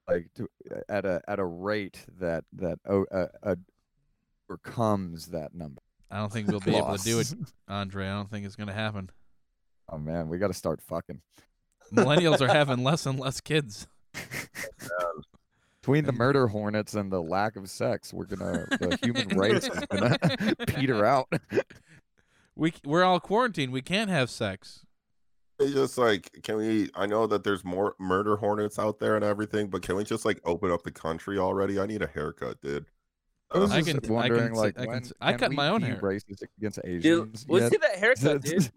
J: like to, at a at a rate that that o- uh, uh, overcomes that number.
D: I don't think we'll be able to do it,
J: Loss.
D: Andre. I don't think it's gonna happen.
J: Oh man, we gotta start fucking
D: Millennials are having less and less kids.
J: between
D: Mm.
J: the murder hornets and the lack of sex. We're gonna the human race is gonna peter out.
D: We c- we're all quarantined. We can't have sex.
C: They just like, can we? I know that there's more murder hornets out there and everything, but can we just like open up the country already? I need a haircut, dude.
J: I was
D: I
J: just
D: can- I can
J: wondering,
D: s-
J: like,
D: I can
J: when
D: s- I
J: can
D: cut
J: we
D: my own
J: be
D: hair.
J: Racist against
I: Dude,
J: Asians.
I: let's
J: yet?
I: see that haircut, dude.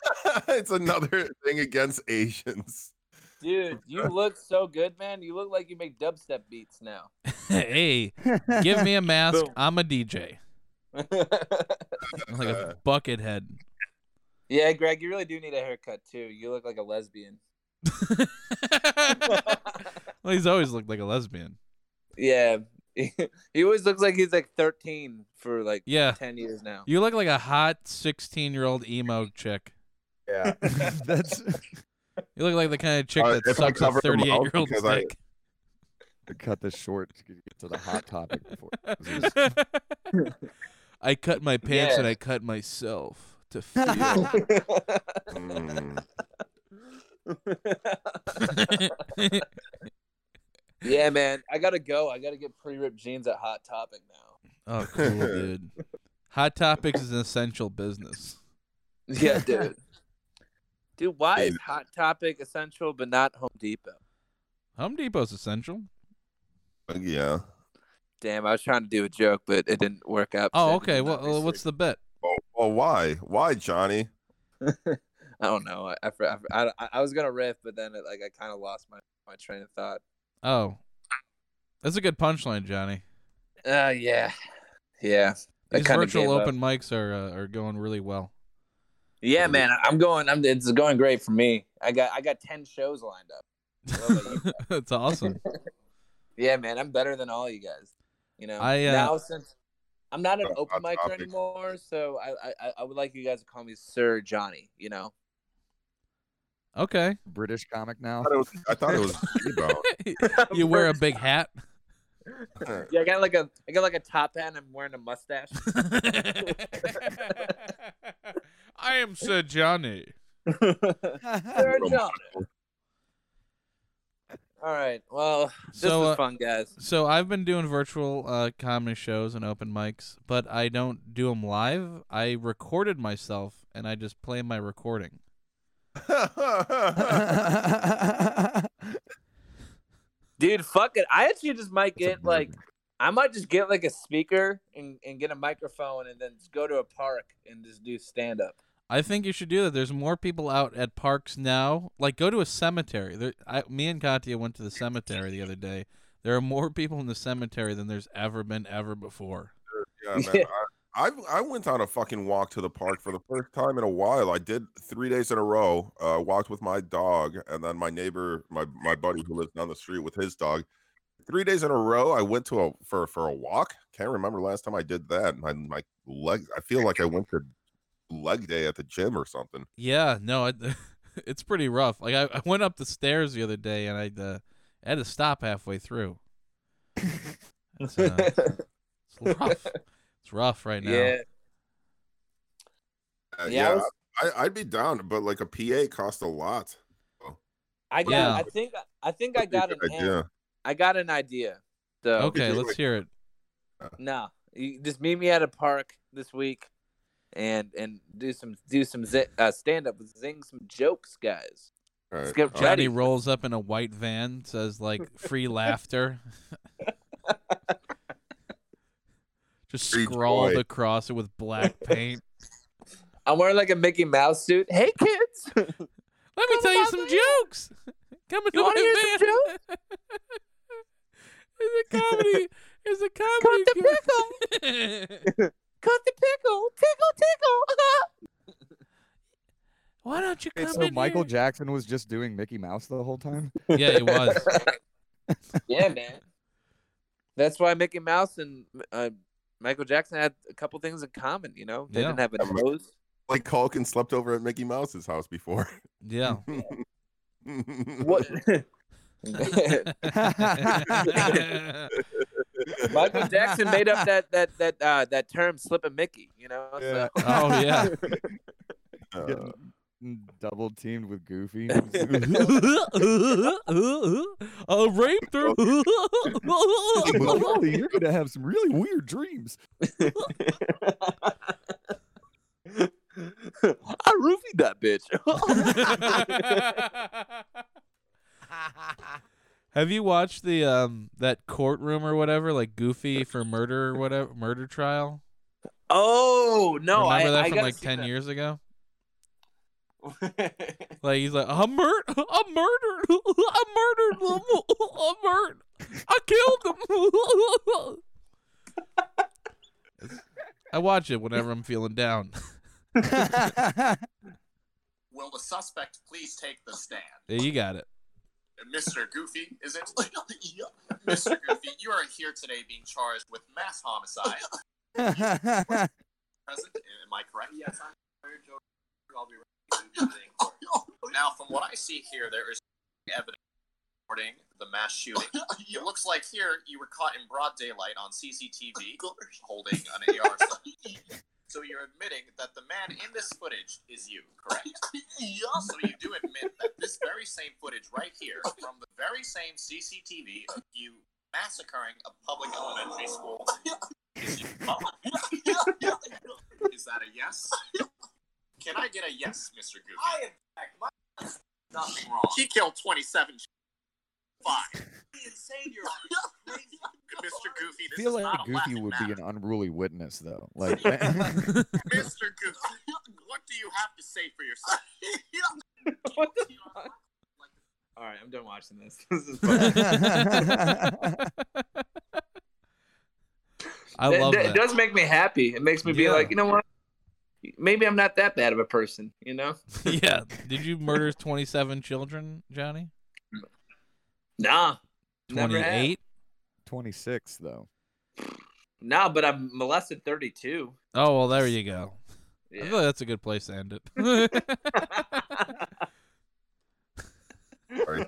C: it's another thing against Asians.
I: Dude, you look so good, man. You look like you make dubstep beats now.
D: hey, give me a mask.
I: Boom.
D: I'm a DJ. I'm like
C: Uh.
D: a bucket head.
I: yeah, Greg, you really do need a haircut too. You look like a lesbian.
D: well, he's always looked like a lesbian.
I: yeah. he always looks like he's like 13 for like
D: Yeah,
I: 10 years now.
D: you look like a hot 16 year old emo chick.
J: yeah, that's
D: You look like the kind of chick
C: Uh,
D: that
C: if I
D: sucks a
C: cover the mouth
D: 38 year old
C: because I-
D: dick.
J: cut this short to get to the hot topic before.
D: I cut my pants
I: Yeah.
D: and I cut myself to feel.
C: Mm.
I: yeah, man. I gotta go. I gotta get pre-ripped jeans at Hot Topic now.
D: oh, cool, dude. Hot Topics is an essential business.
I: Yeah, dude. Dude, why is
C: Dude.
I: Hot Topic essential but not Home Depot?
D: Home Depot's essential.
C: yeah.
I: Damn, I was trying to do a joke, but it didn't work out.
D: Oh, okay. Well, uh, what's the bet?
C: Well, well, why? Why, Johnny?
I: I don't know. I, I, fr- I, fr- I, I- I was gonna riff, but then it, like I kind of lost my, my train of thought.
D: Oh, that's a good punchline, Johnny.
I: Uh, yeah, yeah. I
D: These
I: kinda
D: virtual
I: gave up.
D: open mics are uh, are going really well.
I: Yeah, man. I'm going. I'm. It's going great for me. I got I got ten shows lined up. What about you?
D: that's awesome.
I: Yeah, man. I'm better than all you guys. You know.
D: I, uh,
I: now since I'm not an
C: Hot
I: open micer
C: topic.
I: anymore, so I, I I would like you guys to call me Sir Johnny. You know.
D: Okay,
J: British comic now.
C: I thought it was. I thought it was Debo.
D: you wear a big hat.
I: Yeah, I got like a I got like a top hat. and I'm wearing a mustache.
D: I am Sir Johnny.
I: Sir Johnny. All right. Well, this
D: So,
I: was
D: uh,
I: fun, guys.
D: So I've been doing virtual uh, comedy shows and open mics, but I don't do them live. I recorded myself and I just play my recording.
I: Dude, fuck it. I actually just might
J: That's a
I: get like I might just get like a speaker and, and get a microphone and then just go to a park and just do stand up.
D: I think you should do that. There's more people out at parks now. Like, go to a cemetery. There, I, me and Katya went to the cemetery the other day. There are more people in the cemetery than there's ever been ever before.
C: Yeah, man.
I: Yeah.
C: I, I I went on a fucking walk to the park for the first time in a while. I did three days in a row. Uh, walked with my dog, and then my neighbor, my my buddy who lives down the street with his dog. Three days in a row, I went to a for for a walk. Can't remember last time I did that. My my legs. I feel like I went to leg day at the gym or something.
D: Yeah, no, it, it's pretty rough. Like, I, I went up the stairs the other day and I, uh, I had to stop halfway through. It's, uh, it's rough. It's rough right now.
I: Yeah. Yeah, I
C: Uh, yeah,
I: was-
C: I, I'd be down, but like a PA costs a lot.
I: I got
D: Yeah.
I: I think I think I
C: That'd be a
I: got an
C: good
I: idea. I got an idea. So
D: Okay,
C: just
D: let's
C: like-
D: hear it.
I: no. You just meet me at a park this week and and do some do some zi- uh, stand up, zing some jokes, guys.
C: All
I: Let's
C: right.
I: get
C: All right.
D: Johnny rolls up in a white van, says like free laughter. Just
C: Free
D: scrawled
C: joy.
D: across it with black paint.
I: I'm wearing like a Mickey Mouse suit. Hey kids,
D: Let me
I: Come
D: tell you
I: on,
D: some
I: man.
D: jokes. Come to
I: You wanna
D: my
I: hear some
D: van. it's a comedy. It's a comedy. pickle.
I: cut the pickle, tickle tickle.
D: Why don't you come
J: Wait, so
D: in
J: Michael
D: here?
J: Jackson was just doing Mickey Mouse the whole time?
D: yeah, it was.
I: yeah, man. That's why Mickey Mouse and uh, Michael Jackson had a couple things in common. You know, they
D: Yeah.
I: didn't have a nose.
C: Like Culkin slept over at Mickey Mouse's house before.
D: Yeah.
I: Oh. What? Michael Jackson made up that that that uh, that term "slipping Mickey." You know, so,
D: oh yeah.
C: Uh,
J: Getting double teamed with Goofy.
D: uh, raped her.
J: Lily, you're gonna have some really weird dreams.
I: I roofied that bitch.
D: Have you watched the um that courtroom or whatever, like Goofy for murder or whatever murder trial?
I: oh no! I,
D: Remember that
I: I
D: from
I: gotta
D: like
I: see
D: ten
I: that.
D: years ago? Like he's like, I murdered, I murdered, I murdered them, I murdered, I killed them. I watch it whenever I'm feeling down.
H: Will the suspect please take the stand?
D: Yeah, you got it.
H: And Mr. Goofy, is it? Mr. Goofy, you are here today being charged with mass homicide. Present? Am I correct? Yes, I'm here, Joe. I'll be ready. Now, from what I see here, there is evidence supporting the mass shooting. It looks like here you were caught in broad daylight on CCTV holding an AR. So you're admitting that the man in this footage is you, correct? So you do admit that this very same footage right here, from the very same CCTV, of you massacring a public elementary school. is you. Is that a yes? Can I get a yes, Mr. Goofy? I in fact, my nothing wrong. He killed 27 Five. Insane, Your Honor. Mr. Goofy,
J: I
H: this
J: feel
H: is
J: like
H: not a
J: Goofy
H: laughing
J: would
H: matter.
J: be an unruly witness, though. Like, man,
H: Mr. Goofy, what do you have to say for yourself?
I: What the fuck? All right, I'm done watching this. This is fun.
D: I
I: It-
D: love
I: it,
D: that.
I: does make me happy. It makes me be
D: Yeah.
I: like, you know what? Maybe I'm not that bad of a person. You know?
D: yeah. Did you murder 27 children, Johnny?
I: Nah. never have.
D: 28?
J: 26 though.
I: Nah, but I've molested 32.
D: Oh, well, there you go. I
I: Yeah.
D: feel like that's a good place to end it.
C: sorry.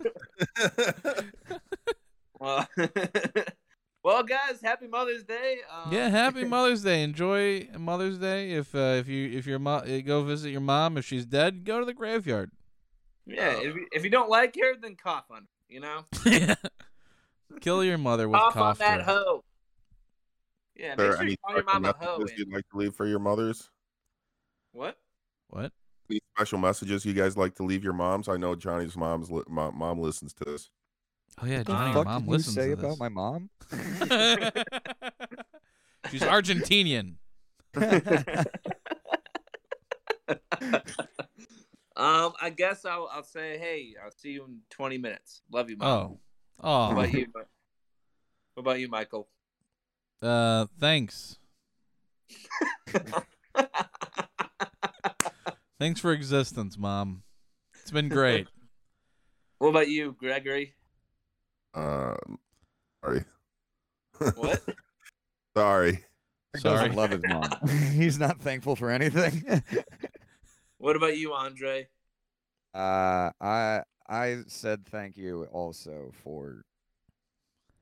I: well, well, guys, happy Mother's Day. Um,
D: yeah, happy Mother's Day. Enjoy Mother's Day. If uh, if you if your mo- uh, go visit your mom, if she's dead, go to the graveyard.
I: Yeah,
D: Uh,
I: if you, if you don't like her, then cough on her. You know,
D: Kill your mother with
I: cough on
D: cough.
I: that
D: drop.
I: hoe. Yeah,
C: There
I: make
C: are
I: sure you
C: any
I: call your
C: special
I: mom a hoe.
C: messages
I: and-
C: you'd like to leave for your mothers?
I: What?
D: What?
C: Any special messages you guys like to leave your moms? I know Johnny's mom's li- mom, mom listens to this.
D: Oh yeah,
J: The
D: Johnny,
J: fuck
D: your mom
J: did you
D: listens
J: say
D: to
J: about
D: this.
J: my mom?
D: she's Argentinian.
I: Um, I guess I'll I'll say, hey, I'll see you in 20 minutes. Love you, mom. What
D: Oh, oh.
I: about you? Mi- What about you, Michael?
D: Uh, thanks. Thanks for existence, mom. It's been great.
I: What about you, Gregory?
C: Um, sorry.
I: What?
C: Sorry.
D: Sorry.
J: Doesn't love his mom. He's not thankful for anything.
I: what about you, Andre?
J: Uh, I I said thank you also for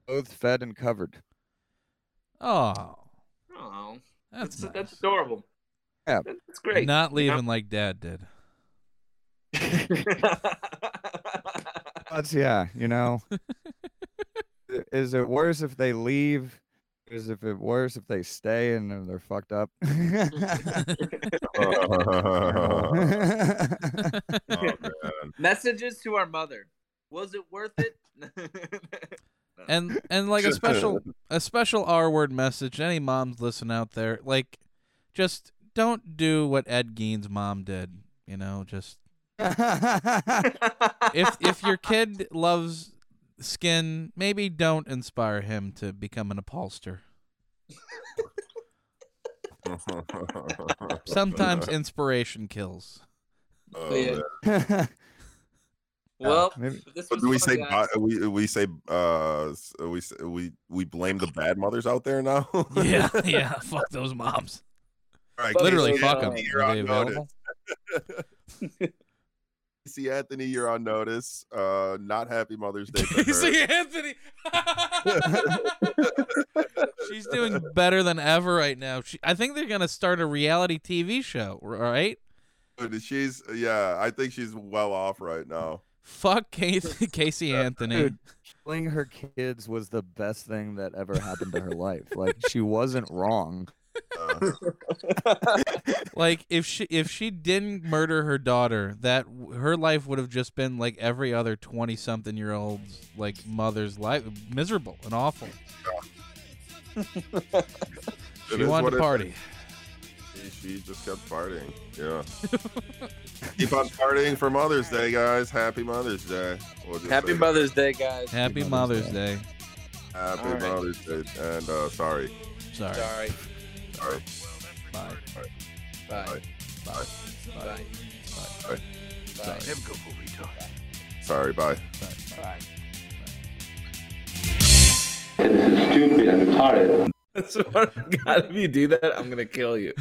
J: both fed and covered.
D: Oh,
I: Oh,
D: that's
I: that's
D: nice.
I: that's, adorable.
J: Yeah.
I: That- that's great.
D: Not
I: you know?
D: leaving like dad did.
J: But yeah, you know, i- is it worse if they leave Is if it worse if they stay and then they're fucked up.
C: Oh, man.
I: Messages to our mother. Was it worth it?
D: and and like a special a special R word message. Any moms listen out there, like just don't do what Ed Gein's mom did. You know, just if if your kid loves skin, maybe don't inspire him to become an upholster. Sometimes inspiration kills.
C: Oh,
I: Yeah.
C: man.
I: well,
J: maybe-
I: this
C: But
I: was
C: do we
I: fun,
C: say
I: guys.
C: bi- we we say uh s- we s- we we blame the bad mothers out there now?
D: Yeah, yeah. Fuck those moms.
C: All right,
D: Literally,
C: Casey
D: fuck them.
C: Anthony, You're
D: Are
C: on
D: they
C: notice.
D: available?
C: Casey Anthony, you're on notice. Uh, not happy Mother's Day. to her.
D: Casey Anthony. She's doing better than ever right now. She, I think they're gonna start a reality TV show, right?
C: But she's yeah. I think she's well off right now.
D: Fuck Casey, Casey Anthony.
J: Dude, killing her kids was the best thing that ever happened to her life. Like she wasn't wrong.
C: Uh,
D: Like if she if she didn't murder her daughter, that w- her life would have just been like every other twenty something year old's like mother's life, miserable and awful.
C: it
D: She
C: is
D: wanted
C: what
D: to
C: it
D: party.
C: is. She just kept partying. Yeah. Keep on partying for Mother's Day, guys. Happy Mother's Day. We'll just
I: Happy
C: say
I: Mother's Day, guys.
D: Happy Mother's,
J: Mother's
D: Day.
C: that. Happy
I: All right.
C: Mother's Day. And uh, sorry.
D: Sorry.
I: Sorry.
C: Sorry.
D: Bye.
I: Bye.
C: Bye.
I: Bye.
C: Bye.
I: Bye.
C: Sorry. Bye.
I: Bye.
A: That's what- God, if you do that, I'm gonna kill you.